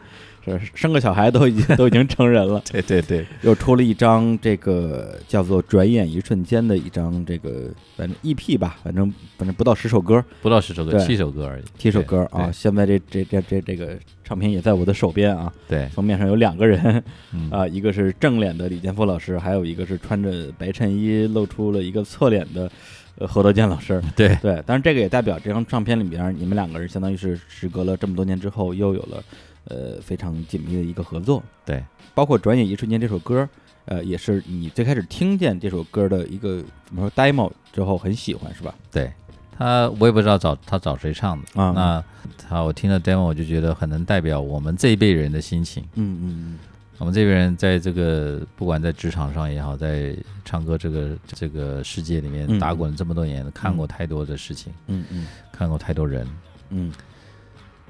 [SPEAKER 1] 是生个小孩都已经都已经成人 了。
[SPEAKER 2] 对对对，
[SPEAKER 1] 又出了一张这个叫做《转眼一瞬间》的一张这个反正 EP 吧，反正反正不到十首歌，
[SPEAKER 2] 不到十首歌，
[SPEAKER 1] 对
[SPEAKER 2] 七首歌而已，
[SPEAKER 1] 七首
[SPEAKER 2] 对
[SPEAKER 1] 歌啊。
[SPEAKER 2] 对
[SPEAKER 1] 现在这这这这这个唱片也在我的手边啊，
[SPEAKER 2] 对，
[SPEAKER 1] 封面上有两个人
[SPEAKER 2] 嗯
[SPEAKER 1] 啊，一个是正脸的李健锋老师，还有一个是穿着白衬衣露出了一个侧脸的呃侯德健老师。
[SPEAKER 2] 对，
[SPEAKER 1] 对，当然这个也代表这张唱片里边你们两个人相当于是时隔了这么多年之后又有了呃非常紧密的一个合作。
[SPEAKER 2] 对，
[SPEAKER 1] 包括《转眼一瞬间》这首歌，呃，也是你最开始听见这首歌的一个怎么说 demo 之后很喜欢是吧？
[SPEAKER 2] 对他，我也不知道找他找谁唱的。
[SPEAKER 1] 啊
[SPEAKER 2] 那他我听了 demo，我就觉得很能代表我们这一辈人的心情。
[SPEAKER 1] 嗯嗯
[SPEAKER 2] 我们这辈人在这个不管在职场上也好，在唱歌这个这个世界里
[SPEAKER 1] 嗯
[SPEAKER 2] 面打滚了这么多年，看过太多的事情，
[SPEAKER 1] 嗯嗯
[SPEAKER 2] 看过太多人。
[SPEAKER 1] 嗯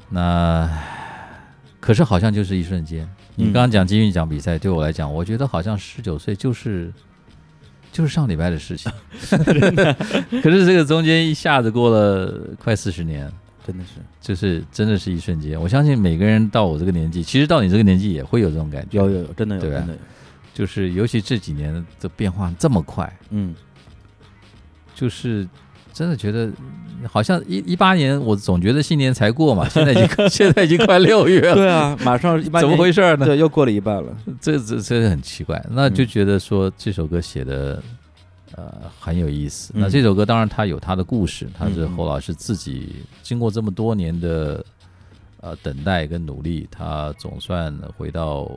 [SPEAKER 2] 那可是好像就是一瞬间。你
[SPEAKER 1] 嗯
[SPEAKER 2] 刚刚讲金韵奖比赛，对我来讲，我觉得好像十九岁就是就是上礼拜的事情， 可是这个中间一下子过了快四十年，
[SPEAKER 1] 嗯，真的是
[SPEAKER 2] 就是真的是一瞬间。我相信每个人到我这个年纪，其实到你这个年纪也会有这种感觉，
[SPEAKER 1] 有有有，真的有
[SPEAKER 2] 对吧
[SPEAKER 1] 真的有，
[SPEAKER 2] 就是尤其这几年的变化这么快，
[SPEAKER 1] 嗯
[SPEAKER 2] 就是真的觉得嗯好像一一八年，我总觉得新年才过嘛，现在已经 现在已经快六月了，
[SPEAKER 1] 对啊，马 上一般
[SPEAKER 2] 怎么回
[SPEAKER 1] 事
[SPEAKER 2] 事儿呢？
[SPEAKER 1] 对，又过了一半了，
[SPEAKER 2] 这这这个很奇怪，那
[SPEAKER 1] 嗯
[SPEAKER 2] 就觉得说这首歌写的呃很有意思。
[SPEAKER 1] 嗯
[SPEAKER 2] 那这首歌当然它有它的故事，它是
[SPEAKER 1] 嗯嗯
[SPEAKER 2] 侯老师自己经过这么多年的呃等待跟努力，他总算回到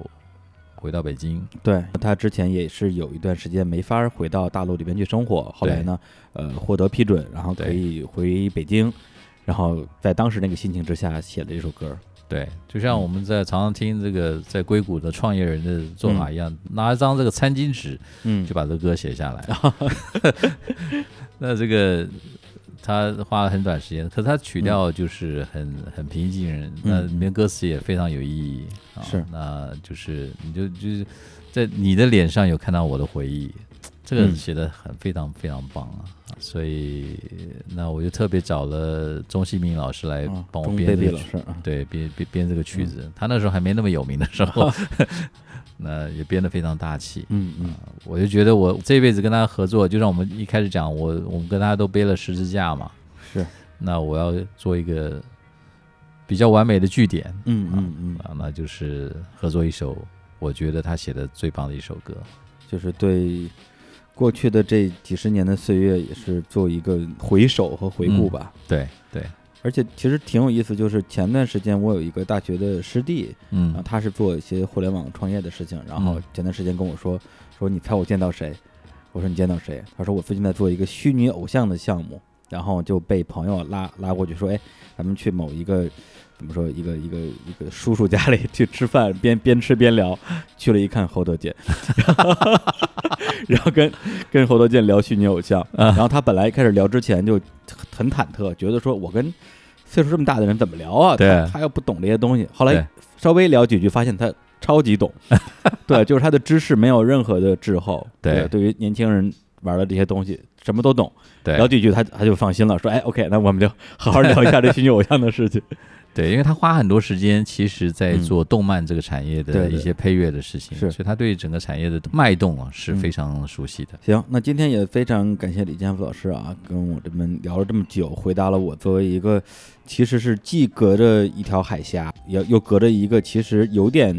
[SPEAKER 2] 回到北京。
[SPEAKER 1] 对他之前也是有一段时间没法回到大陆里边去生活，后来呢，呃，获得批准，然后可
[SPEAKER 2] 对
[SPEAKER 1] 以回北京，然后在当时那个心情之下写了这首歌，
[SPEAKER 2] 对，就像
[SPEAKER 1] 嗯
[SPEAKER 2] 我们在常常听这个在硅谷的创业人的做法一样，拿一张这个餐巾纸
[SPEAKER 1] 嗯
[SPEAKER 2] 就把这歌写下来。 那这个他花了很短时间，可是他曲调就是很、很平易近人，那
[SPEAKER 1] 嗯
[SPEAKER 2] 里面歌词也非常有意义。啊
[SPEAKER 1] 是
[SPEAKER 2] 那就是你就就是在你的脸上有看到我的回忆，这个
[SPEAKER 1] 嗯
[SPEAKER 2] 写的很非常非常棒啊。所以，那我就特别找了钟希明老师来
[SPEAKER 1] 啊
[SPEAKER 2] 帮我
[SPEAKER 1] 钟
[SPEAKER 2] 编
[SPEAKER 1] 贝
[SPEAKER 2] 这
[SPEAKER 1] 贝
[SPEAKER 2] 个
[SPEAKER 1] 老
[SPEAKER 2] 曲
[SPEAKER 1] 师嗯啊，
[SPEAKER 2] 对，编编编这个曲子，他那时候还没那么有名的时 候， 那也编得非常大气。
[SPEAKER 1] 嗯嗯
[SPEAKER 2] 啊我就觉得我这辈子跟他合作，就像我们一开始讲，我我们跟他都背了十字架嘛，
[SPEAKER 1] 是，
[SPEAKER 2] 那我要做一个比较完美的据点
[SPEAKER 1] 嗯嗯嗯。
[SPEAKER 2] 啊，那就是合作一首我觉得他写的最棒的一首歌。
[SPEAKER 1] 就是对过去的这几十年的岁月，也是做一个回首和回顾吧。
[SPEAKER 2] 对对，
[SPEAKER 1] 而且其实挺有意思，就是前段时间我有一个大学的师弟，然后
[SPEAKER 2] 嗯，
[SPEAKER 1] 他是做一些互联网创业的事情，然后
[SPEAKER 2] 嗯
[SPEAKER 1] 前段时间跟我说，说你猜我见到谁？我说你见到谁？他说我最近在做一个虚拟偶像的项目，然后就被朋友拉拉过去说，哎，咱们去某一个怎么说一个一个一个叔叔家里去吃饭，边边吃边聊，去了一看侯德健， 然后跟跟侯德健聊虚拟偶像，
[SPEAKER 2] 啊
[SPEAKER 1] 然后他本来一开始聊之前就很忐忑，觉得说我跟岁数这么大的人怎么聊啊？
[SPEAKER 2] 对
[SPEAKER 1] 他他又不懂这些东西。后来
[SPEAKER 2] 哎对
[SPEAKER 1] 稍微聊几句，发现他超级 懂，对，就是他的知识没有任何的滞后，
[SPEAKER 2] 对
[SPEAKER 1] 对于年轻人玩的这些东西什么都懂。
[SPEAKER 2] 对
[SPEAKER 1] 聊几句他他就放心了，说哎，OK，那我们就好好聊一下这虚拟偶像的事 情。
[SPEAKER 2] 对，因为他花很多时间，其实在
[SPEAKER 1] 嗯
[SPEAKER 2] 做动漫这个产业
[SPEAKER 1] 对
[SPEAKER 2] 的
[SPEAKER 1] 对
[SPEAKER 2] 一些配乐的事情，
[SPEAKER 1] 是
[SPEAKER 2] 所以他对整个产业的脉动啊是
[SPEAKER 1] 嗯
[SPEAKER 2] 非常熟悉的。
[SPEAKER 1] 行， 那今天也非常感谢李建福老师啊，跟我这们聊了这么久，回答了我作为一个其实是既隔着一条海峡，又又隔着一个其实有点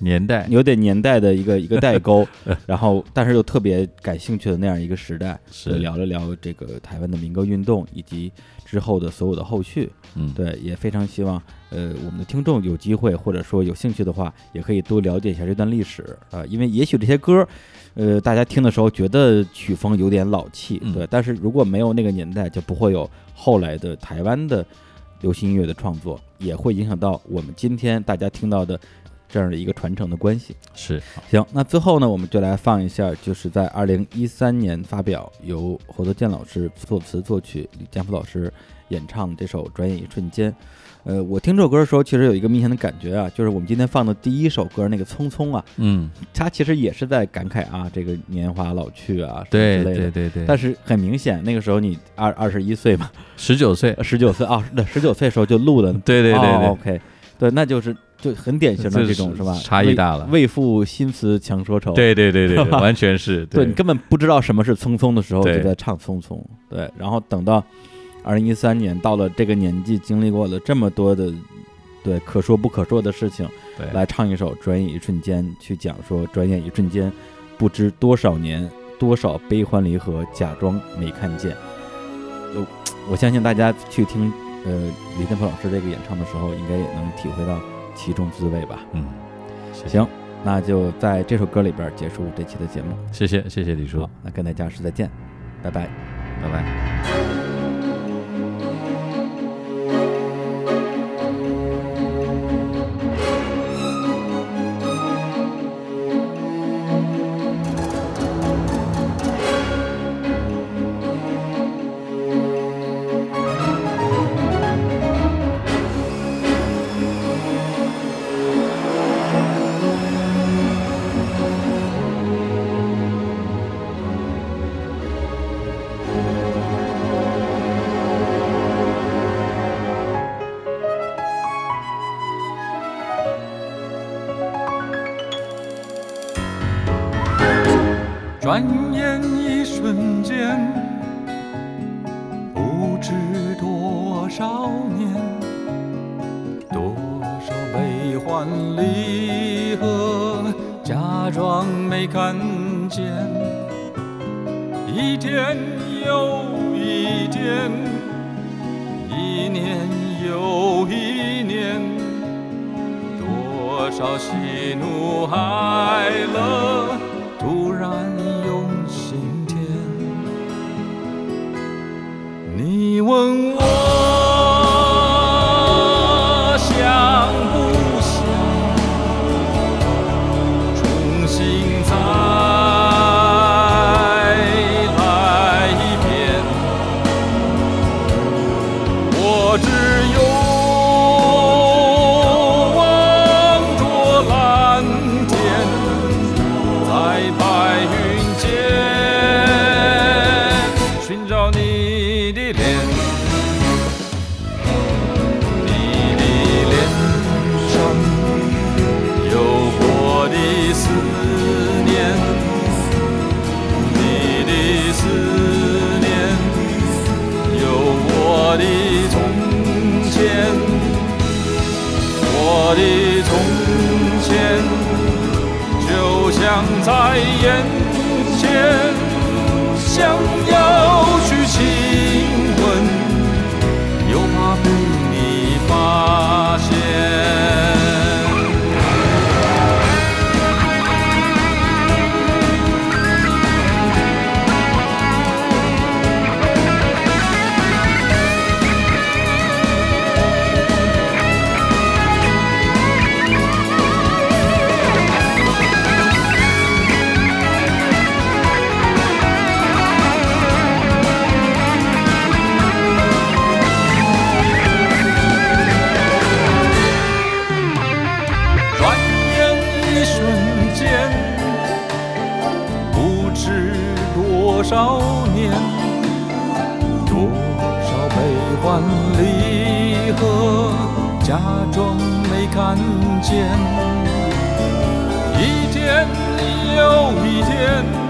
[SPEAKER 2] 年代
[SPEAKER 1] 有点年代的一个一个代 沟，然后但是又特别感兴趣的那样一个时代，
[SPEAKER 2] 是嗯
[SPEAKER 1] 对聊了聊这个台湾的民歌运动以及之后的所有的后续。
[SPEAKER 2] 嗯，
[SPEAKER 1] 对，也非常希望呃我们的听众有机会或者说有兴趣的话，也可以多了解一下这段历史啊、因为也许这些歌儿，呃，大家听的时候觉得曲风有点老气，
[SPEAKER 2] 嗯
[SPEAKER 1] 对，但是如果没有那个年代，就不会有后来的台湾的流行音乐的创作，也会影响到我们今天大家听到的这样的一个传承的关系。
[SPEAKER 2] 是好
[SPEAKER 1] 行，那最后呢，我们就来放一下，就是在二零一三年发表，由侯德健老师作词作曲，李建福老师演唱的这首《转眼一瞬间》。呃，我听这首歌的时候，其实有一个明显的感觉啊，就是我们今天放的第一首歌那个《匆匆》啊，
[SPEAKER 2] 嗯，
[SPEAKER 1] 它其实也是在感慨啊，这个年华老去啊，什么之
[SPEAKER 2] 对
[SPEAKER 1] 类
[SPEAKER 2] 对
[SPEAKER 1] 的。
[SPEAKER 2] 对对，
[SPEAKER 1] 但
[SPEAKER 2] 是
[SPEAKER 1] 是很明显，那个时候你二二十一岁嘛，
[SPEAKER 2] 十九岁，
[SPEAKER 1] 十九岁啊，对，十九岁的时候就录了
[SPEAKER 2] 对对对
[SPEAKER 1] 哦
[SPEAKER 2] 对，
[SPEAKER 1] ，OK，对，那就是就很典型的
[SPEAKER 2] 这
[SPEAKER 1] 这种
[SPEAKER 2] 是
[SPEAKER 1] 是吧？
[SPEAKER 2] 差异大了
[SPEAKER 1] 为为赋新词强说愁。
[SPEAKER 2] 对对对 对
[SPEAKER 1] 是
[SPEAKER 2] 对，
[SPEAKER 1] 吧
[SPEAKER 2] 完全是
[SPEAKER 1] 对你根本不知道什么是匆匆的时候，
[SPEAKER 2] 对
[SPEAKER 1] 就在唱匆匆。对，然后等到二零一三年到了这个年纪，经历过了这么多的对可说不可说的事情，
[SPEAKER 2] 对
[SPEAKER 1] 来唱一首《转眼一瞬间》，去讲说转眼一瞬间，不知多少年，多少悲欢离合，假装没看见。呃我相信大家去听呃李建鹏老师这个演唱的时候，应该也能体会到其中滋味吧。
[SPEAKER 2] 嗯，谢谢
[SPEAKER 1] 行，那就在这首歌里边结束这期的节目。
[SPEAKER 2] 谢谢谢谢李叔
[SPEAKER 1] 好，，那跟大家说再见，拜拜。
[SPEAKER 2] 拜拜。
[SPEAKER 3] 转眼一瞬间，不知多少年，多少悲欢离合，假装没看见。一天又一天，一年又一年。多少喜怒哀乐突然涌心田。你问我想不想重新再来一遍？我只有望着蓝天，在白云间寻找你的脸。年，多少悲欢离合，假装没看见。一天又一天。